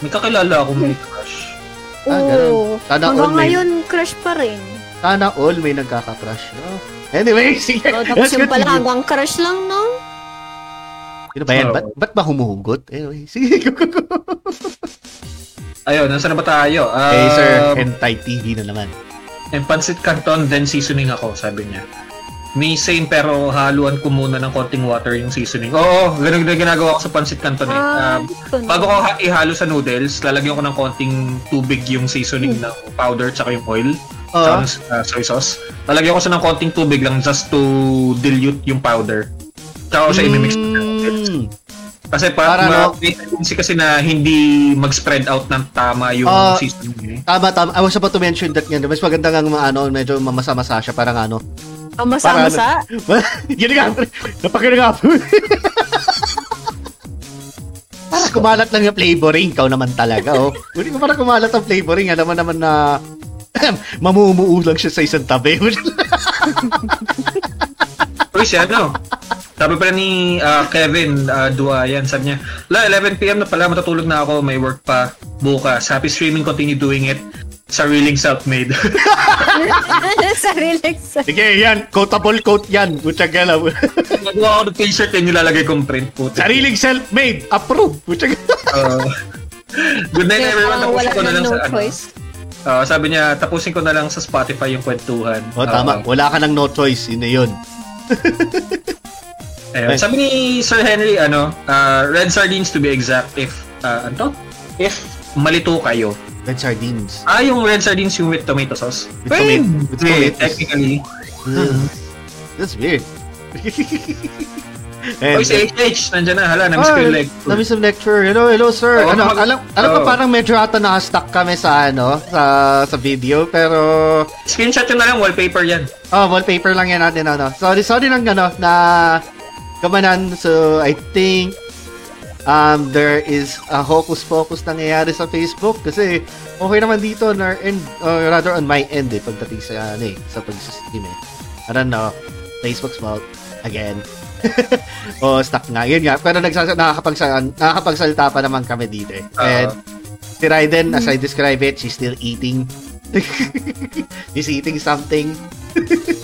May kakilala akong may crush.
Ah, ganun.
Oo.
Sana all
Hanggang
may-
ngayon, crush pa rin.
Sana all may nagkaka-crush. No? Anyway, (laughs) sige.
So, Oh, tapos
Let's
yung pala
continue.
hanggang crush lang, no?
Sino ba yan? Ba't, ba't ba humuhugot? Anyway, (laughs) sige.
Ayun, nasa na ba tayo? Um,
hey, sir. Hentai TV na naman.
And pancit canton, then seasoning ako, sabi niya. May same pero haluan ko muna ng konting water yung seasoning. Oo, ganun na ginagawa ko sa pancit canton eh.
Ah,
Um,
gusto na.
bago ko ha- ihalo sa noodles, lalagyan ko ng konting tubig yung seasoning ng powder tsaka yung oil.
Ah.
tsaka yung, uh, soy sauce. Lalagyan ko siya ng konting tubig lang just to dilute yung powder. Tsaka ko siya
Hmm.
imimix sa noodles.
Mm.
Kasi pa,
Para,
ma-
no?
may tendency kasi na hindi mag-spread out ng tama yung
Ah.
seasoning niya eh.
Tama, tama. I was about to mention that nga. Mas maganda nga mga ano, medyo mamasa-masa siya. Parang ano.
Ang Oh, masa-masa.
(laughs) Yun nga. Napakinig (laughs) ako. Para kumalat lang yung flavoring. Ikaw naman talaga, oh. Hindi ko para kumalat ang flavoring. Alam mo naman na (clears throat) mamumuo lang siya sa isang tabi. (laughs)
Uy, si ano? Sabi pala ni ah, Kevin uh, Duayan, sabi niya, La, 11pm na pala, matutulog na ako, may work pa bukas. Happy streaming, continue doing it. Sariling self-made.
Sarili (laughs) sa...
Sige, yan. Quotable quote yan. Butya galaw.
(laughs) Nagawa ako ng t-shirt and nilalagay kong print po.
(laughs) Sariling self-made. Approve. Butya galaw.
good night everyone,
Parang
tapusin
wala
ko na
na
lang
no
sa ano.
choice.
Ah, sabi niya, tapusin ko na lang sa Spotify yung kwentuhan.
Oh, tama.
Ah,
Wala ka ng no choice. Yun na yun.
ayun. Sabi ni Sir Henry, ano, ah, red sardines to be exact, if, ah, ano to? If malito kayo.
Red
(laughs)
sardines.
Ah, yung red sardines yung with tomato sauce.
With tomato- with
eh,
tomatoes.
technically.
Ugh. That's
(laughs)
weird. And,
Oy, si HH, nandiyan na. Hala, namiss
Ah,
ko yung leg.
Nami sa lecture. Hello, hello sir.
Oo,
ano,
mag-
alam, alam ko
oo.
parang medyo ata nakastuck kami sa ano, sa sa video, pero
Screenshot yun na lang, wallpaper yan.
oh, wallpaper lang yan natin ano. Sorry, sorry lang ano na kamanan. So, I think um there is a hocus pocus nangyayari sa Facebook kasi okay naman dito on our end or rather on my end eh pagdating sa ano eh, sa pag-stream eh. I don't know. Facebook's fault again. (laughs) oh, stuck nga. Yun nga. Pero nagsasa- nakakapagsalita, nakakapagsalita pa naman kami dito eh. And si Raiden, as I describe it, she's still eating. (laughs) she's eating something.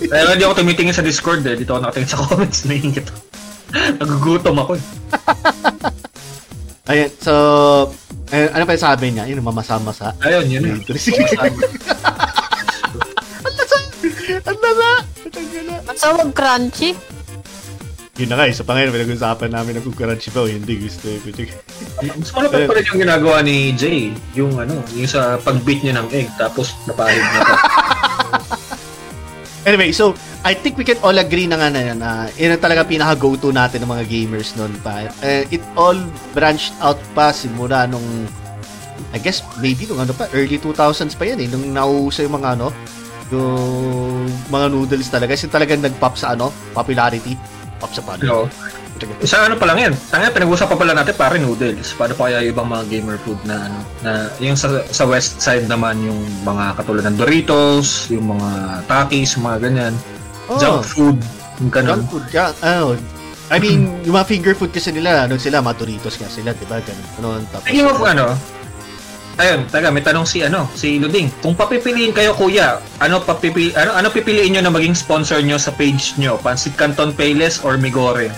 Pero hindi ako tumitingin sa Discord eh. Dito ako nakatingin sa (laughs) comments. Naiingit ako. Nagugutom ako eh.
Ayan, so, eh, ano pa yung sabi niya? Yun, mamasa-masa.
Ayun, yun eh.
Ang lala!
Basta wag crunchy.
Yun na nga, isa pa ngayon, pinag-usapan namin ng kukarantsi pa o hindi gusto eh.
Gusto ko na pa rin yung ginagawa ni Jay. Yung ano, yung sa pag-beat niya ng egg. Tapos napahid na
(laughs)
ako.
Anyway, so, I think we can all agree na nga na yan. ah, yun ang talaga pinaka-go-to natin ng mga gamers noon pa. Eh, it all branched out pa simula nung, I guess, maybe nung ano pa, early 2000s pa yan eh. Nung nauso yung mga ano, yung mga noodles talaga. Kasi talagang nag-pop sa ano, popularity. Pop sa pan.
No. Sa ano pa lang yan. Tanga, pinag-usapan pa pala natin pare noodles. Paano pa kaya yung ibang mga gamer food na ano, na yung sa, sa west side naman yung mga katulad ng Doritos, yung mga Takis, yung mga ganyan.
Oh.
Junk food, yung
Junk
ganun.
food ka. Oh. I mean, yung mga finger food kasi nila, ano sila, maturitos nga sila, di ba? Ganun, ganun. Tapos,
Speaking of ano, ayun, taga, may tanong si ano, si Luding. Kung papipiliin kayo kuya, ano papipili ano ano pipiliin niyo na maging sponsor niyo sa page niyo? Pansit Canton Payless or Migore?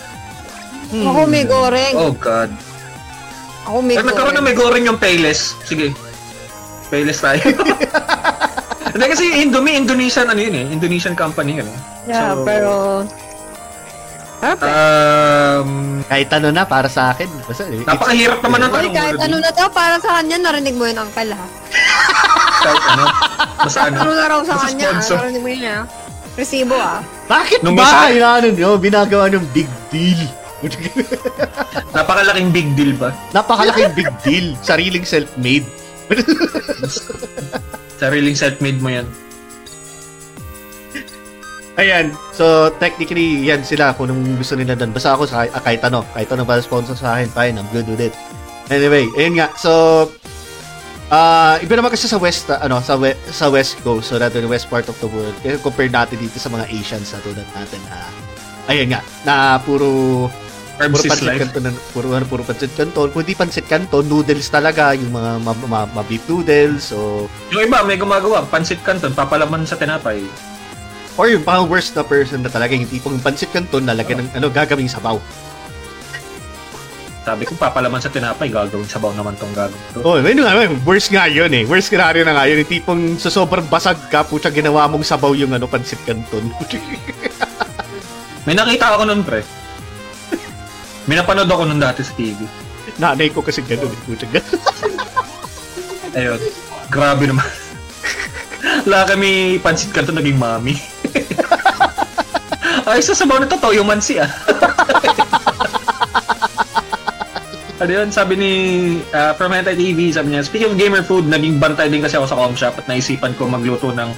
Ako may goreng.
Oh God.
Ako may
Pero Eh, nagkaroon na
goreng.
may goreng yung Payless. Sige. Payless
(laughs)
tayo. Hindi kasi Indomie, Indonesian ano yun eh. Indonesian company yun eh.
Yeah,
So,
pero... Perfect.
Um,
Kahit ano na para sa akin. Basta, eh, it's-
napakahirap naman ng
Uy,
tanong.
kahit
Lord.
ano na to, para sa kanya, narinig mo yun, uncle, ha?
Kahit ano.
(laughs)
Basta ano.
Ano na raw sa
Basta
kanya, ah,
sponsor.
narinig mo yun, ha? Resibo, ah.
Bakit
Nung
ba?
isa-
Inaano nyo? Binagawa ng oh, big deal. (laughs)
Napakalaking big deal ba?
Napakalaking big deal. Sariling self-made. (laughs)
Sariling self-made mo yan.
Ayan. So, technically, yan sila kung anong gusto nila doon. Basta ako, sa, ah, kahit ano. Kahit ano para sponsor sa akin. Fine, I'm good with it. Anyway, ayun nga. So, ah iba naman kasi sa west, ah, ano, sa, we- sa west coast, so rather the west part of the world. Kaya compare natin dito sa mga Asians na tulad natin na, ayun nga, na puro,
Herbs
puro
is
pancit
life.
canton, na- puro, ano, puro pancit canton. Kung di pancit canton, noodles talaga, yung mga ma- ma- ma- beef noodles, o,
Yung iba, may gumagawa. Pancit canton, papalaman sa tinapay.
or yung pang worst na person na talaga, yung tipong pancit canton, nalagyan ng, ano, gagawing sabaw.
Sabi ko, papalaman sa tinapay. Gagawin sabaw naman tong gagawin. to.
Oh, yun nga, man. worst nga yun eh. Worst scenario na nga yun. Yung tipong sa sobrang basag ka, putya, ginawa mong sabaw yung ano, pansit canton.
May nakita ako nun, pre.
(laughs)
May napanood ako nun dati sa TV.
(laughs) Nanay ko kasi ganun eh, putya. ganun.
Ayun. Grabe naman. (laughs) Wala kami pancit canton naging mami. (laughs) Ay, sa sabaw na totoo yung mansi ah. (laughs) ano yun, sabi ni uh, Fermentay TV, sabi niya, speaking of gamer food, naging bantay din kasi ako sa com shop at naisipan ko magluto ng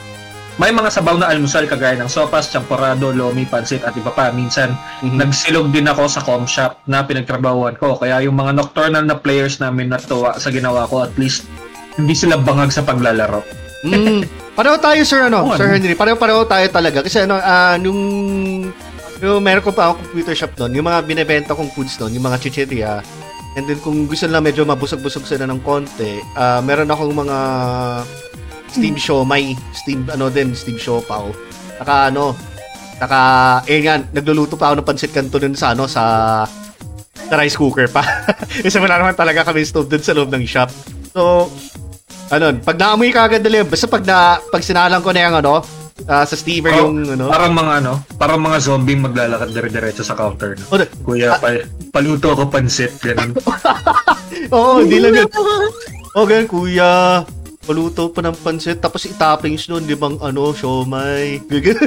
may mga sabaw na almusal kagaya ng sopas, champorado, lomi, pansit at iba pa. Minsan, nagsilog din ako sa com shop na pinagtrabahuan ko. Kaya yung mga nocturnal na players namin natuwa sa ginawa ko, at least hindi sila bangag sa paglalaro.
mm. Pareho tayo, Sir, ano,
Oo,
Sir
ano?
Henry. Pareho-pareho tayo talaga. Kasi ano, ah, nung, nung meron ko pa ako computer shop noon, yung mga binebenta kong foods noon, yung mga chicheria, and then kung gusto nila medyo mabusog-busog sila ng konti, ah, meron akong mga steam siomay, steam, ano din, steam siopaw. Saka ano, saka, eh nga, nagluluto pa ako ng pansit kanto dun sa ano, sa sa rice cooker pa. (laughs) Kasi wala naman talaga kami stove dun sa loob ng shop. So, ano, pag naamoy ka agad nila, yun, basta pag, na, pag sinalang ko na yung ano, ah, sa steamer
Oh,
yung ano,
Parang mga ano, parang mga zombie maglalakad dire-diretso sa counter. No?
oh, na-
Kuya, pa, paluto ako pansit.
(laughs)
Ganun.
Oo, oh, hindi lang
(laughs)
yun. O, ganyan, kuya. Paluto pa ng pansit. Tapos i-toppings nun, limang ano, siomay. (laughs) Ganyan.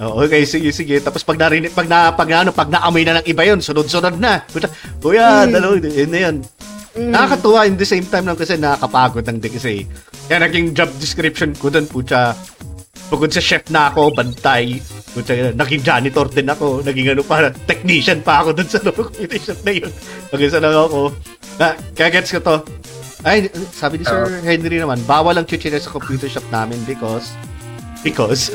Oh, okay, sige, sige. Tapos pag narinig, pag na, pag na, ano, pag naamoy na ng iba yun, sunod-sunod na. (laughs) Puta, Kuya, dalaw, yun na yun. Nakakatuwa in the same time lang kasi nakakapagod ng di kasi. Kaya naging job description ko dun, pucha. Bukod sa chef na ako, bantay. Pucha, naging janitor din ako. Naging ano pa, technician pa ako dun sa (laughs) loob ng shop na yun. Mag-isa lang ako. Na, kaya gets ko to. Ay, sabi ni Sir Henry naman, bawal ang chichirya sa computer shop namin because... Because?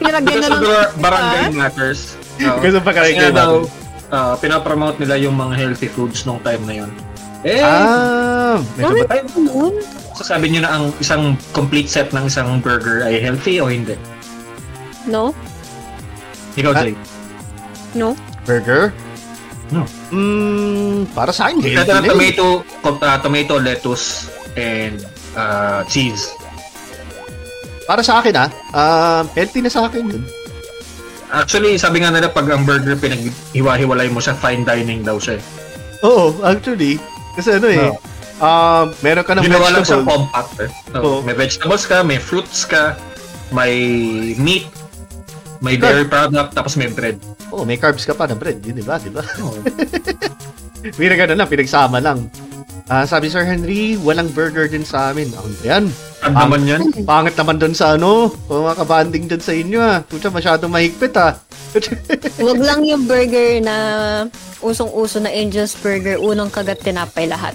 Nilagyan
Because
na
of
lang.
the barangay matters. No?
Because of barangay
Kasi nga daw,
matters.
ah, pinapromote nila yung mga healthy foods nung time na yun. Eh,
ah, medyo ba-
ay, sasabi niyo na ang isang complete set ng isang burger ay healthy o hindi?
No?
Ikaw,
Ah,
Jay.
No?
burger?
No.
Mm, para sa akin, healthy
Ito
na
ng
yun.
tomato, com- ah, tomato, lettuce, and ah, cheese.
Para sa akin, ah, ah, healthy na sa akin yun.
Actually, sabi nga nila pag ang burger pinaghiwa-hiwalay mo siya, fine dining daw siya. eh.
Oo, actually. Kasi ano eh,
Oo.
um, meron ka ng
Ginawa lang siya
vegetable.
compact eh.
Oo.
So, May vegetables ka, may fruits ka, may meat, may
Good.
dairy product, tapos may
(laughs)
bread.
Oo, Oh, may carbs ka pa na bread, yun, di ba? Di ba? (laughs)
Oo.
Pinag ano lang, pinagsama lang. Ah, sabi Sir Henry, walang burger din sa amin. Ang yan.
Ang
Um,
naman yan.
Pangit naman doon sa ano, o mga kabanding doon sa inyo ah. Puta, masyadong mahigpit ah. (laughs)
Huwag lang yung burger na usong-uso na Angel's Burger, unang kagat tinapay lahat.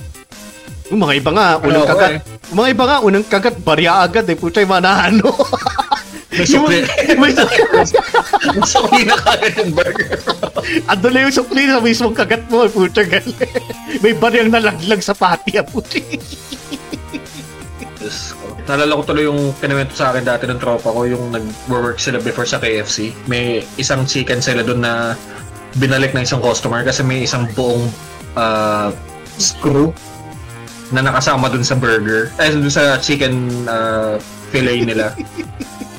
yung mga iba nga, unang
Oo,
kagat. Yung mga iba nga, unang kagat, barya agad eh. Puta, yung manahano. (laughs)
May sukli.
May sukli.
Ang sukli na kagad yung burger.
Ando na yung sukli sa mismong kagat mo, eh. puta galing. (laughs) May bariyang nalaglag sa pati, ah, puti.
Diyos ko. Nalala ko tuloy yung kinuwento sa akin dati ng tropa ko, yung nag-work sila before sa KFC. May isang chicken sila doon na binalik ng isang customer kasi may isang buong ah, screw na nakasama doon sa burger. Eh, doon sa chicken ah, fillet
(laughs)
nila.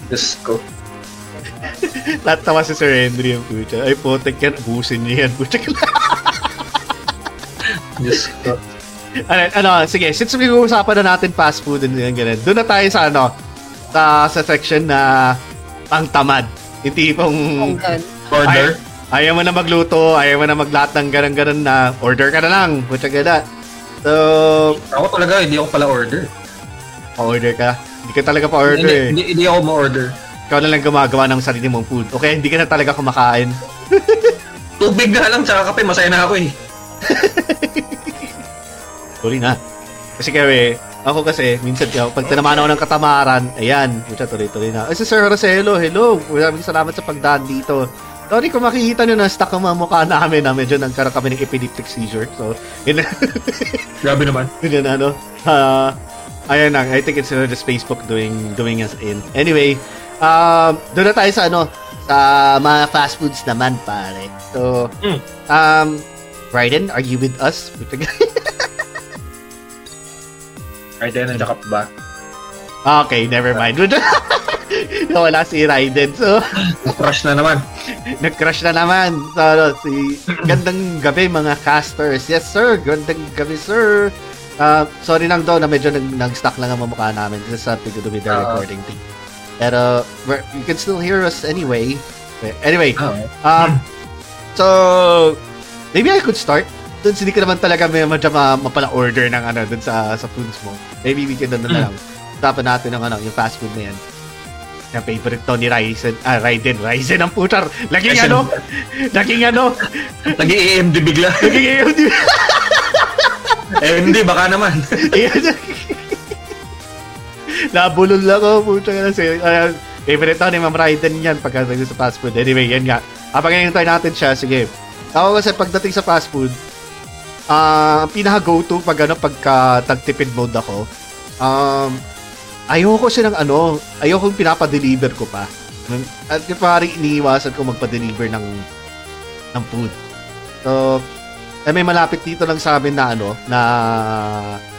Diyos ko.
Tatawa si Sir Henry yung pucha. Ay, putek yan. Abusin niya yan. Pucha ka lang.
Diyos ko.
ano, ano, sige. Since pinag-uusapan na natin fast food and yan, ganun. Doon na tayo sa ano, sa, sa section na pang tamad. Yung tipong...
Oh, God.
Order.
Ay, ayaw mo na magluto, ayaw mo na maglahat ng ganun-ganun na order ka na lang. Pucha ka na. So,
Ako talaga, hindi ako pala order.
order ka. Hindi ka talaga pa order
Hindi,
eh.
hindi, hindi ako ma-order.
Ikaw na lang gumagawa ng sarili mong food. Okay, hindi ka na talaga kumakain.
Tubig na lang, tsaka kape, masaya na ako eh.
Tuloy na. Kasi kami, ako kasi, minsan kaya, pag tinamaan ako ng katamaran, ayan, pucha, tuloy-tuloy na. Ay, si Sir Rosello, hello. Maraming salamat sa pagdaan dito. Sorry kung makikita nyo na stuck ang mga mukha namin na medyo nagkaroon kami ng epileptic seizure. So, yun na, (laughs)
Grabe naman.
yun na, ano. Ah, ayan lang, I think it's uh, just Facebook doing doing us in. Anyway, um, doon na tayo sa ano, sa mga fast foods naman, pare. So,
Mm.
um, Bryden, are you with us?
Right, nandiyan ka pa ba?
Okay, never mind. (laughs) Nawala si Raiden. So,
Crush na naman.
nag-crush na naman. So, ano, si... Gandang gabi, mga casters. Yes, sir. Gandang gabi, sir. Ah, sorry lang daw na medyo nag- nag-stuck lang ang mamukha namin. This is something to do with the
Ah.
recording thing. Pero, we're- you can still hear us anyway. Eh, Anyway,
Ah,
Um, so, maybe I could start. Since hindi ka naman talaga may madya ma- mapala-order ng ano dun sa, sa foods mo. Maybe we can ano na lang. Tapan natin ng ano, yung fast food na yan. Yung favorite to ni Ryzen. Ah, Raiden. Ryzen ang putar. Laging
Ryzen.
ano? Laging ano?
Nag-EMD bigla. (laughs)
Laging eh, AOD.
EMD, baka naman. (laughs)
(laughs) Nabulol lang ako. Puta ka na si... Uh, favorite to ni Ma'am Raiden yan pagka sa fast food. Anyway, yan nga. Apangayin tayo natin siya. Sige. Ako kasi pagdating sa fast food, ah, ang pinaka-go-to pag ano, pagka tagtipid mode ako, um, ayoko kasi ng ano, ayoko yung pinapa-deliver ko pa. Nun- At yung parang iniiwasan ko magpa-deliver ng, ng food. So, eh, may malapit dito lang sa amin na ano, na,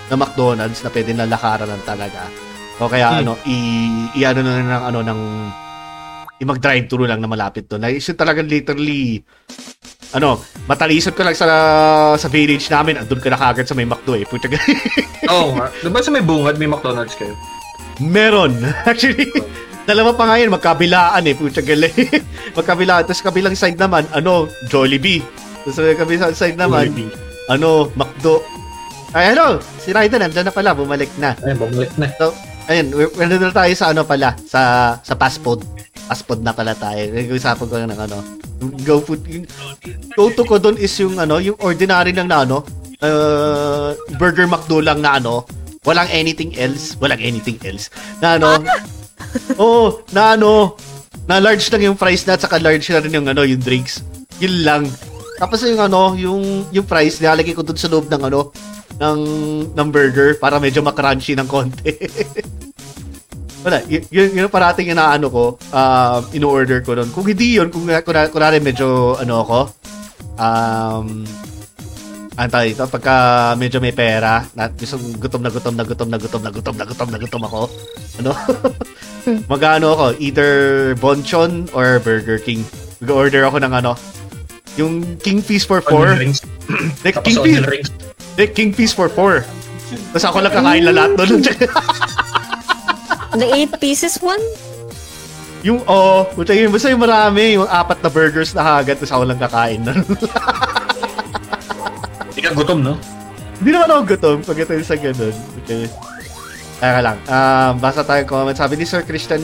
na McDonald's na pwede na lakaran lang talaga. O kaya
Hmm.
ano, i, i ano na lang ng ano, ng, i mag-drive-thru lang na malapit doon. Ay, yun talagang literally, ano, matalisod ko lang sa, sa village namin, andun ka na kagad sa may McDo eh. Puta ka- (laughs)
Oo nga. Diba sa may bungad, may McDonald's kayo?
Meron. Actually, (laughs) dalawa pa nga yun, magkabilaan eh. Pucha gali. (laughs) magkabilaan. Tapos kabilang side naman, ano, Jollibee. Tapos sa kabilang side naman,
Jollibee.
ano, McDo. Ay, ano, si Raiden, nandyan na pala, bumalik na.
Ay, bumalik na.
So, ayun, we're, we're na tayo sa ano pala, sa sa passport. Passport na pala tayo. Nag-usapan ko lang ng ano. Go food. Yung, go-to ko doon is yung ano, yung ordinary lang na ano, uh, Burger McDo lang na ano, walang anything else, walang anything else. Na ano, oo, na ano, na large lang yung fries na at saka large na rin yung ano, yung drinks. Yun lang. Tapos yung ano, yung yung fries nilalagay ko doon sa loob ng ano, ng ng burger para medyo makrunchy ng konti. (laughs) Wala, y- yun, yun ang parating inaano ko, um, in-order ko nun. Kung hindi yun, kung kuna- kunwari medyo ano ako, um, ano tawag dito, pagka medyo may pera, na, gusto, gutom na gutom na gutom na gutom na gutom na gutom na gutom ako, ano, (laughs) magano ako, either Bonchon or Burger King. Mag-order ako ng ano, yung King Feast for
Onion
4.
rings.
Like,
Tapos
King
onion
Feast-
rings.
eh, King Piece for 4. Tapos ako lang kakain na lahat doon.
(laughs)
The eight pieces one?
yung, oh, puta yun. Basta yung marami, yung apat na burgers na hagat, tapos ako lang kakain nun.
Hindi ka gutom, no?
(laughs) Hindi naman ako gutom pagdating sa ganun. Okay. Teka lang. Um, basa tayo ng comment. Sabi ni Sir Christian...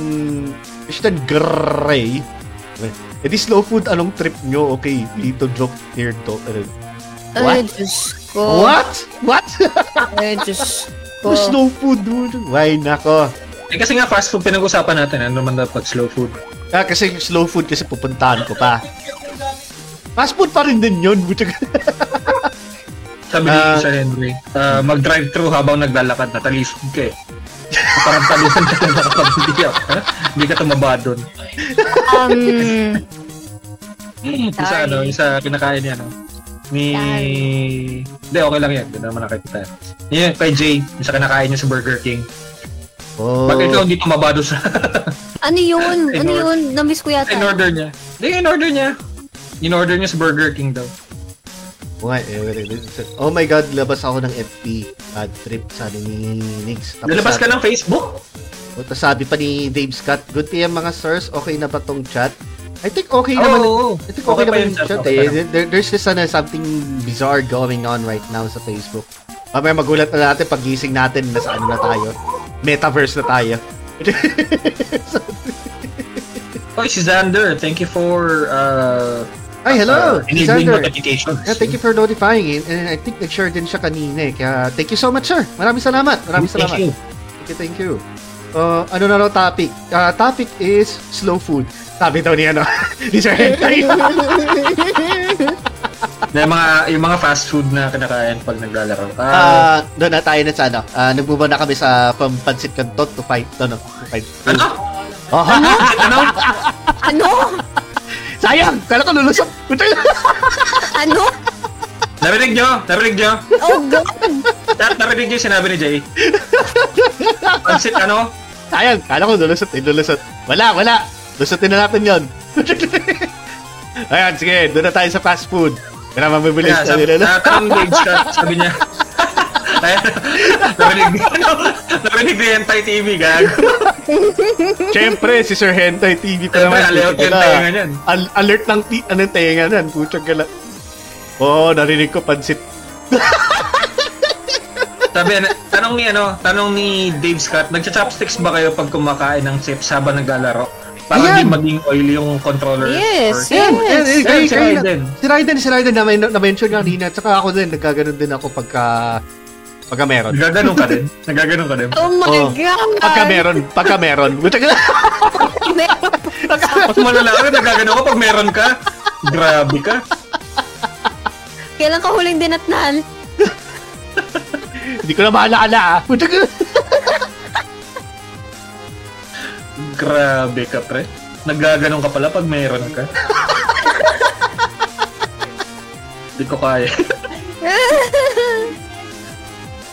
Christian Gray. Eh di slow food, anong trip nyo? Okay, dito joke, here to... ano.
Ay,
What?
Diyos ko.
What? What? (laughs)
Ay, Diyos ko.
Oh. slow food, dude. Why, nako.
Eh, kasi nga fast food pinag-usapan natin. Ano naman dapat slow food?
Ah, kasi yung slow food kasi pupuntahan ko pa. Fast food pa rin din yun. Buti ka.
Sabi
Ah.
ni Sir Henry, ah, mag-drive-thru habang naglalakad, natalisod ka eh. Parang talusan ka talaga kapag hindi ka, hindi ka tumaba doon.
Um,
Yung sa ano, yung sa kinakain niya, no? Ni... Hindi, okay lang yan. Hindi naman nakikita. Yun, kay Jay. Yung sa kinakain niya sa Burger King.
Oh.
Bakit ikaw hindi tumaba doon sa...
ano yun?
In
Ano
order-
yun? Namiss ko yata.
in order niya. Hindi, in order niya. In order niya sa Burger King daw.
Why? Eh, wait, wait, wait. Oh my god, labas ako ng FP. Bad trip, sabi ni Nix. Tapos
Lalabas ka
sabi-
ng Facebook?
O, tapos sabi pa ni Dave Scott, good PM mga sirs, okay na ba tong chat? I think okay
Oo,
naman.
oo.
I think okay,
Oh, Okay pa
naman
yun,
yung
sir.
chat eh.
Okay pa naman.
There- there's this ano, something bizarre going on right now sa Facebook. Mamaya magulat na natin pag gising natin, nasa ano na tayo. Metaverse na tayo. (laughs) eh.
Oh, si Xander. Thank you for... Uh,
Ay, hello!
uh, enabling
Xander.
notifications.
Yeah, thank you for notifying. And, and I think nag-share din siya kanina eh. Kaya thank you so much, sir. Maraming salamat. Maraming
Thank
salamat.
you.
Thank you, thank you. Uh, ano na raw topic? Uh, topic is slow food. Sabi daw ni ano, (laughs) ni Sir Hentai.
Na yung mga, yung mga fast food na kinakain pag naglalaro.
(laughs)
Ah,
Ah, doon na tayo na sa ano. Uh, nagbubo na kami sa from Pancit Canton to fight. Ano? To (laughs) fight.
ano?
Oh,
Ano?
Ano?
sayang! Kala ko lulusok. Puta yun. (laughs)
Ano?
Narinig nyo? Narinig nyo?
Oh, God.
Tat, narinig nyo yung sinabi ni Jay? Pansit ano?
sayang! Kala ko lulusot. Eh, lulusot. Wala, wala. Lusotin na natin yun. (laughs) Ayan, sige. Doon na tayo sa fast food. Kaya mabilis
Kaya,
na
sabi,
nila.
uh, tanong Dave Scott, sabi niya. Ayan, narinig niya, ano? Narinig ni Hentai TV, gag.
Siyempre, si Sir Hentai TV ko
Siyempre,
naman.
alert
puta ka
yung
na.
tainga niyan.
Al- alert ng ti ano yung tainga niyan, putang gala. Oo, oh, narinig ko pansit.
Sabi, na- tanong ni, ano, tanong ni Dave Scott, nagcha-chopsticks ba kayo pag kumakain ng chips habang naglalaro? Para
Ayan.
hindi maging oily yung controller. Or-
Yes, yes.
Yan, yan, kayo-
Yan, si
kayo na-
Raiden.
Si Raiden, si Raiden, na- na-mention kanina. Tsaka ako din, nagkaganon din ako pagka... Pagka meron.
Nagaganon ka din? Nagaganon ka din?
Oh, my
Oh.
God.
Pagka meron, pagka meron. Putang gala. (laughs)
Meron.
Mas malala ka, nagaganon ka pag meron ka. Grabe ka.
(laughs) Kailan ka huling dinatnan? (laughs)
Hindi ko na maalala. ah. Putang gala.
Grabe ka, pre. Nagaganon ka pala pag meron ka. (laughs) Hindi ko kaya.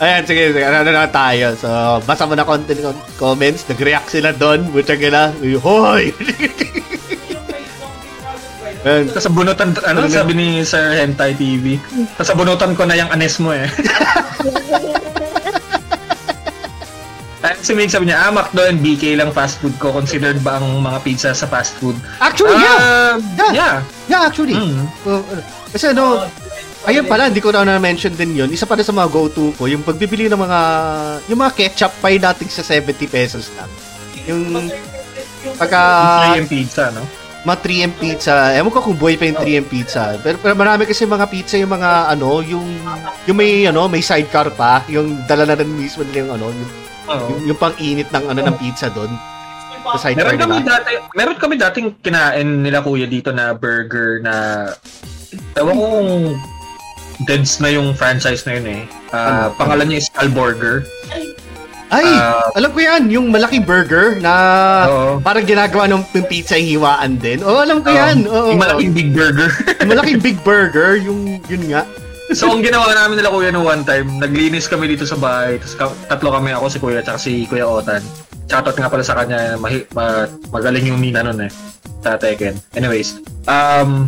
Ayan, sige, sige. Ano na tayo? So, basa mo na konti ng comments. Nag-react sila doon. Butang gala. Uy, Hoy! (laughs) Ayan,
Tapos sa bunutan, ano sabi ni Sir Hentai TV? Tapos sa bunutan ko na yung anes mo
(laughs)
eh. At si Mig sabi niya, ah, McDo and BK lang fast food ko. Considered ba ang mga pizza sa fast food?
Actually, yeah. Yeah.
Ah, yeah.
Yeah, actually.
Mm.
Oh, ano. kasi ano, ayun pala, hindi ko na na-mention din yun. Isa pa rin sa mga go-to ko, yung pagbibili ng mga, yung mga ketchup pie natin sa 70 pesos lang. Yung, pagka,
Yung yung pizza, no?
mga 3M pizza, ewan ko kung buhay pa yung 3M pizza. Pero, pero marami kasi mga pizza, yung mga, ano, yung, yung may, ano, may sidecar pa, yung dala na rin mismo nila yung, ano, yung,
Oo.
yung, yung pang-init ng, ano, ng pizza doon. Sa sidecar
Meron kami
nila.
dati, meron kami dating kinain nila kuya dito na burger na Ewan ko kung Deads na yung franchise na yun eh. Ah,
Ano?
pangalan niya is Alburger.
Ay,
Ah.
alam ko yan, yung malaking burger na,
Oo.
Parang ginagawa ng ng pizza hiwaan din. Oo, alam ko Ano yan. Oo,
yung
oo. (laughs)
Um, malaking big burger. (laughs)
Yung malaking big burger, yung yun nga.
so, ang ginawa namin nila kuya no one time, naglinis kami dito sa bahay. Tapos ka- tatlo kami ako, si kuya, tsaka si kuya Otan. Shoutout nga pala sa kanya, mahi- ma- magaling yung nina nun eh. Tatay Ken. Anyways, um,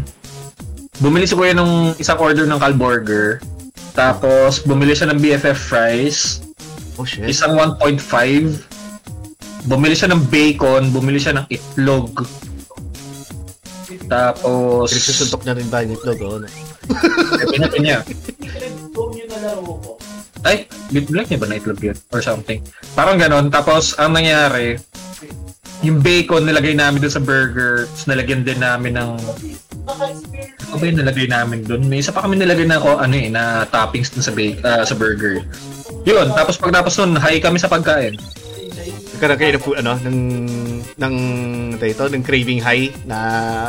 bumili si kuya ng isang order ng Kalburger. Tapos, bumili siya ng BFF fries.
Oh shit.
isang 1.5. Bumili siya ng bacon, bumili siya ng itlog. Tapos,
Pinagsusuntok na rin ba yung itlog? Oo. no?
pinapin niya. Ay, bit black niya ba na itlog yun? Or something. Parang ganon. Tapos, ang nangyari, yung bacon nilagay namin doon sa burger, tapos nilagyan din namin ng... Ano ba yung nilagay namin doon? May isa pa kami nilagay na, ko, ano eh, na toppings dun sa, bake, ah, sa burger. Yun, tapos pagtapos nun, high kami sa pagkain.
nagkaroon kayo ng fu- ano ng ng ano ito ng craving high na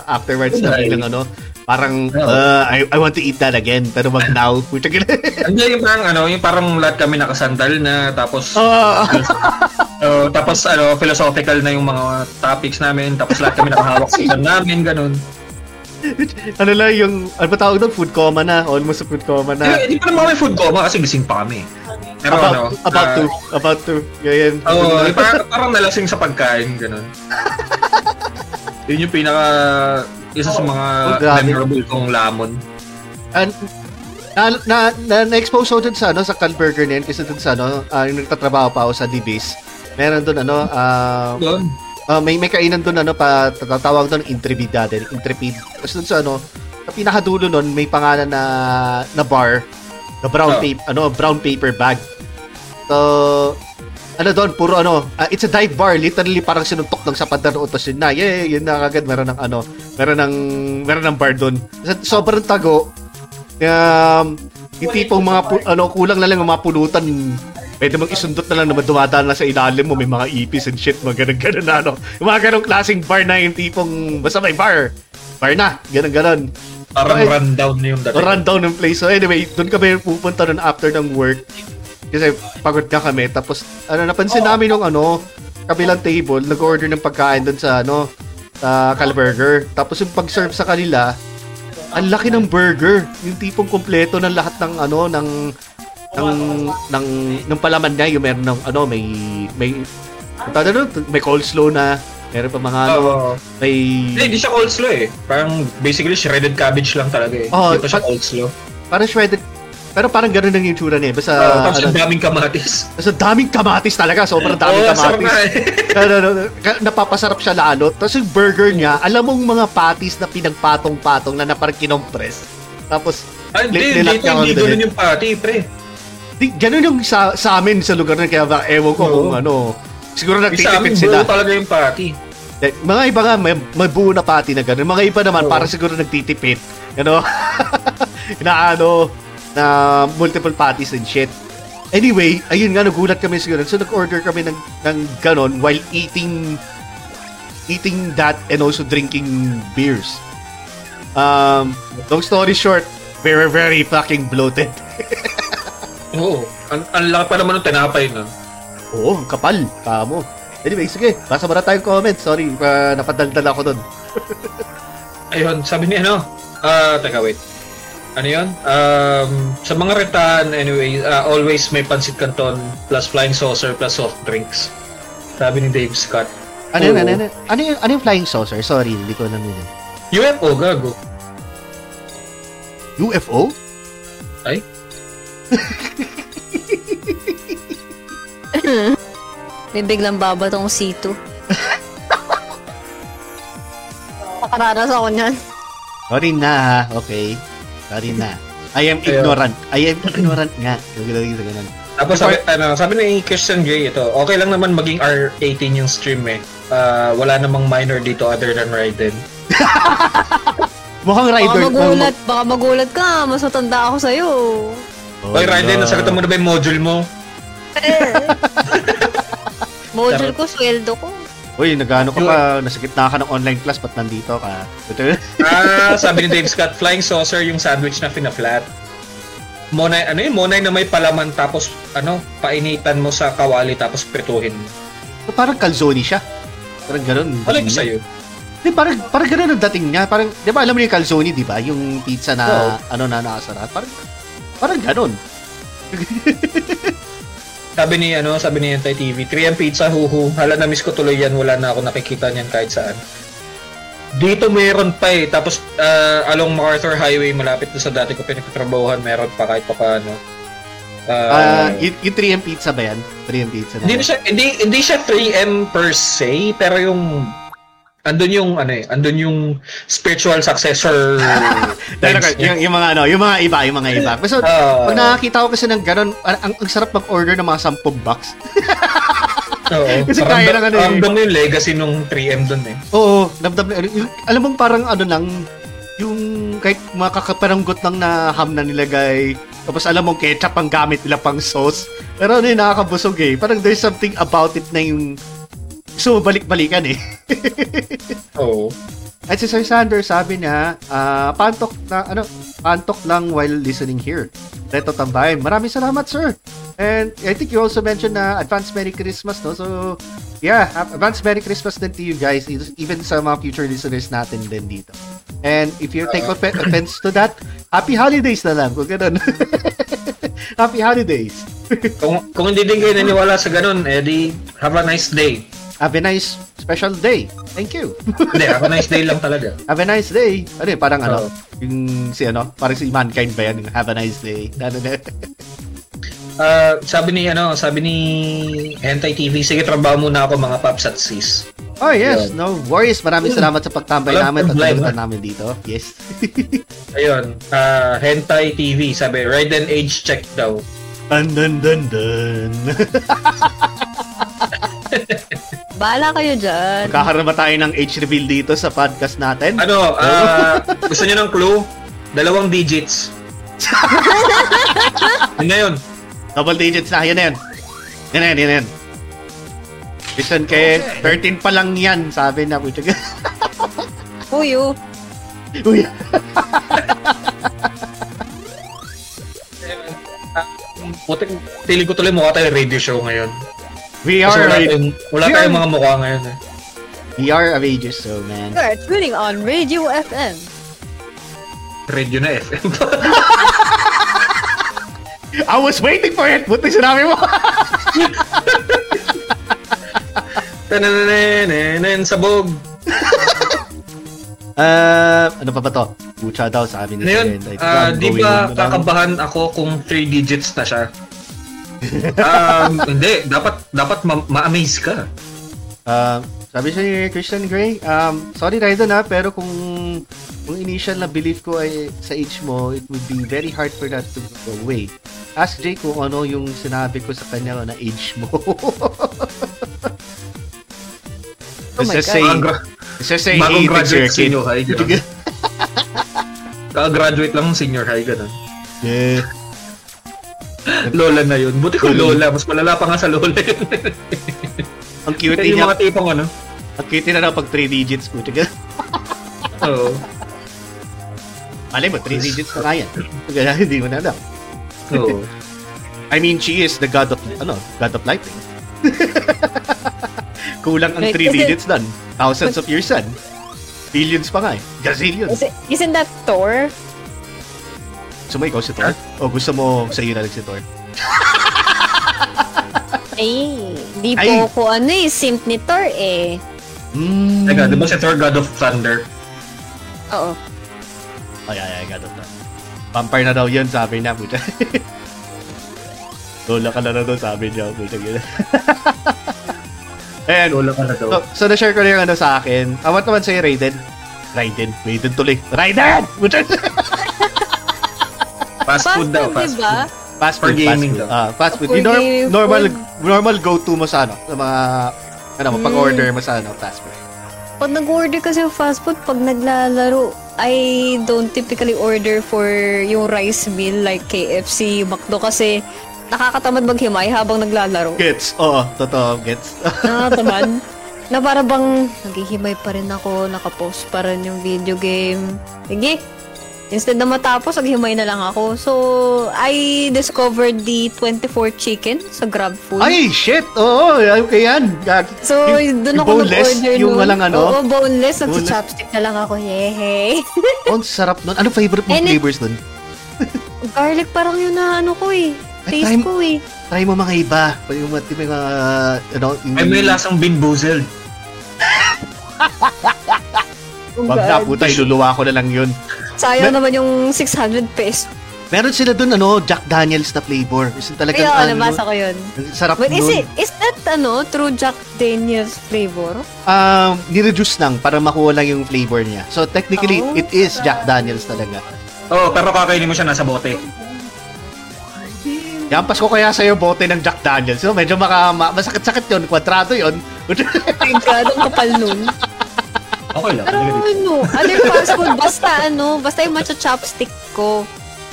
afterwards na
Right.
bilang ano parang
Oo.
uh, I, I want to eat that again pero wag
(laughs)
now puta ka
Hindi, yung parang ano, yung parang lahat kami nakasandal na tapos
oh,
oh, tapos ano, philosophical na yung mga topics namin, tapos lahat kami nakahawak sa ilan namin, ganun.
ano lang yung ano ba tawag doon food coma na almost sa food coma
Hindi,
na
hindi pa naman kami food coma kasi gising pa kami. Pero ano,
about about
ah,
to about to ganyan
Oo, oh, parang, parang nalasing sa pagkain,
(laughs)
ganun. Yun yung pinaka, isa sa mga
Oh, grabe.
memorable kong lamon.
And, na, na, na, na-expose ako dun sa, ano, sa Culburger na yun kasi dun sa, ano, ah, yung nagtatrabaho pa ako sa DB's. Meron dun, ano, ah,
Doon.
ah, may, may kainan dun, ano, pa, tatawag dun, intrepid dati, intrepid. Tapos dun sa, ano, sa pinakadulo nun, may pangalan na, na bar, na brown
Oh.
tape, ano, brown paper bag. So, ano doon, puro ano, ah, it's a dive bar, literally parang sinuntok ng sapadan o tapos yun na, yeah, yun na kagad, meron ng ano, meron ng, meron ng bar doon. So, sobrang tago, um, yung tipong mga, pu- ano, kulang na lang yung mga pulutan, pwede mong isundot na lang na dumadaan na sa ilalim mo, may mga ipis and shit, mga ganun ganun na ano. Yung mga ganun klaseng bar na yung tipong, basta may bar, bar na, ganun ganun.
Parang
Ay.
rundown na yung dati.
Rundown ng place. So anyway, doon kami pupunta nun after ng work. Kasi pagod ka kami. Tapos, ano, napansin namin nung ano, kabilang table, nag-order ng pagkain doon sa, ano, sa Calburger. Tapos yung pag-serve sa kanila, ang laki ng burger. Yung tipong kumpleto ng lahat ng, ano, ng, ng, ng, ng palaman niya. Yung meron ng, ano, may, may, ang tawag na doon, may coleslaw na, meron pa mga, ano,
Oo.
may,
Hindi, hindi siya coleslaw eh. Parang basically shredded cabbage lang talaga eh.
Oo,
hindi pa siya
pag-
coleslaw.
parang shredded, pero parang ganun lang yung tsura niya. Basta,
Uh, Tapos
ano,
ang daming kamatis.
Tapos ang daming kamatis talaga. Sobrang daming
Oo, sarap
kamatis.
nga
(laughs)
eh.
Ano, ano, ka- napapasarap siya lalo. Tapos yung burger niya, alam mong mga patis na pinagpatong-patong na naparang kinompress. Tapos,
Ah, Hindi,
Lit-
hindi,
nilat niya
hindi
ako
ganun yung party, pre.
di, ganun yung sa, sa amin sa lugar na kaya ba, ewan ko
Oo.
kung ano. Siguro
Yung Sa
nagtitipid
amin,
sila.
buo talaga yung party.
Eh, Mga iba nga, may, may buo na pati na ganun. Mga iba naman,
Oo.
parang siguro nagtitipid. Ano? (laughs) na ano, na multiple patties and shit. Anyway, ayun nga, nagulat kami siguro. So, nag-order kami ng, ng ganon while eating eating that and also drinking beers. Um, long story short, very, very fucking bloated. (laughs)
Oo. Ang, ang laki pa naman ng tinapay nun.
Oo, Oh, ang kapal. Kamo. Anyway, sige. Basa muna tayong comments. Sorry, uh, napadaldal ako doon.
Ayun, sabi ni ano, ah, teka, wait. Ano yun? Um, sa mga retahan, anyway, ah, always may pancit canton plus flying saucer plus soft drinks. Sabi ni Dave Scott.
Ano yun?
Oo.
Ano, yun? ano, yung, ano yung flying saucer? Sorry, hindi ko alam yun. eh.
UFO, gago.
UFO?
Ay?
May biglang babatong C2.
(laughs)
Nakaranas ako niyan.
Sorry na, ha? okay. Sorry na. I am ignorant. I am (laughs) ignorant nga. Yung ganun, yung ganun.
Tapos sabi, ano, sabi ni Christian J ito, okay lang naman maging R18 yung stream eh. Ah, wala namang minor dito other than Raiden.
Mukhang
Baka
rider.
magulat, baka magulat ka. Mas matanda ako
(laughs)
sa'yo.
Oh,
Oy,
no.
Raiden, nasagot mo na ba yung module mo?
Module ko, sweldo ko.
Uy, nagano ka pa. Nasa gitna ka ng online class. Ba't nandito ka? (laughs) Ito-
Ah, sabi ni Dave Scott, flying saucer yung sandwich na fina-flat. Monay, ano yun? Monay na may palaman tapos ano, painitan mo sa kawali tapos prituhin. mo.
parang calzone siya. Parang ganun.
Wala ko sa'yo.
Di, parang, parang ganun ang dating niya. Parang, di ba alam mo yung calzone, di ba? Yung pizza na, ano na, nakasara. Parang, parang ganun.
Sabi ni ano, sabi ni Antay TV, 3M pizza huhu. Hala na miss ko tuloy yan, wala na ako nakikita niyan kahit saan. Dito meron pa eh. Tapos ah, along MacArthur Highway malapit na sa dati ko pinagtatrabahuhan, meron pa kahit pa paano.
Ah,
Ah,
yung, yung 3M pizza ba yan? 3M pizza na.
Hindi na siya hindi hindi siya 3M per se, pero yung andun yung ano eh, andun yung spiritual
(laughs)
successor.
Talaga,
vibes niya.
yung, yung mga ano, yung mga iba, yung mga iba. Pero so,
Ah.
pag nakakita ko kasi ng ganun, ang, ang, ang sarap mag-order ng mga 10 bucks.
Oo.
(laughs) Kasi kaya
Parang da-
lang ano eh.
ramdam mo yung legacy nung 3M dun eh.
Oo, damdam na. yung- Alam mong parang ano lang, yung kahit mga kakaparanggot lang na ham na nilagay, tapos alam mong ketchup ang gamit nila pang sauce. Pero ano yun, nakakabusog eh. Parang there's something about it na yung gusto mo balik-balikan eh. (laughs)
Oo.
At si Sir Sander sabi niya, ah, pantok na ano, pantok lang while listening here. Leto Tambay, maraming salamat sir. And I think you also mentioned na advance Merry Christmas, no? So, yeah, a- advance Merry Christmas din to you guys, e- even sa mga future listeners natin din dito. And if you take offe- offense to that, happy holidays na lang, kung ganun. (laughs) happy holidays.
Kung, kung hindi din kayo naniwala sa ganun, eh di, have a nice day.
Have a nice special day. Thank you.
Hindi, have a nice day lang talaga.
Have a nice day. Ano yun, parang ano,
Oo.
yung si ano, parang si Mankind ba yan? Yung Have a nice day. (laughs) Ano na.
Ah, sabi ni, ano, sabi ni Hentai TV, sige, trabaho muna ako mga paps at sis.
Oh, yes.
Yun.
No worries. Maraming salamat sa pagtambay
Walang
namin at
problema.
tulungan namin dito.
(laughs)
Yes.
Ayun, ah, Hentai TV, sabi, Raiden age check daw.
dun, dun, dun, dun.
Bahala kayo dyan.
(laughs) Magkakaroon ba tayo ng age reveal dito sa podcast natin?
Ano, ah, gusto niyo ng clue? Dalawang
(laughs)
digits. Yun na yun.
Double digits na. Yan na yun. Yan na yun, yan na yun. Listen kay 13 pa lang yan, sabi na. Pucha ka. (laughs)
Puyo.
Uy.
Ah, Putik, feeling ko tuloy mukha tayo radio show ngayon.
We
Kasi
are,
wala tayong, wala
we
tayong
are-
mga mukha ngayon eh.
we are of ages, so man.
You're tuning on Radio FM.
Radio na FM.
I was waiting for it! Buti sinabi mo!
(laughs) Tanananananan, sabog.
Uh, ano pa ba to? Pucha daw sa amin.
Ngayon, ah, di ba kakabahan ako kung 3 digits na siya? um,
(laughs)
hindi, dapat dapat ma- ma-amaze ka.
Uh, sabi siya ni Christian Grey, um, sorry Raiden na, pero kung kung initial na belief ko ay sa age mo, it would be very hard for that to go away. Ask Jay kung ano yung sinabi ko sa kanya na age mo.
Oh my
Let's just
God.
say,
Mga gra-
let's just say,
bagong
hey, thanks,
graduate
sir, kid.
senior
(laughs)
high. Ganun. Kagraduate lang ng senior high, ganun.
Yeah.
Lola na yun. Buti ko lola. Mas malala pa nga sa lola yun.
Ang cute
Kaya yung
niya,
mga tipong ano.
ang cute na lang pag 3 digits po. Tiga.
Oo.
Malay mo, 3 digits na kaya. Tiga, Hindi mo na alam.
Oo.
I mean, she is the god of, ano, god of lightning. (laughs) Kulang ang
Right,
three
kasi-
digits dun. Thousands of years dun. Billions pa nga eh. Gazillions.
Is it, isn't that Thor?
Gusto mo ikaw si Thor? O gusto mo sa iyo na lang si Thor?
Ay, di
Ay.
po ako ano eh, simp ni Thor eh.
Mm.
Teka, di ba si Thor God of Thunder?
Oo.
Hmm. Ay, ay, ay, god of Thor. Vampire na daw yun, sabi niya, puta. (laughs) Lola ka na na daw, sabi niya, puta. gila. (laughs) Ayan,
Lola ka na daw.
Oh,
So, so na-share ko na yung ano sa akin. Awat naman sa'yo, Raiden. Raiden. Raiden tuloy. Raiden!
Fast food daw. Fast
di ba?
food.
fast
For
food,
gaming
fast food.
daw.
Ah, fast food.
For
Yung nor-
gaming
normal,
food.
normal go-to mo sa ano, sa mga, ano
Hmm.
mo, pag-order mo sa ano, fast food.
Pag nag-order kasi ng fast food, pag naglalaro, I don't typically order for yung rice meal like KFC, McDo kasi nakakatamad maghimay habang naglalaro.
Gets. Oo, totoo, gets.
Nakakatamad. na para bang naghihimay pa rin ako, nakapost pa rin yung video game. Sige. Instead na matapos, naghimay na lang ako. So, I discovered the 24 chicken sa Grab Food.
(laughs) Ay, shit! Oo, okay yan. Gag-
So, doon ako
boneless,
nag-order
Yung
nun.
walang ano.
Oo, boneless.
Boneless.
Nag-chopstick na lang ako. Yehey. (laughs)
Oh, ang sarap nun. Ano favorite mong
And it-
flavors nun?
Garlic parang yun na ano ko eh.
Ay,
Taste
time-
ko eh.
Try mo mga iba. Yung mga, yung mga, ano, yung...
Ay, may lasang Bin Boozled.
Oh,
Wag na,
God.
puta, iluluwa ko na lang yun.
Sayang
Na-
naman yung 600 pesos.
Meron sila dun, ano, Jack Daniels na flavor. Is talagang,
Kaya
ano,
alabas ako yun.
ang sarap
But is
nun.
it, is that ano, true Jack Daniels flavor?
um, nireduce lang para makuha lang yung flavor niya. So technically,
Oh.
it is Jack Daniels talaga.
Oo, pero kakainin mo siya nasa bote.
Yampas ko kaya sa'yo bote ng Jack Daniels. So medyo maka, ma- masakit-sakit yun, kwadrado yun. (laughs)
Tingkadong kapal nun.
Okay lang.
Pero ano, other fast food, basta ano, basta yung matcha ano chopstick ko.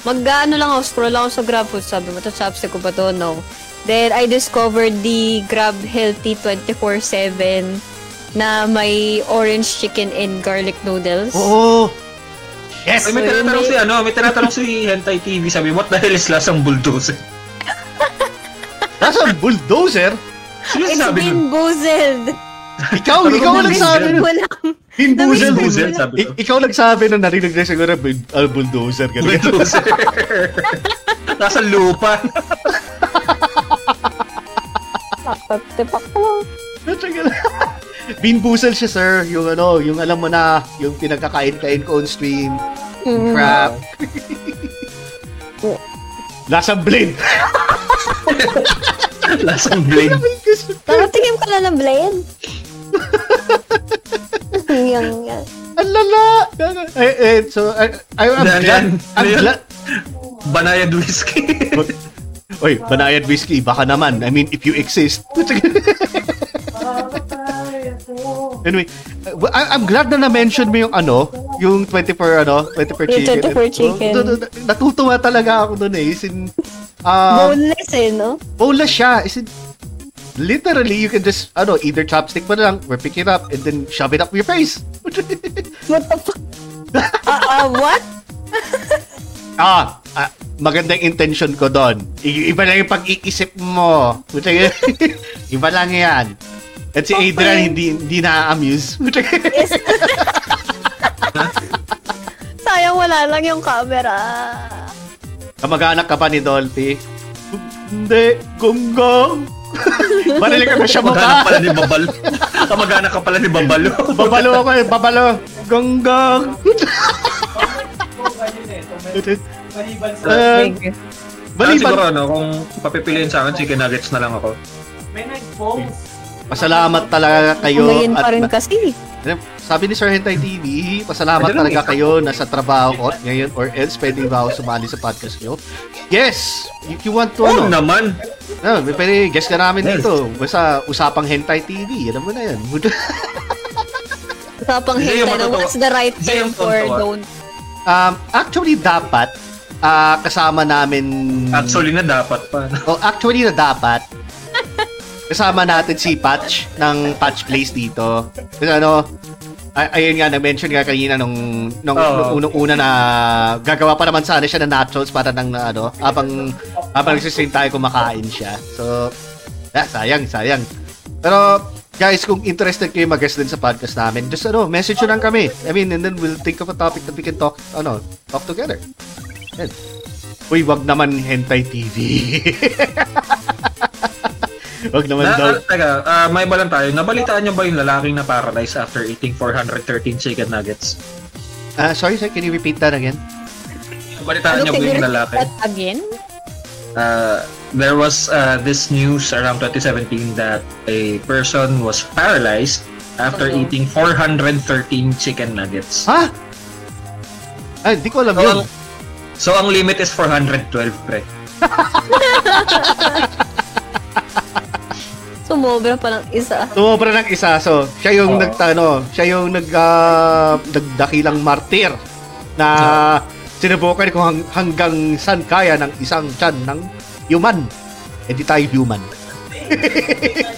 Mag-ano lang ako, scroll ako sa Grab Food, sabi, matcha chopstick ko ba to? No. Then I discovered the Grab Healthy 24/7 na may orange chicken and garlic noodles.
Oo! Yes!
Ay, may
So,
tinatanong
may-
si ano, may tinatanong si Hentai TV, sabi, what the hell is lasang bulldozer?
That's a bulldozer!
Sino
It's
ano sabi nun?
been boozled.
Ikaw,
Ano
ikaw
ba
lang
bulldozer?
sabi nun.
Wala.
Bin bulldozer.
Bulldozer, sabi ko.
Ik- ikaw lang sabi nun, narinig na siguro, bin- ah, bulldozer. Ganun.
Bulldozer. (laughs) Nasa lupa.
Tipak mo.
Bean boozle siya, sir. Yung ano, yung alam mo na, yung pinagkakain-kain ko on stream. (laughs) Crap. Lasang (laughs) blade.
Lasang blade.
Nakatingin ka lang ng blade.
(laughs)
yung, yung,
Ang lala. Eh, eh, so, I, I, I'm
Yan,
glad.
yan.
I'm
Yan.
glad.
Banayad whiskey.
Oy, banayad whiskey, baka naman. I mean, if you exist. (laughs) anyway, uh, well, I- I'm glad na na-mention mo yung ano, yung 24 ano, 24
Yung
chicken.
24 chicken.
Oh, nat- nat- Natutuwa talaga ako doon eh. As in,
Um,
uh,
boneless eh, no?
boneless siya. As in, literally, you can just, ano, either chopstick mo na lang, or pick it up, and then shove it up your face. (laughs)
What the fuck?
Ah, ah, what?
ah, ah, magandang intention ko doon. I- iba lang yung pag-iisip mo. Puta yun. (laughs) iba lang yan. At si Adrian, hindi, hindi na-amuse. Puta yun.
Sayang wala lang yung camera.
Kamag-anak ka pa ni Dolphy? Hindi, gonggong. Barilig ako siya
(laughs) Kamag-anak pala
mukha.
ni Babalo. Kamag-anak ka pala ni Babalo.
Babalo ako eh, babalo. Gonggong.
Ah,
Ah,
Thank you.
siguro
Balibag.
ano, kung papipiliin sa akin, chicken nuggets na lang ako.
Pasalamat talaga kayo.
Ngayon
at
pa rin
na-
kasi.
Alam, Sabi ni Sir Hentai TV, pasalamat
Ito lang,
talaga
isa.
kayo nasa trabaho ko ngayon or else pwede ba ako sumali sa podcast nyo? Yes! If you want to, ano,
Oo naman.
no, pwede guest ka namin
Oh, Yes.
dito. Basta usapang Hentai TV, alam mo na yan.
Usapang
Hindi,
hintay
yung
na
matutuwa.
what's the right
Hindi,
term
yung
for
matutuwa.
don't.
(laughs) um, actually, dapat ah, kasama namin...
Actually na dapat pa.
Oh, actually na dapat. Kasama natin si Patch ng Patch Place dito. Kasi ano, ay- ayun nga, na-mention nga kanina nung, nung,
Oo.
nung unang-una na gagawa pa naman sana siya ng nachos para nang na ano, habang, habang nagsistrain tayo kumakain siya. So, ah, sayang, sayang. Pero, guys, kung interested kayo mag-guest din sa podcast namin, just ano, message nyo lang kami. I mean, and then we'll think of a topic that we can talk, ano, talk together. Yan. Uy, wag naman hentai TV. (laughs) wag naman
Na,
daw.
ah, teka, ah, may iba lang tayo. Nabalitaan niyo ba yung lalaking na paralyzed after eating 413 chicken nuggets?
Ah, sorry, sir, can you repeat that again?
Nabalitaan niyo ba yung lalaki?
that Ano again?
Uh, there was uh, this news around 2017 that a person was paralyzed after
Oo.
eating 413 chicken nuggets.
Ha? Ah, hindi ko alam
So,
yun.
ang, so ang limit is 412 pre.
Sumobra pa ng isa.
Sumobra ng isa, so, siya yung
Oo.
nagtano, siya yung nag, ah, nagdakilang martir na sinubukan kung hang- hanggang saan kaya ng isang tiyan ng human. Eh, di tayo human.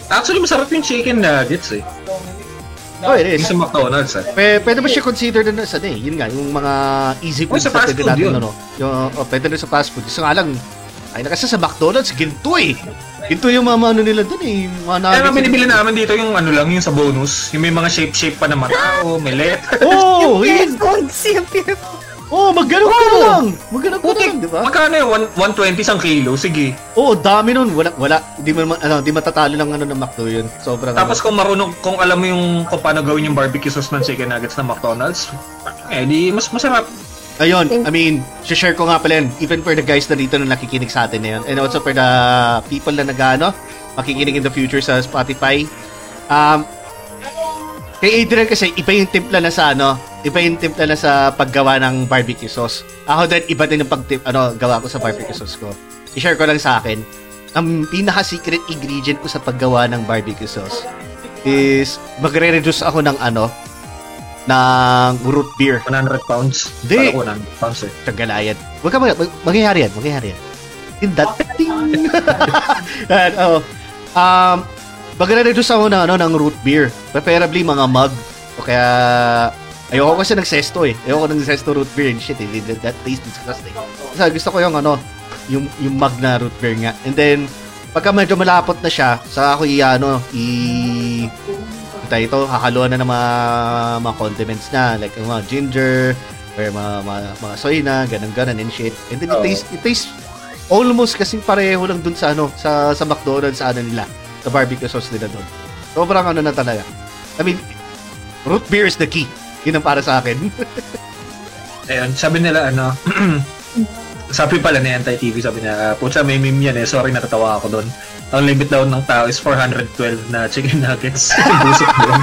Actually, masarap yung chicken nuggets eh.
Oh, it
Yung
is.
sa McDonald's eh.
P- pwede ba siya consider din as ano eh, yun nga, yung mga easy
Oh,
foods na
sa fast
pwede
food
natin,
yun.
ano, yung, oh, pwede rin sa fast food. Kasi nga lang, ay nakasa sa McDonald's, ginto eh. Ginto yung mga ano nila dun eh, mga
Kaya nga
nuggets.
binibili namin dito yung ano lang, yung sa bonus. Yung may mga shape-shape pa na
Ah!
matao, may letter.
Oh,
Yes,
yun!
goods, yung pure
Oh, magganap ka na lang! Magganap ka na lang, di Ano ba?
Magkano yun? One- 120 isang kilo, sige.
Oo, dami nun. Wala, wala. Di, man, ano, di matatalo ng ano ng McDo yun. Sobrang ano.
Tapos kung marunong, kung alam mo yung kung paano gawin yung barbecue sauce ng chicken nuggets ng McDonald's, eh di mas masarap.
ano. Ayun, I mean, share ko nga pala yun. Even for the guys na dito na nakikinig sa atin na yun. And also for the people na nagano, makikinig in the future sa Spotify. Um, kay Adrian kasi iba yung timpla na sa ano, iba yung timpla na sa paggawa ng barbecue sauce. Ako din, iba din yung pagtip, ano, gawa ko sa barbecue sauce ko. I-share ko lang sa akin. Ang pinaka-secret ingredient ko sa paggawa ng barbecue sauce is magre-reduce ako ng ano, ng root beer.
100 pounds.
Di.
Parang 100 pounds eh.
Tagalayan. Huwag ka mag- mag- mangyayari yan, mangyayari yan. in (laughs) that thing. And, oh, um, magre-reduce ako ng, ano, ng root beer. Preferably mga mug. O kaya, ayoko kasi ng sesto eh. Ayoko ng sesto root beer and shit eh. That, that tastes disgusting. So, gusto ko yung ano, yung, yung mug na root beer nga. And then, pagka medyo malapot na siya, saka ako i, ano, i, ito, ito, hahaluan na ng mga, mga condiments na, like yung mga ginger, or mga, mga, mga soy na, ganun ganun and shit. And then it
Oo.
tastes, it tastes almost kasi pareho lang dun sa ano, sa, sa McDonald's sa ano nila, sa barbecue sauce nila dun. Sobrang ano na talaga. I mean, root beer is the key. Yun ang para sa akin. (laughs)
Ayun, sabi nila ano, (clears throat) sabi pala ni Anti TV, sabi niya, ah, putya may meme yan eh, sorry natatawa ako doon. Ang limit daw ng tao is 412 na chicken nuggets. (laughs) Busok mo yun.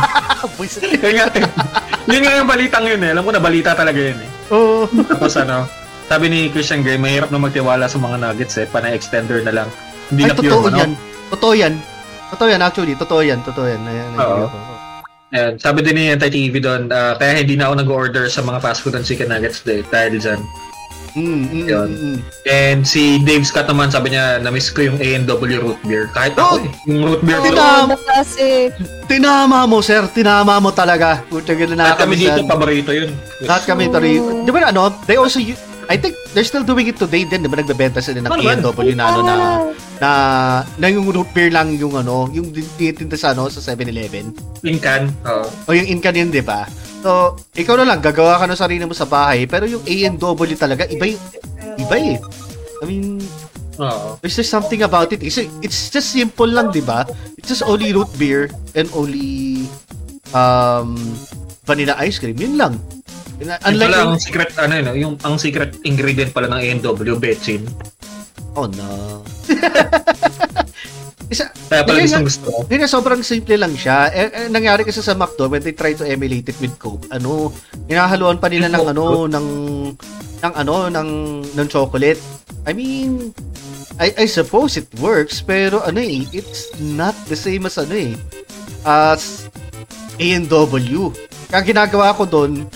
yun nga, eh. (laughs) yun nga yung balitang yun eh. Alam ko na balita talaga yun eh.
Oo.
Tapos ano, sabi ni Christian Grey, mahirap na magtiwala sa mga nuggets eh, panay-extender na lang. Hindi
Ay,
na pure
totoo
ano.
yan. Totoo yan. Totoo yan, actually. Totoo yan. Totoo yan. Ayan,
Oo.
ayan, ayan.
Ayan, sabi din ni Anti TV doon, ah, kaya hindi na ako nag-order sa mga fast food and chicken nuggets dahil dahil dyan.
Mm, mm,
Yun.
mm, mm.
And si Dave Scott naman sabi niya, na-miss ko yung A&W root beer. Kahit
Oh!
ako eh. Yung root beer
Puta!
ko.
Tinam-
Kasi,
Tinama mo, sir. Tinama mo talaga. Puta, gano'n
Lahat kami dito,
nakakamisan.
paborito yun.
Lahat kami ito rin. Di ba ano, they also, u- I think they're still doing it today din. Di ba nagbebenta sila ng
Ano ba?
A&W na ano na, na, na yung root beer lang yung ano, yung tinitinda sa ano, sa 7-Eleven.
Yung can.
O
Oo.
yung in ka din, di ba? So, ikaw na lang, gagawa ka ng sarili mo sa bahay, pero yung A&W talaga, iba yung, iba eh. I mean,
Oo.
there's just something about it. Kasi it's just simple lang, di ba? It's just only root beer and only um, vanilla ice cream. Yun lang. Yun lang.
Yung
Unlike
pala,
yung...
ang secret, ano yun, yung, ang secret ingredient pala ng A&W, betsin.
Oh, no. Isa,
Kaya pala
Hindi
gusto gusto ko.
Hindi na, sobrang simple lang siya. Eh, eh, nangyari kasi sa McDo, when they try to emulate it with Coke, ano, hinahaluan pa nila ng ano, ng, ng ano, ng, ng chocolate. I mean, I, I suppose it works, pero ano eh, it's not the same as ano eh, as A&W. Kaya ang ginagawa ko doon,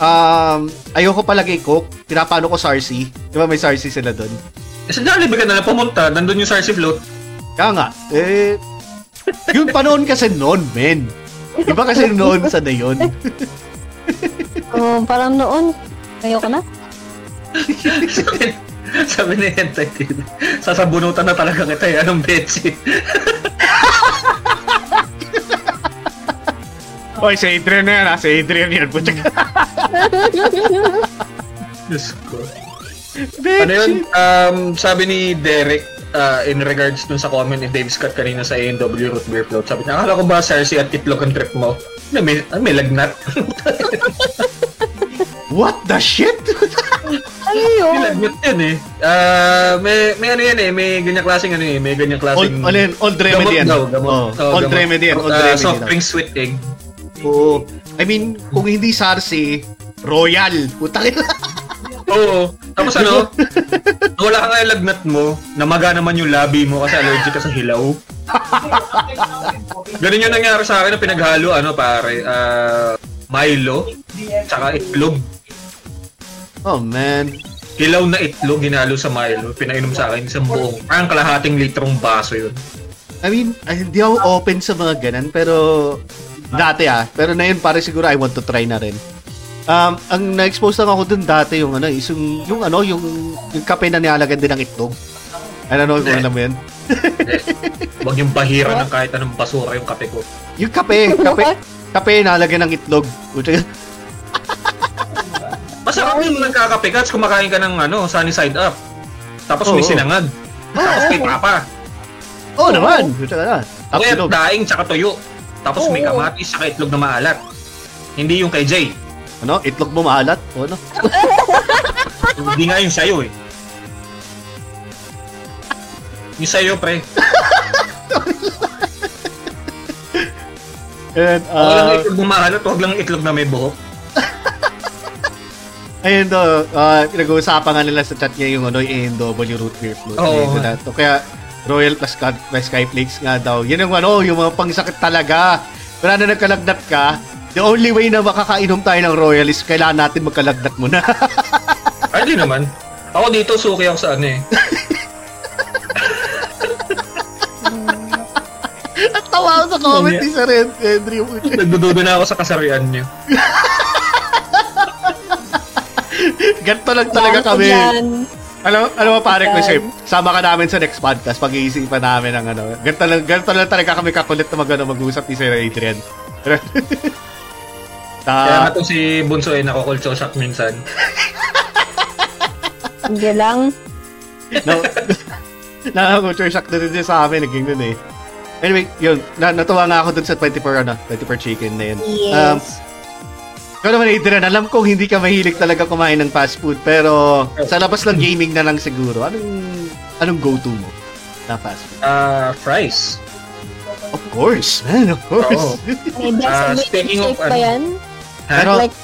um, ayoko palagay Coke, pinapano ko Sarsi. Di ba may Sarsi sila doon?
Kasi Jollibee ka na lang pumunta, nandun yung Sarsi Float. (laughs)
Kaya nga, eh, yung panahon kasi noon, men. Iba kasi noon sa na yun.
Oh, parang noon. Ayoko
(laughs)
na.
sabi, sabi ni Hentai TV, sasabunutan na talaga kita eh, anong betsin.
Oy, si Adrian na yan, ha? Si Adrian yan. Putsak.
(laughs) Diyos ko. Ano yun? Um, sabi ni Derek, uh, in regards dun sa comment ni Dave Scott kanina sa A&W Root Beer Float, sabi niya, akala ko ba Cersei at Itlog ang trip mo? Na may, ah, may lagnat. (laughs)
What the shit?
Ano
may
yun?
Oh.
lagnat yan eh. Ah, may, may ano yan eh, may ganyang klaseng ano eh, may ganyang
old,
klaseng...
ano yun? Old remedy yan.
Gamot daw, gamot.
Oh, old
gamot.
remedy yan. Old
Ah,
remedy
soft
daw.
drink sweet egg.
Oo. I mean, kung hindi Sarsi, Royal. Putang ina.
Oo. Tapos ano, wala ka nga yung lagnat mo, namaga naman yung labi mo kasi allergic ka sa hilaw. Ganun yung nangyari sa akin na pinaghalo, ano pare, ah, Milo, tsaka itlog.
Oh, man.
Hilaw na itlog, ginalo sa Milo, pinainom sa akin isang buong, parang kalahating litrong baso yun.
I mean, ay, hindi ako open sa mga ganan, pero dati ah. Pero na yun, pare siguro I want to try na rin. Um, ang na-expose lang ako dun dati yung ano, is yung, yung ano, yung, yung kape na nilalagyan din ng itlog. I don't know kung alam mo yan.
Huwag yung bahira ng kahit anong basura yung kape ko.
Yung kape, kape, kape nalagyan ng itlog. Puta,
Masarap yung nagkakape ka, tapos kumakain ka ng ano, sunny side up. Tapos may
Oo.
sinangag. Tapos may papa.
Oo oh, naman! Puta ka na. Tapos
Ngayon,
itlog.
daing tsaka tuyo. Tapos may kamatis tsaka itlog na maalat. Hindi yung kay Jay.
Ano? Itlog mo maalat? O ano?
Hindi nga yung sa'yo eh. Yung sa'yo, pre.
And,
Huwag lang
uh,
itlog na maalat, huwag lang itlog na may buhok.
ayun daw, uh, pinag-uusapan nga nila sa chat niya yung ano, yung A&W root beer Ano float.
Oo.
Ayun, na- to. Kaya, Royal plus, Sky- plus Sky Flakes nga daw. Yun ang ano, yung mga pangsakit talaga. Wala na nagkalagnat ka, the only way na makakainom tayo ng Royal is kailangan natin magkalagnat muna.
Ay, di naman. Ako dito, suki ako sa ano eh.
(laughs)
(laughs)
Tawa ako sa comment ni Sir Ed- Edry.
Nagdudugo na ako sa kasarian niyo.
Ganito lang talaga
Yan,
kami.
yan.
Alam, alam mo pare ko, Sir, sama ka namin sa next podcast. Pag-iisipan namin ng ano. Ganito lang, ganito lang talaga kami kakulit na mag, ano, mag-usap ni Sir Adrian. (laughs) Ta,
Kaya nga to si Bunso eh, nakukulso shock minsan.
Hindi lang.
(laughs) na, na, culture shock na rin din sa amin. Naging nun eh. Anyway, yun. Na, natuwa nga ako dun sa 24, ano, 24 chicken na yun. Um,
Yes.
ikaw naman, Adrian, alam kong hindi ka mahilig talaga kumain ng fast food, pero sa labas lang gaming na lang siguro. Anong, anong go-to mo na fast food?
Ah, fries.
Of course, man, of course.
Oo.
May
Ah,
designated
speaking of
shape ba
ano,
yan?
(laughs) Pero,
Like,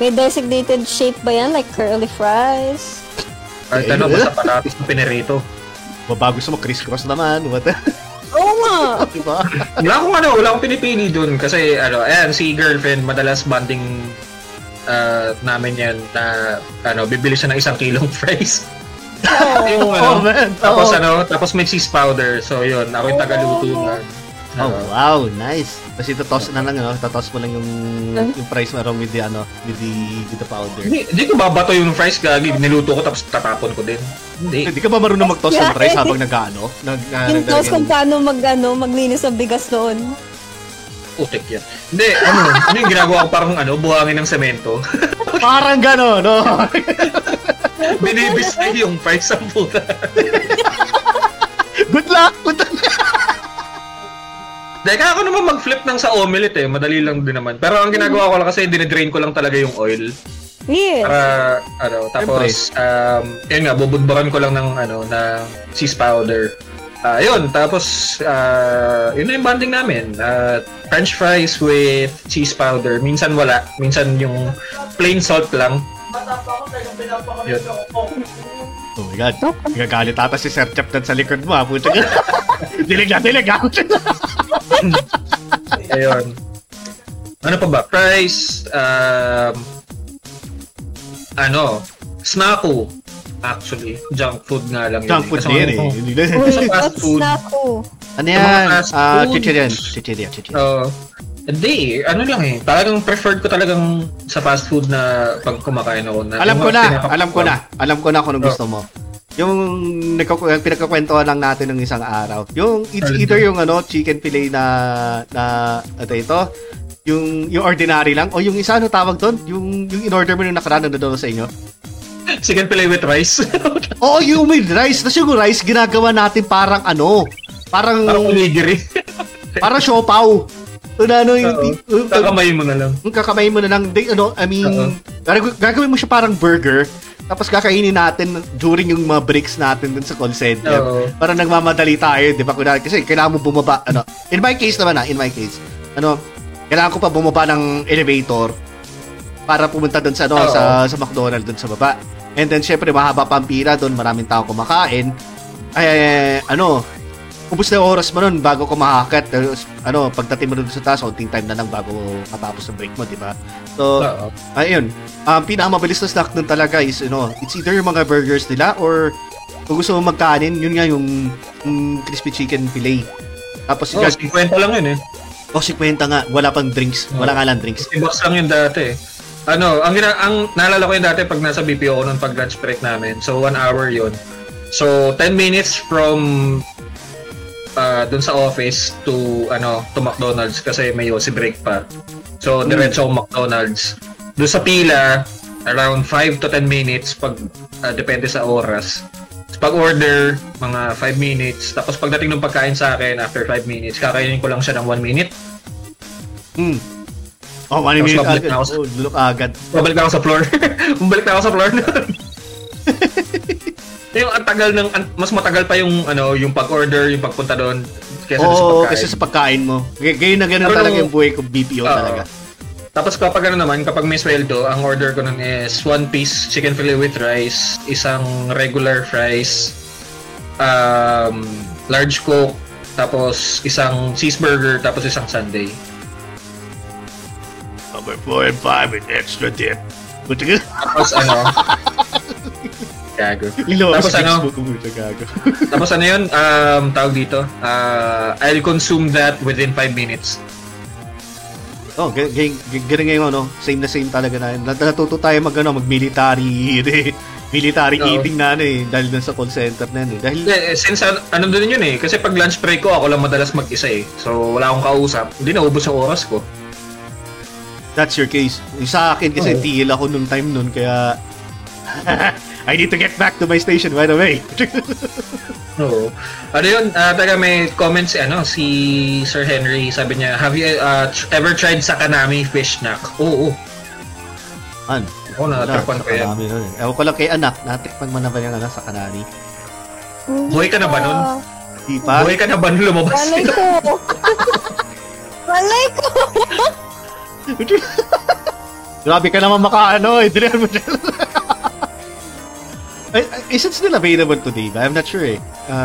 may designated shape ba yan? Like curly fries?
Ang tanong ko sa patatas ng pinirito.
Baba gusto mo crisscross naman, what the, (laughs)
Oo nga!
diba?
Wala akong ano, wala akong pinipili dun kasi ano, ayan, si girlfriend madalas banding ah, namin yan na ano, bibili siya ng isang kilong (laughs) fries. Yung,
Oh,
ano,
man.
tapos
Oo.
ano, tapos may cheese powder. So yun, ako yung tagaluto na.
Oh,
ano,
wow, nice. Kasi totoss na lang, ano, totoss mo lang yung, yung price mo wrong with the, ano, with the, with the powder.
(laughs) Hindi, hindi ko babato yung fries gagi, niluto ko tapos tatapon ko din. Hindi.
(laughs) Hindi ka ba marunong mag-toss ng
Yeah.
price habang nag-ano? Nag, na-
Yung
nag-
tapos kung paano mag, ano, maglinis ng bigas noon.
Putik yan. Hindi, ano, ano yung ginagawa ko parang ano, buhangin ng semento. (laughs)
Parang gano'n, no? (laughs)
Binibis na yung fries sa puta.
Good luck! Good luck!
Teka, ako naman mag-flip ng sa omelette eh. Madali lang din naman. Pero ang ginagawa ko lang kasi dinidrain ko lang talaga yung oil.
Yeah.
Para, ano, tapos, um, yun nga, bubudbaran ko lang ng, ano, ng cheese powder. Ah, yun, tapos, ah, yun na yung banding namin. Ah, french fries with cheese powder. Minsan wala. Minsan yung plain salt lang. Yun.
Oh my God. Nagagalit ata si Sir Chap dun sa likod mo, ha? Puta ka. dilig na, dilig ah. na.
Ayun. Ano pa ba? Fries, um, ano, snacko. Actually, junk food nga lang
Junk food
Kasama
din, eh.
ko.
Hindi-
Uy,
sa fast
what's
food.
na ako?
Ano yan?
Mga fast
Ah,
food.
chichirya. Chichirya, chichirya.
Oo. Hindi, eh. ano lang eh. Talagang preferred ko talagang sa fast food na pag kumakain ako na.
Alam
yung
ko
mga
na,
pinaka-
alam ko na,
Oh.
alam ko na kung anong gusto mo. Yung nagkaku- yung pinagkakwentuhan lang natin ng isang araw. Yung it's
Talaga.
either yung ano, chicken fillet na na ito ito, yung yung ordinary lang o yung isa ano tawag doon, yung yung in-order mo nung nakaraan na doon sa inyo.
(laughs) Chicken fillet with rice.
Oo, yung may rice, tapos yung rice ginagawa natin parang ano, parang
Parang
(laughs)
(laughs) onigiri.
parang siopaw. Una ano yung,
Oo.
yung-
Kakamay mo na lang.
yung kakamay mo na lang, di, ano, I mean,
Oo.
gag- gagawin mo siya parang burger, tapos kakainin natin during yung mga breaks natin dun sa call center.
Oo.
Parang nagmamadali tayo, di ba? Kunwari, kasi kailangan mo bumaba, ano, in my case naman ah, in my case, ano, kailangan ko pa bumaba ng elevator para pumunta dun sa, ano,
Oo.
sa, sa McDonald's dun sa baba. And then, syempre, mahaba pa ang pila dun, maraming tao kumakain. Ay, ay, ay, ano, ubus na yung oras mo nun bago ko makakat. Ano, pagdating mo dun sa taas, unting time na lang bago matapos ang break mo, di ba? So,
Oo.
ayun. Ang pinakamabilis na snack nun talaga is, ano, it's either yung mga burgers nila or kung gusto mo magkanin, yun nga yung, yung crispy chicken fillet. Tapos,
Oh,
oh,
50 lang yun eh.
oh, 50 nga. Wala pang drinks.
Oh.
Wala nga lang drinks.
Kasi box lang yun dati. eh. Ano, ang, gina- ang naalala ko yun dati pag nasa BPO ko nun pag lunch break namin. So, one hour yun. So, 10 minutes from uh, dun sa office to ano to McDonald's kasi may si break pa. So, diretso ako McDonald's. Doon sa pila, around 5 to 10 minutes pag ah, depende sa oras. Pag order, mga 5 minutes. Tapos pagdating ng pagkain sa akin, after 5 minutes, kakainin ko lang siya ng 1 minute.
Mm. Oh, one
Tapos
minute
mabalik
agad.
na ako sa-
Oh, look agad.
Babalik na ako sa floor. (laughs) Babalik na ako
(laughs)
sa floor nun. yung ang tagal ng ang- mas matagal pa yung ano yung pag-order, yung pagpunta doon kaysa sa
Oo,
pagkain.
kasi sa pagkain mo. G- Ganyan na ganyan
Pero
talaga
nung-
yung buhay ko, BPO
Oo.
talaga.
Tapos kapag ano naman, kapag may sweldo, ang order ko nun is one piece chicken fillet with rice, isang regular fries, um, large coke, tapos isang cheeseburger, tapos isang sundae.
Number 4 and 5 with extra dip. Buti ka. (laughs)
Tapos ano, Gago.
Ilo
Tapos ano?
Gago.
Tapos ano yun, um, tawag dito, ah, I'll consume that within 5 minutes.
Oh, g- g- g- ganun ngayon, ano? Same na same talaga na. Nat- Natuto tayo mag, ano, mag-military, (laughs) eh, military
Oo.
eating na, ano, eh, dahil dun sa call center na, ano. Dahil,
Eh, eh, Since an- ano din yun eh, kasi pag lunch break ko, ako lang madalas mag-isa eh. So wala akong kausap, hindi naubos ang oras ko.
that's your case. Yung Sa akin, kasi
Oo.
TL ako nung time nun, kaya... (laughs) I need to get back to my station right (laughs) away.
Oo. Ano yun, ah, taga may comment si, ano, si Sir Henry, sabi niya, have you ah, tr- ever tried Sakanami fish snack? Oo, oo.
An?
Ako natatrapan
Wala,
ko yan.
sakanami Ano? nun eh. Ewan ko lang kay anak, natikpan mo na ba yung ano, sa kanani?
Buhay ka na ba nun?
Di pa?
Buhay ka na ba nung
Ah,
lumabas?
Malay ko. Malay ko.
(laughs) Grabe ka naman makaano eh. Dilihan mo dyan. (laughs) Ay, ay, is it still available today ba? I'm not sure eh.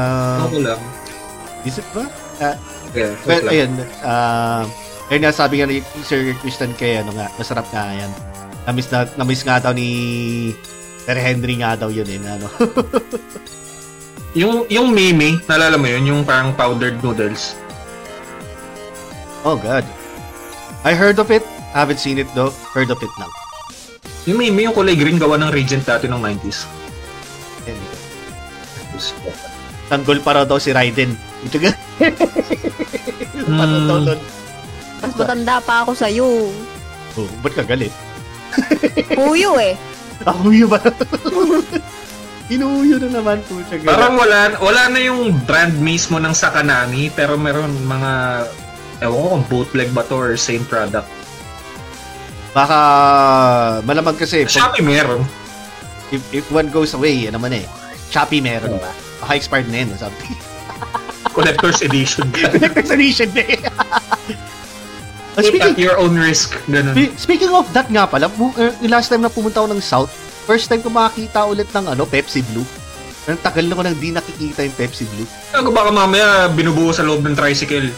(laughs)
Uh,
Ako lang.
is it ba? Ah,
Yeah,
well,
lang.
ayun. Uh, ayun nga, sabi nga ni Sir Christian kay ano nga, masarap nga yan. Namiss, na, namiss nga daw ni Sir Henry nga daw yun eh. na Ano. (laughs)
Yung, yung Mimi, naalala mo yun, yung parang powdered noodles.
oh God. I heard of it. Haven't seen it though. Heard of it lang.
Yung Mimi, yung kulay green gawa ng Regent dati ng 90s.
Anyway. Tanggol pa raw daw si Raiden. Ito (laughs) ka. Patataw nun.
Mas matanda pa ako sa'yo.
Oh, ba't ka galit? (laughs)
Puyo eh.
Ako yun ba? (laughs) Inuuyo na naman po siya.
Parang wala, wala na yung brand mismo ng Sakanami, pero meron mga, ewan ko kung bootleg ba to or same product.
Baka malamang kasi pag-
Shopee meron.
if, if one goes away, yan naman eh. Shopee meron ba? Baka expired na yun (laughs) or something. (laughs)
Collector's edition.
Collector's edition na eh. Ah,
Take at
speaking,
your own risk. Ganun.
spe- speaking of that nga pala, bu- er, yung last time na pumunta ako ng South, first time ko makakita ulit ng ano, Pepsi Blue. Ang tagal na ko nang di nakikita yung Pepsi Blue.
Ako baka mamaya binubuo sa loob ng tricycle.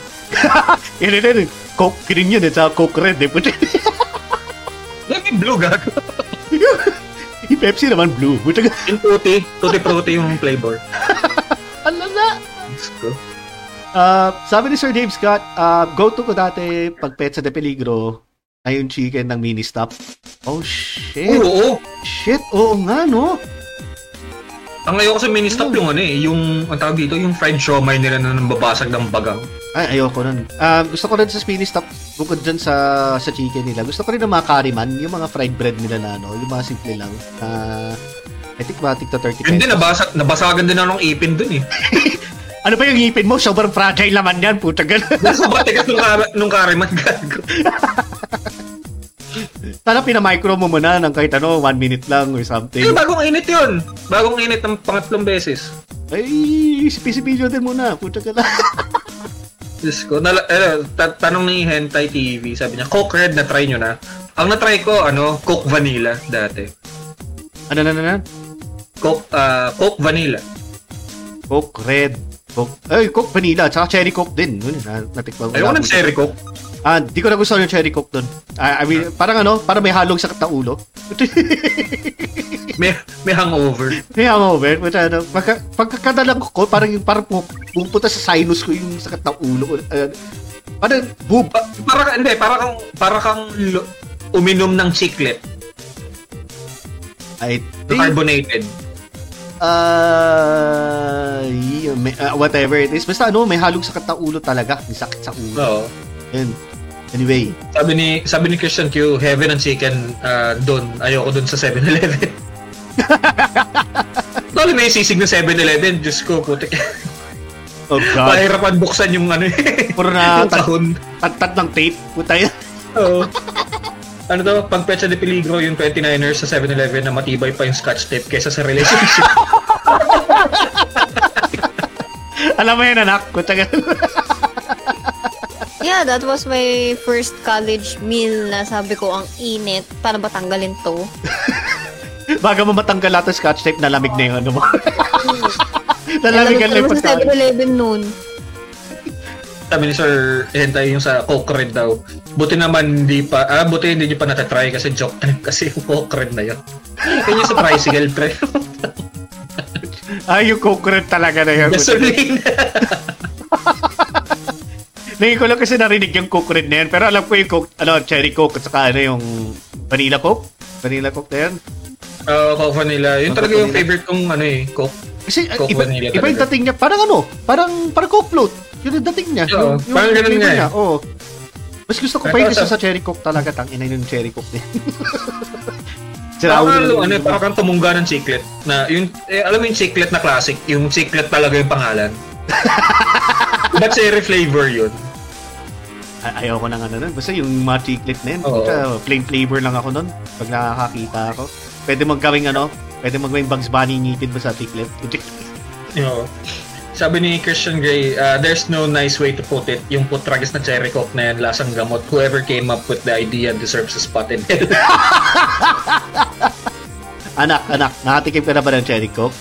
Yun yun yun. Coke green yun eh, sa Coke red eh. Puti.
Let me blue gago.
(laughs) yung Pepsi naman blue. Puti.
Yung tutti. Tutti frutti yung flavor.
(laughs) Ano na?
Let's go.
Uh, sabi ni Sir Dave Scott, uh, go-to ko dati pag Petsa de Peligro ay yung chicken ng mini stop. Oh, shit.
Oo, oo.
Shit, oo nga, no?
Ang ayaw ko sa mini stop yung ano eh, yung, ang tawag dito, yung fried siomay nila na nababasag ng bagang.
Ay, ayoko nun. Um, gusto ko rin sa mini stop, bukod dyan sa, sa chicken nila, gusto ko rin ng mga curry man, yung mga fried bread nila na, ano, yung mga simple lang. Uh, I think matik to 30
Yun din,
pesos.
nabasag, nabasagan din ako ng ipin dun eh.
Ano ba yung ngipin mo? Sobrang fragile naman yan, puta gano'n.
Nasa batikas nung, kar- nung kariman gago.
(laughs) Sana pinamicro mo muna ng kahit ano, one minute lang or something.
Eh, bagong init yun. Bagong init ng pangatlong beses.
Ay, sipisipidyo din muna, puta ka
Diyos ko. Nala, eh, ta- tanong ni Hentai TV, sabi niya, Coke Red, na-try nyo na. Ang na-try ko, ano, Coke Vanilla dati.
(laughs) Ano na na na?
Coke, ah, Coke Vanilla.
Coke Red. Coke, ay, Coke Vanilla. Tsaka Cherry Coke din. Yun, na, natikman ko.
Ayoko
na.
ng Cherry Coke.
Ah, di ko na gusto yung Cherry Coke dun. Ah, I mean, parang ano, parang may halog sa kataulo. (laughs)
May, may hangover.
may hangover. But, ano, pagka, pagkakadalang ko, parang yung parang pu- pupunta sa sinus ko yung sa kataulo. ko. Ah, parang boob.
Pa- para ka- hindi, para kang, para kang lo- uminom ng chiclet.
I
na
think,
Carbonated.
ah, yeah, may- ah, whatever it is. Basta ano, may halog sa kataulo talaga. May sakit sa ulo.
Oo.
Yun. Anyway,
Sabi ni sabi ni Christian Q, heaven and chicken ah, doon. Ayoko doon sa 7-Eleven. Lalo na yung sisig ng 7-Eleven. Diyos ko, putik.
oh
(laughs)
God.
Pahirapan buksan yung ano eh.
Puro na (laughs)
yung kahon.
tatat ng tape. Puta (laughs) yun.
Oo. Ano to, pag Pecha de Peligro, yung 29ers sa 7-Eleven na matibay pa yung scotch tape kesa sa relationship.
Alam mo yun, anak. Puta ka.
Yeah, that was my first college meal na sabi ko ang init. Para ba tanggalin to?
Baga mo matanggal lahat ng scotch tape, nalamig na yung (laughs) ano mo. nalamig ka lang yung
Sa
pagkain.
7-Eleven noon.
Sabi ni Sir Hentai yung sa Coke Red daw. Buti naman hindi pa, ah, buti hindi nyo pa natatry kasi joke time kasi yung Coke Red na yun. Yun yung sa tricycle pre.
Ay, yung coke red talaga na yun.
Gasoline.
Ngayon ko lang kasi narinig yung coke red na yan. Pero alam ko yung coke, ano, cherry coke at saka ano yung vanilla coke. Vanilla coke na yan.
Oo, Coke Vanilla. Ah, Yun talaga yung favorite kong ano eh, Coke.
Kasi uh,
Coke
iba,
vanilla
iba yung
talaga.
dating niya. Parang ano, parang, parang coke float. Yun yung dating niya.
Oo,
yung,
parang ganun
flavor
nga eh.
Oo. Mas gusto ko pa
Pero
yun kasi
sa-
sa cherry coke talaga. Tangina yung cherry coke niya. (laughs)
Parang
na-
ano, eh, parang tumungga ng chiclet. Na, yun, eh, alam mo yung chiclet na classic? Yung chiclet talaga yung
(laughs)
pangalan. But cherry flavor yun.
Ay- ayaw ko na nga na ano nun. Basta yung mga chiclet na yun.
Oo.
puta, plain flavor lang ako nun. Pag nakakakita ako. Pwede magkawing ano, pwede magawing Bugs Bunny ngipin ba sa chiclet? (laughs)
You know, sabi ni Christian Grey, uh, there's no nice way to put it. Yung putragis na cherry coke na yan, lasang gamot. Whoever came up with the idea deserves a spot in hell.
(laughs) anak, anak, nakatikim ka na ba ng cherry coke?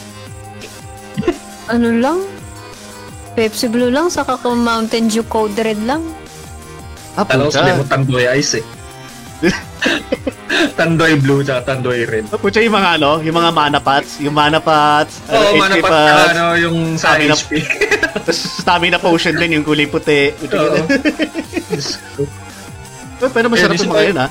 Ano lang? Pepsi Blue lang, saka ko Mountain Dew Code Red lang.
Ah,
Alam ko
puta.
sabi mo, tandoy
(laughs)
ice eh. tandoy blue tsaka tandoy red.
Ah, puta yung mga ano, yung mga manapats, yung manapats,
Oo, oh,
ano, HP
manapat na
pats,
ano, yung sa
Sabi na- (laughs)
(laughs) HP.
tapos stamina potion din, yung kulay puti. Puta,
Oo.
yun. Pero masarap
Eh,
yung mga
di-
yun, ha?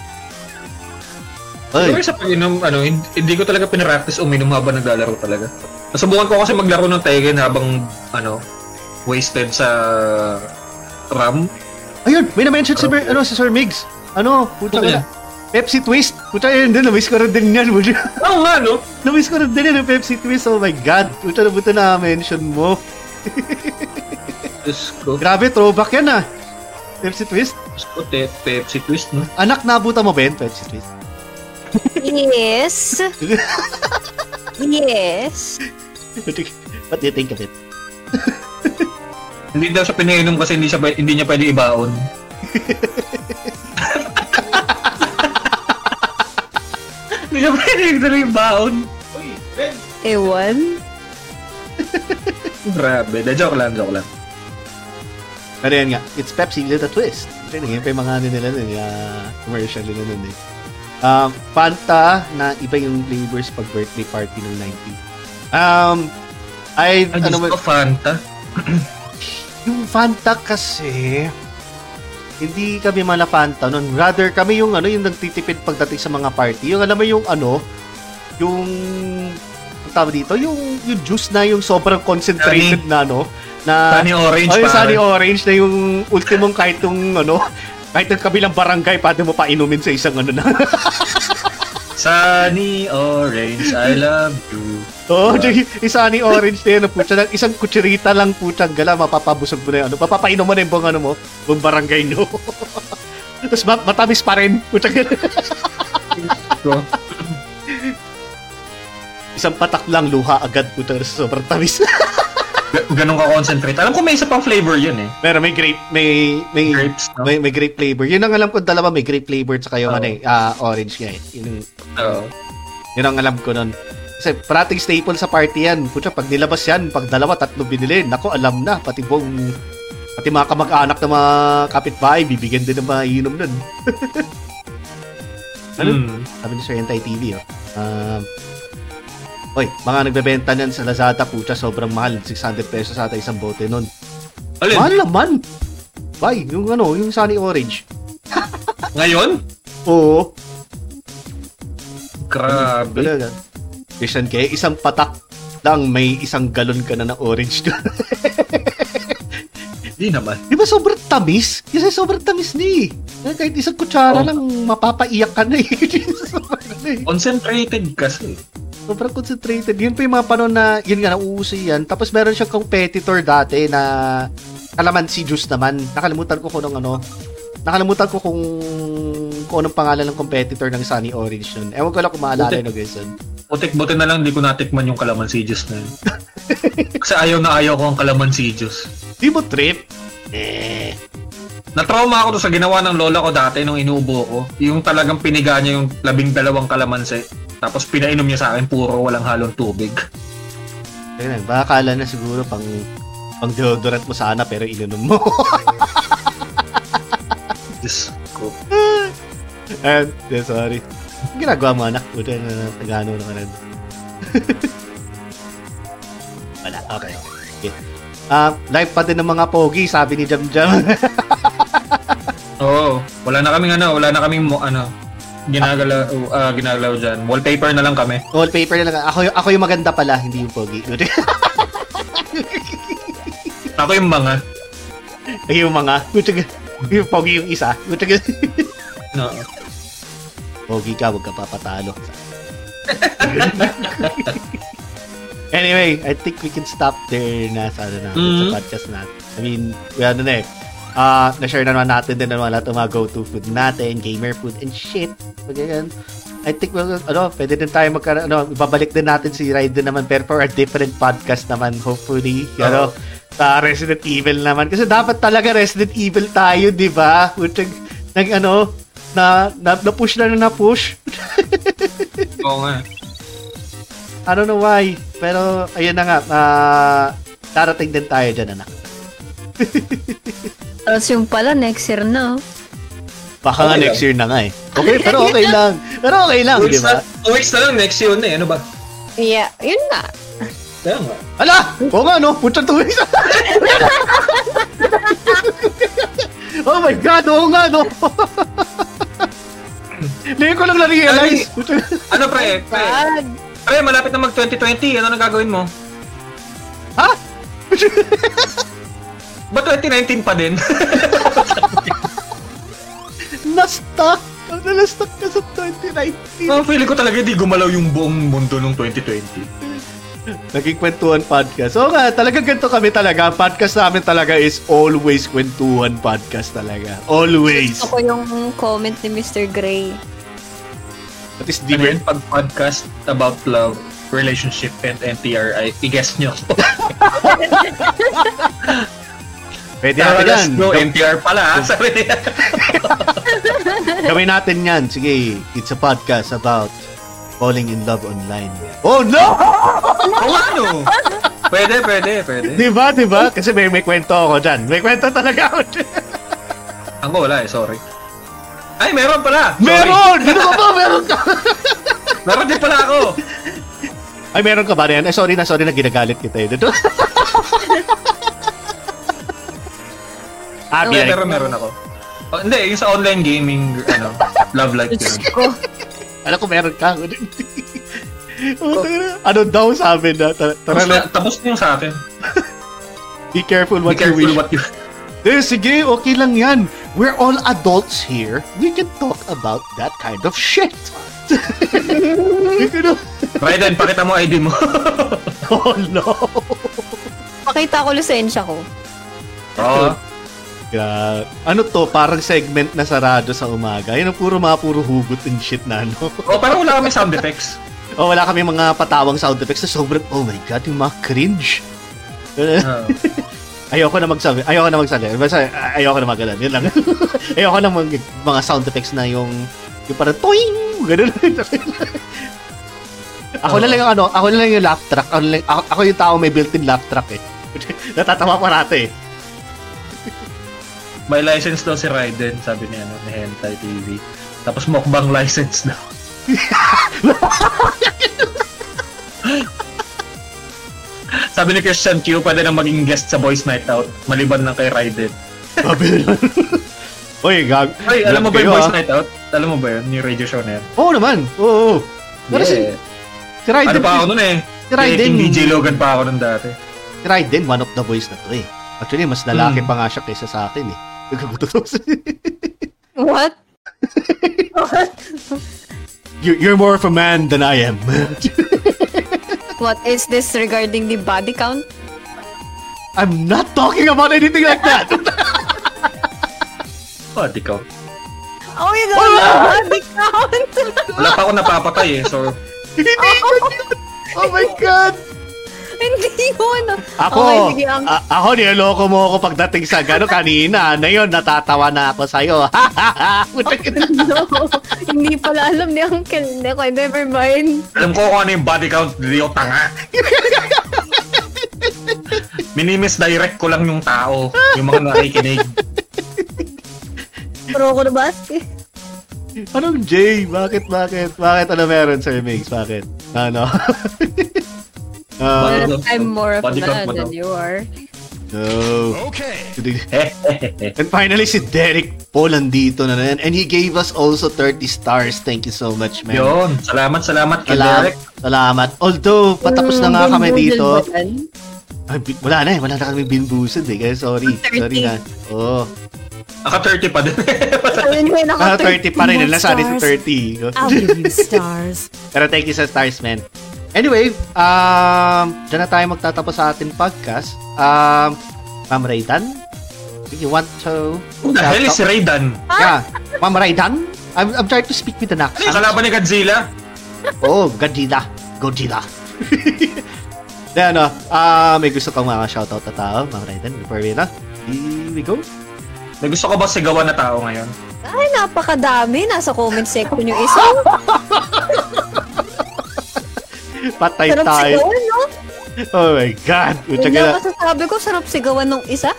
Siguro
Ay,
sa pag-inom, ano, hin- hindi ko talaga pinaractice uminom habang naglalaro talaga. Nasubukan ko kasi maglaro ng Tekken habang, ano, wasted sa RAM.
ayun, may na-mention si, Ber- ano, si Sir Migs. Ano, puta
Ano
ka
yan?
na. Pepsi Twist. Puta yun din, na-miss ko rin din yan. (laughs) puta.
Oo nga, no?
Namiss ko rin din yun, yung Pepsi Twist. Oh my God. Puta na buta na mention mo.
Diyos ko.
Grabe, throwback yan ah. Pepsi Twist.
Diyos ko, te- Pepsi Twist, no?
Anak, nabuta mo ba yun, Pepsi Twist? (laughs)
(laughs)
Yes. yes.
What do you think of it?
Hindi daw siya pinainom kasi hindi, siya, pwe- hindi niya pwede ibaon. (laughs) hindi niya pwede tuloy ibaon.
Ewan?
Grabe. De, joke lang, joke lang.
Pero yan nga, it's Pepsi with a twist. Tingnan yun pa yung mga ano nila nun, yung ah, commercial nila nun eh. Um, Fanta na iba yung flavors pag birthday party ng 90. Um, I,
Ay,
ano
Diyos
ba,
ko, Fanta.
yung Fanta kasi, hindi kami mala Fanta nun. Rather, kami yung ano, yung nagtitipid pagdating sa mga party. Yung alam mo yung ano, yung, ang tawag dito, yung, yung juice na yung sobrang concentrated na ano, na,
Sunny Orange,
Oh, yung
pare.
Sunny Orange na yung ultimong kahit yung ano, kahit yung kabilang barangay, pwede mo pa inumin sa isang ano na.
Sunny Orange, I love you.
Oo, (laughs) oh, yung, yung Sunny Orange na yun, ano, putya, lang, isang kutsirita lang putya, gala, mapapabusog mo na yun. Ano, mapapainom mo na yung buong ano mo, buong barangay nyo. (laughs) Tapos ma- matamis pa rin, putya, gala.
So,
Isang patak lang, luha agad, putya, sa sobrang tamis. (laughs)
ga- ganun ka-concentrate. Alam ko may isa pang flavor yun eh.
Pero may grape, may, may,
Grapes, no?
may, may grape flavor. Yun ang alam ko dalawa, may grape flavor tsaka yung
Oo.
ano eh, ah, orange nga eh. Yun yung-
Oo.
Yun ang alam ko nun. Kasi parating staple sa party yan. Puta, pag nilabas yan, pag dalawa, tatlo binili, nako, alam na. Pati buong, pati mga kamag-anak na mga kapitbahay, bibigyan din ng maiinom nun. Ano?
Mm.
Sabi ni Sir Hentai TV, oh. Um, Oy, mga nagbebenta niyan sa Lazada, puta, sobrang mahal. 600 pesos ata isang bote nun.
Alin?
Mahal naman! Bay, yung ano, yung Sunny Orange.
Ngayon?
Oo.
Grabe.
Talaga. Christian K, isang patak lang may isang galon ka na na orange doon.
Hindi naman.
Di ba sobrang tamis? Kasi sobrang tamis ni. Eh. Kahit isang kutsara
Oh.
lang, mapapaiyak ka na eh. (laughs) sobrang, ano eh.
Concentrated kasi.
sobrang concentrated. Yun pa yung mga panon na, yun nga, nauuso yan. Tapos meron siyang competitor dati na kalamansi juice naman. Nakalimutan ko kung anong ano. Nakalimutan ko kung kung anong pangalan ng competitor ng Sunny Orange nun. Ewan ko lang kung maalala
Buti.
yun, guys. yun.
Putik, buti na lang hindi ko natikman yung calamansi juice
(laughs)
na yun. kasi ayaw na ayaw ko ang calamansi juice.
Di mo trip? Eh.
Na-trauma ako to sa ginawa ng lola ko dati nung inuubo ko. Yung talagang piniga niya yung labing dalawang kalamansi. Tapos pinainom niya sa akin puro walang halong tubig.
Teka lang, baka akala na siguro pang pang deodorant mo sana pero ininom mo.
Diyos ko.
And, yeah, sorry. (laughs) Ang Ginagawa mo anak, puta na Tagalog na ka rin. Okay. okay. Ah, live pa din ng mga pogi, sabi ni Jam Jam. (laughs)
Oo. Wala na kaming ano, wala na kaming mo, ano, ginagalaw, ah, ginagalaw dyan. Wallpaper na lang kami.
Wallpaper na lang. Ako, y- ako yung maganda pala, hindi yung pogi.
Ako yung mga.
Ay, (laughs) yung mga, putang- yung pogi yung isa. Putang-
No.
(laughs) pogi ka, huwag ka papatalo. anyway, I think we can stop there na sa, ano, natin,
Mm.
sa podcast natin. I mean, we ano na eh. Ah, na-share na naman natin din naman lahat ng mga go-to food natin, gamer food and shit. Okay, yan. I think, well, ano, pwede din tayo magka, ano, ibabalik din natin si Raiden naman, pero for a different podcast naman, hopefully, ano, sa Resident Evil naman. Kasi dapat talaga Resident Evil tayo, di ba? Which, nag, ano, na, na, na-push na na na-push.
Oo nga.
I don't know why. Pero, ayun na nga. ah, darating din tayo dyan, anak.
Tapos yung pala, next year na. oh.
Baka nga
Okay
next year na nga eh. Okay, pero okay lang. Pero okay lang,
Two
Ah, di
weeks,
ba?
na, two weeks na lang, next year na eh. Ano ba?
Yeah, yun nga.
Kaya nga.
Ala! Oo nga, no? Puta to (laughs) oh my God, oo nga, no? (laughs) Hindi ko lang na-realize. Puta-
Ano pre? Pre,
Bad.
pre malapit na mag-2020. Ano na gagawin mo?
ha?
Ba 2019 pa din? (laughs)
Na-stuck. Na-stuck ka sa 2019.
Ang feeling ko talaga hindi gumalaw yung buong mundo nung 2020.
Naging kwentuhan podcast. So nga, talaga ganito kami talaga. Ang Podcast namin talaga is always kwentuhan podcast talaga. Always.
Ako yung comment ni Mr. Gray.
That is
Ano
different.
yun? Pag podcast about love, relationship, and NTRI, i-guess nyo.
Pwede
Tara, (laughs)
natin yan.
let's go. NTR pala, ha? Sabi niya. Ano
Gawin natin yan. Sige, it's a podcast about falling in love online. Oh no!
Oo, ano? Pwede, pwede, pwede.
Di ba, di ba? Diba, Kasi may, may kwento ako dyan. May kwento talaga ako dyan.
Ako wala eh, sorry. Ay, meron pala! (laughs) Sorry.
Meron! Ano ka ba? Meron ka!
Meron din pala
(laughs)
ako!
Ay, meron ka ba na yan? Ay, sorry na, sorry na ginagalit kita eh. Dito.
Hindi,
Abi,
pero meron ako. Oh, hindi, yung sa online gaming,
(laughs)
ano, love life yun.
Alam ko meron ka. (laughs) Oh, tara. ano daw sabi na? Tara, tara
Tapos,
na.
na, tapos na yung sa akin.
Be careful
Be
what you
careful
wish.
what you...
Eh, sige, okay lang yan. We're all adults here. We can talk about that kind of shit. (laughs) You know?
Raiden, pakita mo ID mo.
Oh, no.
Pakita ko lisensya ko.
Oo.
Gra- ano to? Parang segment na sarado sa umaga. Yan ang puro mga puro hugot and shit na, ano?
Oh, parang wala kami sound
(laughs)
effects.
O, wala kami mga patawang sound effects na sobrang, oh my God, yung mga cringe.
Oo.
Ayoko na magsabi. Ayoko na magsabi. Basta ay- ayoko na magalan. Yun lang. (laughs) ayoko na mag, mga sound effects na yung yung parang toing! Ganun. (laughs) ako na lang yung ano, ako na lang yung laugh track. Ako, na lang, ako, ako yung tao may built-in laugh track eh. (laughs) Natatawa ko rate eh.
May license daw si Raiden, sabi niya, ano, ni Hentai TV. Tapos mukbang license daw. (laughs) sabi ni Christian Q, pwede na maging guest sa Boys Night Out, maliban lang kay Raiden.
Sabi (laughs) nun. Oy, gag.
Ay, alam mo ba
gag
yung
kayo,
Boys
ah.
Night Out? Alam mo ba yun? Yung radio show na yun?
Oo naman. Oo. oo. Pero si, si Raiden,
Ano pa ako nun eh?
si Raiden,
Dating DJ Logan pa ako nun dati.
si Raiden, one of the boys na to eh. Actually, mas lalaki
Hmm.
pa nga siya kaysa sa akin
(laughs)
eh.
What?
You- You're more of a man than I (laughs) am.
What is this regarding the body count?
I'm not talking about anything like that. (laughs)
Oh, di ka.
Oh my God! Body count! (laughs)
Wala pa ako napapatay eh, so...
Hindi ko yun. Oh my God!
Hindi yun!
Ako,
Okay, sige, ang... (laughs)
a- ako niloko mo ako pagdating sa gano'n kanina. Ngayon, natatawa na ako sa'yo. (laughs) Puta ka na.
no, hindi pala alam ni Uncle Nick. Okay, never mind.
Alam ko kung ano yung body count, hindi ako tanga. Minimisdirect ko lang yung tao, yung mga
(laughs)
nakikinig. (laughs)
Pro ko na basket.
Anong (laughs) Jay? Bakit, bakit? Bakit ano meron, Sir Mix? Bakit? Ano? Uh,
But I'm more of
Body
a
count mo
than
daw.
you are.
no.
Okay.
And finally, si Derek Paul nandito na rin. And he gave us also 30 stars. Thank you so much, man.
Yun. Salamat, salamat kay
Salamat.
Derek.
Salamat. Although, patapos na nga
Mm,
kami
bumudol
dito.
ba yan?
Ay, bi- wala na eh. Wala na kami binbusan eh. Kaya sorry. Sorry
30.
na. Oo. Oh.
Naka 30 pa din. (laughs)
Ayun,
(laughs)
may
Ah,
naka-
30 pa rin.
more
Nasa ni
stars.
30.
Ah.
I'll give you stars.
Pero thank you sa stars, man. Anyway, um, dyan na tayo magtatapos sa ating podcast. Um, Ma'am Raydan, do you want to...
Who the hell is Raydan?
Yeah. Ma'am Raydan, I'm, I'm trying to speak with an
Ano yung
accent.
kalaban ni Godzilla?
Oh, Godzilla. (laughs) Godzilla. Then, ano, ah, may gusto kang mga shoutout na tao, Ma'am Raydan, before we, na. Here we go.
May gusto ko ba sigawan na tao ngayon?
Ay, napakadami. Nasa comment section yung
(laughs)
isa.
Patay
Sarap
tayo.
sigawan, no?
Oh my God. Utsa
Yun
ka na.
lang masasabi ko, sarap sigawan nung isa.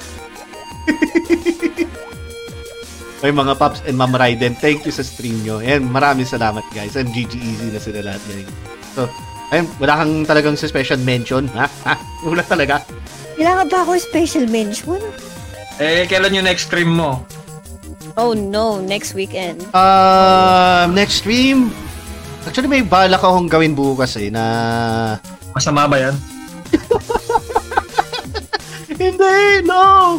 May mga Pops and Ma'am Raiden, thank you sa stream nyo. And maraming salamat guys. And GG easy na sila lahat ngayon. So, ayun, wala kang talagang sa special mention, ha? ha? Wala talaga.
Kailangan ba ako special mention?
Eh, kailan yung next stream mo?
Oh no, next weekend.
Um, next stream, actually may balak akong gawin bukas eh, na...
Masama ba yan?
Hindi, no!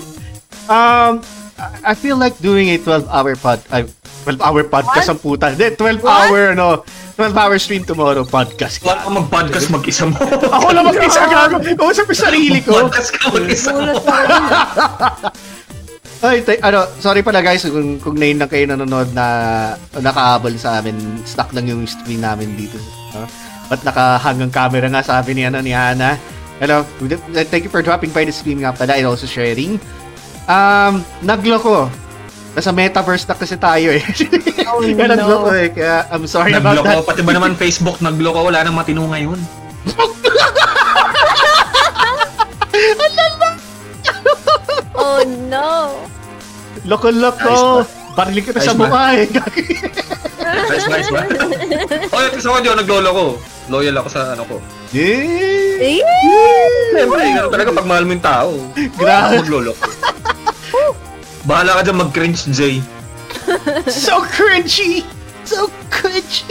Um, I- I feel like doing a 12-hour pod... Ay, 12-hour podcast ang puta. Hindi, 12-hour, ano, 12-hour stream tomorrow podcast.
Huwag ka mag-podcast
(laughs)
mag-isa mo.
Ako lang mag-isa gago. Kausap ko sarili ko.
Podcast ka mag-isa mo.
(laughs) Ay, tay- ano, sorry pala guys kung, kung ngayon lang kayo nanonood na o nakaabol sa amin. Stuck lang yung stream namin dito. No? Ba't nakahangang camera nga sabi ni, ano, ni Hana. Hello, thank you for dropping by the stream nga pala and also sharing. Um, nagloko. Nasa metaverse na kasi tayo eh. Oh, (laughs) Kaya
no.
nagloko eh. Kaya I'm sorry about that.
Nagloko. Pati ba naman Facebook nagloko? Wala nang matino ngayon.
Oh no!
Loko-loko. Barili kita sa
Ayos ba?
mukha eh. (laughs)
Nice, nice ba? oh, ito sa audio, nagloloko. Loyal ako sa ano ko.
yeah.
Eh,
Siyempre, ganun talaga pag mahal mo yung
(laughs)
tao.
Grabe.
Ako magloloko. Bahala ka dyan mag-cringe, Jay.
So cringy! So cringy!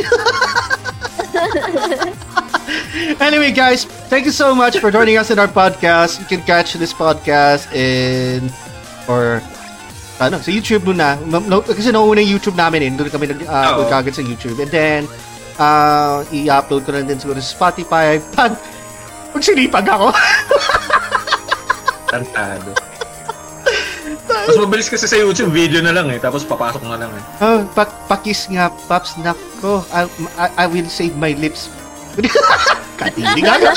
(laughs) anyway, guys, thank you so much for joining us in our podcast. You can catch this podcast in or ano, sa YouTube muna. Ma- No, kasi nauuna yung YouTube namin eh. Doon kami nag-upload
Oo.
kagad sa YouTube. And then, uh, i-upload ko na din siguro sa Spotify. Pag, pag sinipag ako. (laughs)
Tantado. Mas mabilis kasi sa YouTube, video na lang eh. Tapos papasok na lang eh.
oh, pak pakis nga, Paps, nako. I, I, I will save my lips. (laughs) Katili ka na.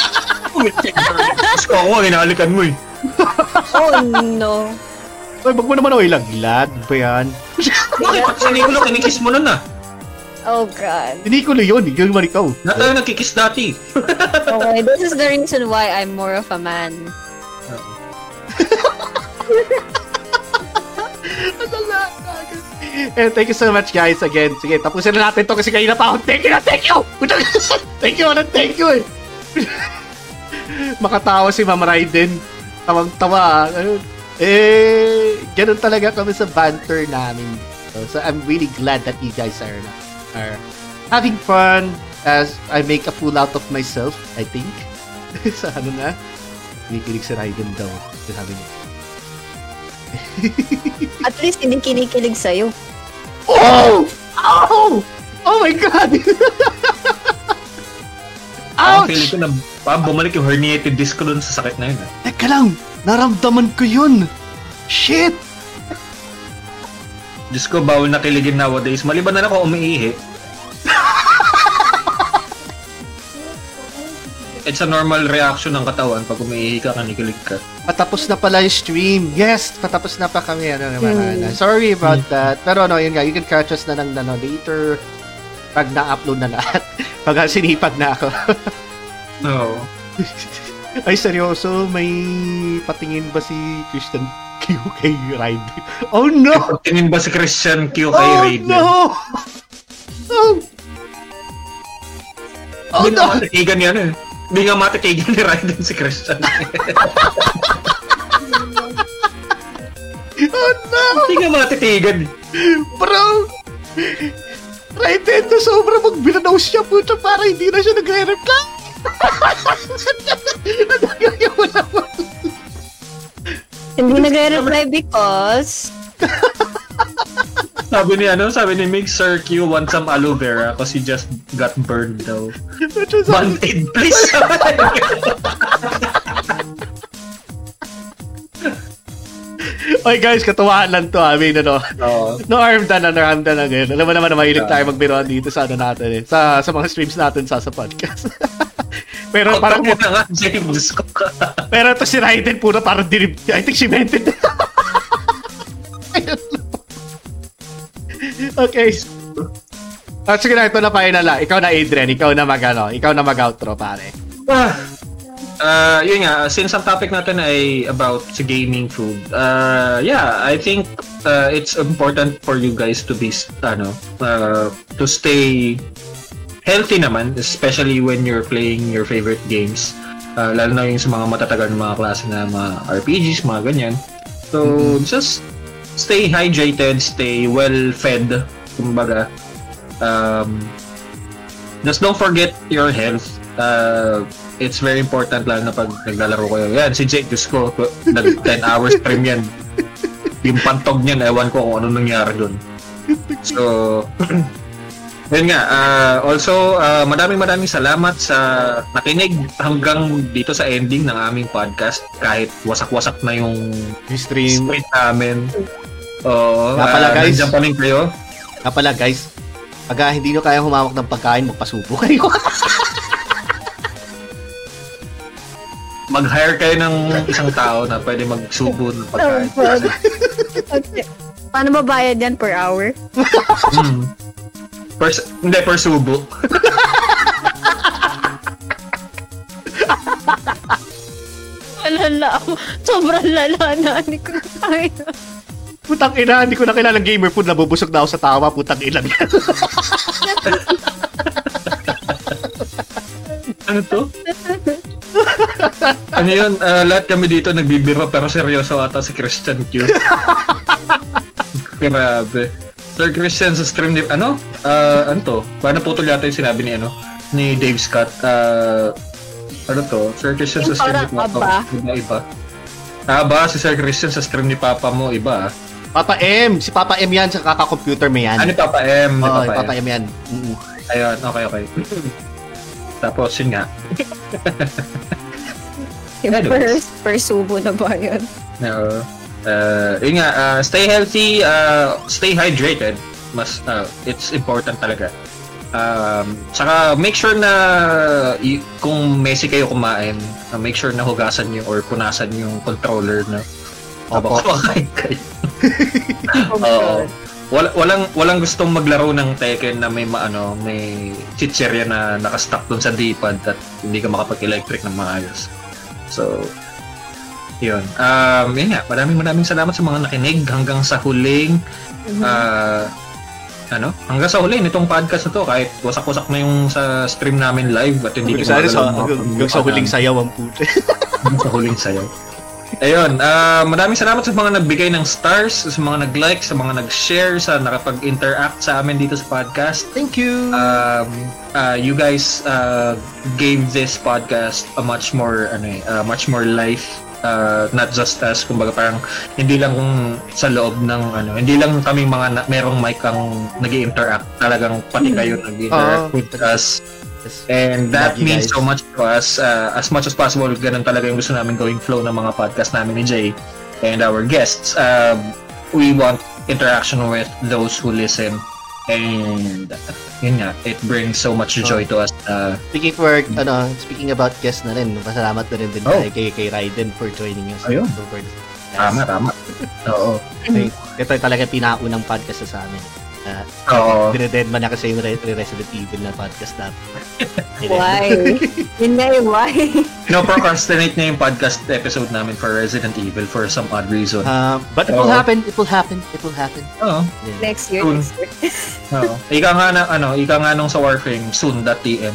Tapos ko ako, hinahalikan mo eh.
oh no.
Ay, wag mo naman ako ilaglad. Ano ba yan?
Bakit? Pag sa Nicolo, kinikiss mo ah. na na.
Oh god.
Hindi ko na yun. Hindi naman ikaw.
Na tayo nagkikiss dati.
Okay, this is the reason why I'm more of a man.
And Eh, thank you so much, guys, again. Sige, tapusin na natin to kasi kanina pa ako. Thank you na, thank you! (laughs) Putang- thank you na, thank you eh. (laughs) Makatawa si Ma'am Raiden. Tawang-tawa. ah. Ano? Eh, ganun talaga kami sa banter namin. So, so I'm really glad that you guys are, are having fun as I make a fool out of myself, I think. (laughs) sa ano na. Kinikilig si Raiden daw. Sinabi niya.
At least hindi kinikilig sa'yo.
Oh! Oh! Oh my
(laughs)
God!
Ang feeling
Ouch!
ko na pa, bumalik yung herniated disc ko dun sa sakit na yun. ah.
Teka lang! Naramdaman ko yun! Shit!
Diyos ko, bawal na kiligin nowadays. Maliban na lang ako umiihi.
(laughs)
It's a normal reaction ng katawan pag umiihi ka, kanikilig ka.
Patapos na pala yung stream. Yes! Patapos na pa kami. Ano naman, Ana. Sorry about that. Pero ano, yun nga. You can catch us na lang ano, later. Pag na-upload na lahat. (laughs) Pag sinipag na ako.
Oo.
Ay, seryoso. May patingin ba si Christian Q kay Ride? (laughs) Oh no!
Pagtingin ba si Christian Q kay Raiden?
no! Oh, oh no! Oh,
Hindi na ako natigan yan eh. Di nga matitigil ni Raiden si Christian.
Oh no!
Di nga matitigan. eh.
Bro! Raiden na sobra magbinanaw siya puto para hindi na siya nagre-reply. Nagagayaw na po.
Hindi nagre-reply because...
Sabi ni ano, sabi ni Mig, Sir Q want some aloe vera kasi just got burned daw.
Which is-
Band-aid, please! (laughs)
Oy guys, katuwaan lang to. I mean, ano,
Oo.
no harm done, no harm done lang yun. Alam mo naman na mahilig tayo magbiroan dito sa ano natin eh. Sa, sa mga streams natin sa, sa podcast. (laughs) pero
Parang
parang,
mo na nga, James. (laughs)
pero to si Raiden puro parang dinib... I think she meant it. Ayun lang. okay. Ah, sige na, ito na final na. Ikaw na, Adrian. Ikaw na mag, ano, ikaw na mag-outro, pare.
Ah, uh, yun nga, since ang topic natin ay about sa gaming food, uh, yeah, I think uh, it's important for you guys to be, s- ano, uh, to stay healthy naman, especially when you're playing your favorite games. Uh, lalo na yung sa mga matatagal na mga klase na mga RPGs, mga ganyan. So, just stay hydrated, stay well-fed, kumbaga. Um, just don't forget your health. Uh, it's very important lalo na pag naglalaro kayo. Yan, si Jake, Diyos ko, nag 10 hours stream yan. Yung pantog niyan, ewan ko kung ano nangyari doon. So, (clears throat) yun nga. uh, also, uh, maraming maraming salamat sa nakinig hanggang dito sa ending ng aming podcast. Kahit wasak-wasak na yung
Yung stream.
stream namin. Oo,
Nga pala,
uh,
guys.
nandiyan pa rin kayo.
Nga pala, guys. Pag ah, hindi nyo kaya humawak ng pagkain, magpasubo kayo. (laughs)
mag-hire kayo ng isang tao na pwede magsubo ng pagkain.
Oh, God. Okay. Paano ba bayad yan per hour?
Mm. Per, hindi, per subo.
Alala ako. Sobrang lala na. Hindi ko kaya.
Putang ina, hindi ko na kilala gamer food. Nabubusog na ako sa tawa. Putang ina. (laughs)
Ano to? (laughs) ano yun? Ah, lahat kami dito nagbibiro pero seryoso ata si Christian (laughs) Q. Grabe. Sir Christian sa stream ni... Ano? Ah, ano to? Paano putol yata yung sinabi ni ano? Ni Dave Scott. Ah, ano to? Sir Christian sa
Yung
stream ni
parang aba.
Papa. Iba, iba. Aba, si Sir Christian sa stream ni Papa mo, iba. ah.
Papa M. Si Papa M yan. Sa kaka-computer mo yan.
Ah, ni Papa M. ni
Oo,
Papa M.
Ano Papa M yan. Mm-mm.
Ayun, okay, (laughs) okay. Tapos, yun nga. Anyways.
Per, per subo na
(laughs)
ba yun?
Uh, uh, yun nga, uh, stay healthy, uh, stay hydrated. Mas, uh, it's important talaga. Um, saka, make sure na y- kung messy kayo kumain, uh, make sure na hugasan nyo or punasan yung controller na (laughs)
Opo.
habang kumakain kayo.
Oh my
Oo.
God.
Wala, walang walang gustong maglaro ng Tekken na may maano, may chichirya na nakastuck dun sa D-pad at hindi ka makapag-electric ng maayos. So, yun. Um, yun nga, maraming maraming salamat sa mga nakinig hanggang sa huling ah, ano, hanggang sa huli nitong podcast na to kahit wasak-wasak na yung sa stream namin live at hindi ko
Sana sa, ah,
magalaw-
hanggang sa huling sayaw ang puto.
Ano sa huling sayo. Ayun, ah, maraming salamat sa mga nagbigay ng stars, sa mga nag-like, sa mga nag-share, sa nakapag-interact sa amin dito sa podcast.
Thank you.
Um, ah, you guys ah, gave this podcast a much more ano eh, ah, much more life ah, not just us kumbaga parang hindi lang kung sa loob ng ano hindi lang kami mga na, merong mic ang nag-interact talagang pati kayo nag-interact
Oo.
with us And
Love
that
you guys.
means so much to us. Uh, as much as possible, ganun talaga yung gusto namin going flow ng mga podcast namin ni Jay and our guests. Um, we want interaction with those who listen. And uh, yun nga, it brings so much joy to us. Uh,
Speaking for, ano, speaking about guests na rin, masalamat na rin din
Oh.
tayo kay, kay Raiden for joining us.
Ayun.
For this podcast.
tama, tama.
(laughs)
Oo.
Ay, Ito talaga pinaunang podcast na sa amin. Uh,
Oo.
Dinedeadman na kasi yung Re- Resident Evil na podcast
(laughs)
natin.
Why? Yun nga eh, why? (laughs)
No-procrastinate na yung podcast episode namin for Resident Evil for some odd reason.
Um, but it will
Oo.
happen, it will happen, it will happen.
Oo.
Yeah.
Next year,
Soon.
next year.
Oo. Ika nga na, ano, ika nga nung sa Warframe, soon.tm.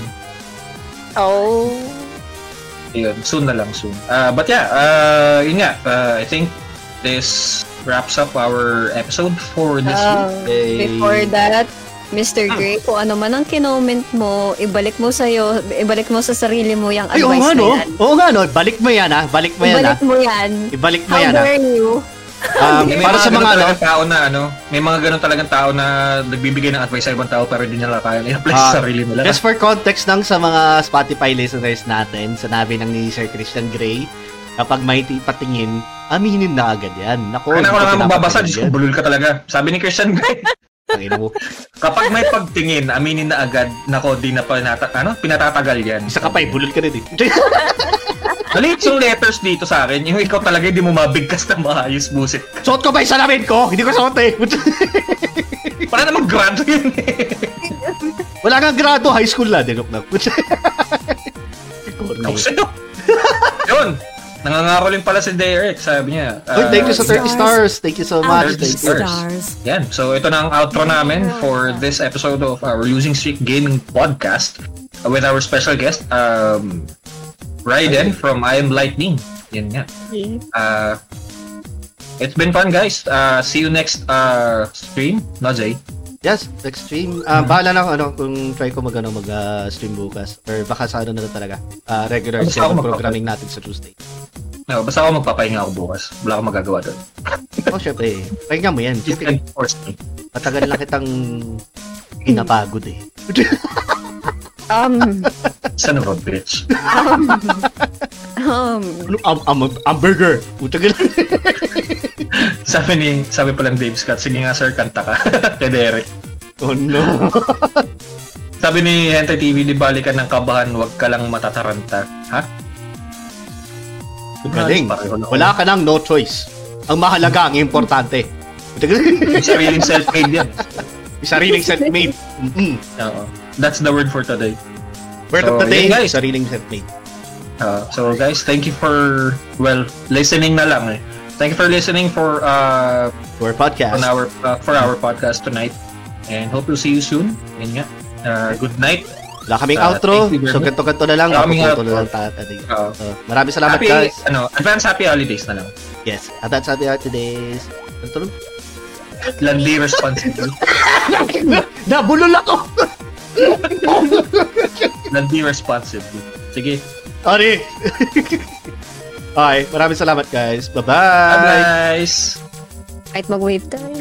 Oh.
Yun, soon na lang, soon. Uh, but yeah, uh, yun nga, uh, I think this wraps up our episode for this
Um,
week. Eh,
before that,
Ah.
Mr. Gray, kung ano man ang kinoment mo, ibalik mo sa'yo, ibalik mo sa sarili mo yung
Ay, oo
advice
nga,
na
no?
yan.
Oo nga, no? Balik mo yan, ah. Balik mo yan, ah.
Ibalik mo yan.
Ibalik mo
How
yan, ah.
dare you?
Um,
Ah, may
para sa mga,
ganun
ano,
talagang tao na ano, may mga ganun talagang tao na nagbibigay ng advice sa ibang tao pero hindi nila kaya i-apply
Ah,
sa sarili nila.
Just for context lang sa mga Spotify listeners natin, sanabi ng ni Sir Christian Grey, kapag may ti- patingin, aminin na agad yan. Naku, hindi
Kaya ako
ko
naman magbabasa,
pinapatingin
Diyos ko,
yan.
bulol ka talaga. Sabi ni Christian (laughs) Grey,
Tangina mo.
kapag may pagtingin, aminin na agad, nako, di na pa nata- ano, pinatatagal yan.
Isa ka pa, eh, bulol ka rin eh.
Maliit yung letters dito sa akin, yung ikaw talaga hindi mo mabigkas na maayos, busit.
Suot ko ba yung salamin ko? Hindi ko suot eh. (laughs)
Wala namang grado yun eh.
Wala kang grado, high school lang. Dinok
(laughs)
na.
Ako sa'yo. (laughs) Yun, nangangako rin pala si Derek, sabi niya.
Uy,
Ah,
thank you sa 30 stars. Thank you so much.
Thirty
Thank you.
stars. Yan. So, ito na ang outro namin for this episode of our Losing Streak Gaming Podcast uh, with our special guest, um, Raiden from I Am Lightning. Yan nga. Uh, it's been fun, guys. Uh, see you next uh, stream. No, Jay.
Yes, next stream.
Mm-hmm.
Ah, bahala na ako ano, kung try ko mag, ano, mag ah, stream bukas. Or baka sa ano na lang talaga. Ah, regular
Basta ako
schedule
magpapa-
programming natin sa Tuesday.
No, basta ako magpapahinga ako bukas. Wala akong magagawa doon.
Oh, syempre. Pakinggan mo yan.
You can force me.
Matagal na kitang pinapagod eh.
Um, (laughs)
Son of a bitch. (laughs)
um,
Ano, am, am, hamburger! Puta ka lang. (laughs)
Sabi ni, sabi pa lang Dave Scott, sige nga sir, kanta ka. (laughs) Kay Derek.
Oh no.
Sabi ni Hentai TV, di balikan ng kabahan, wag ka lang matataranta. Ha?
Galing. Wala ka nang no choice. Ang mahalaga, ang importante. Puta ka lang.
(laughs) Yung Sariling self-made yan.
Sariling self-made. Mm-mm.
Oo. That's the word for today.
Word of
So,
the day,
yun, guys.
sariling self-made.
Uh, so guys, thank you for, well, listening na lang eh. Thank you for listening for uh,
For podcast.
on our uh, for our podcast tonight, and hope to see you soon. Yan nga. Uh, good night.
Wala kaming
Uh,
outro.
thank you very
So,
much.
ganto-ganto na lang.
Wala kaming
Ganto-ganto na
outro.
lang. ta- ano,
Oo.
uh, maraming salamat,
Happy,
guys.
ano, advance happy holidays na lang.
Yes. At that's happy out today's... Ganto lang. (laughs)
Landi responsible.
Nabulol ako!
Landi responsible. Sige.
(laughs) Ari! okay, maraming salamat, guys. Bye-bye!
Bye, guys.
kahit mag-wave tayo.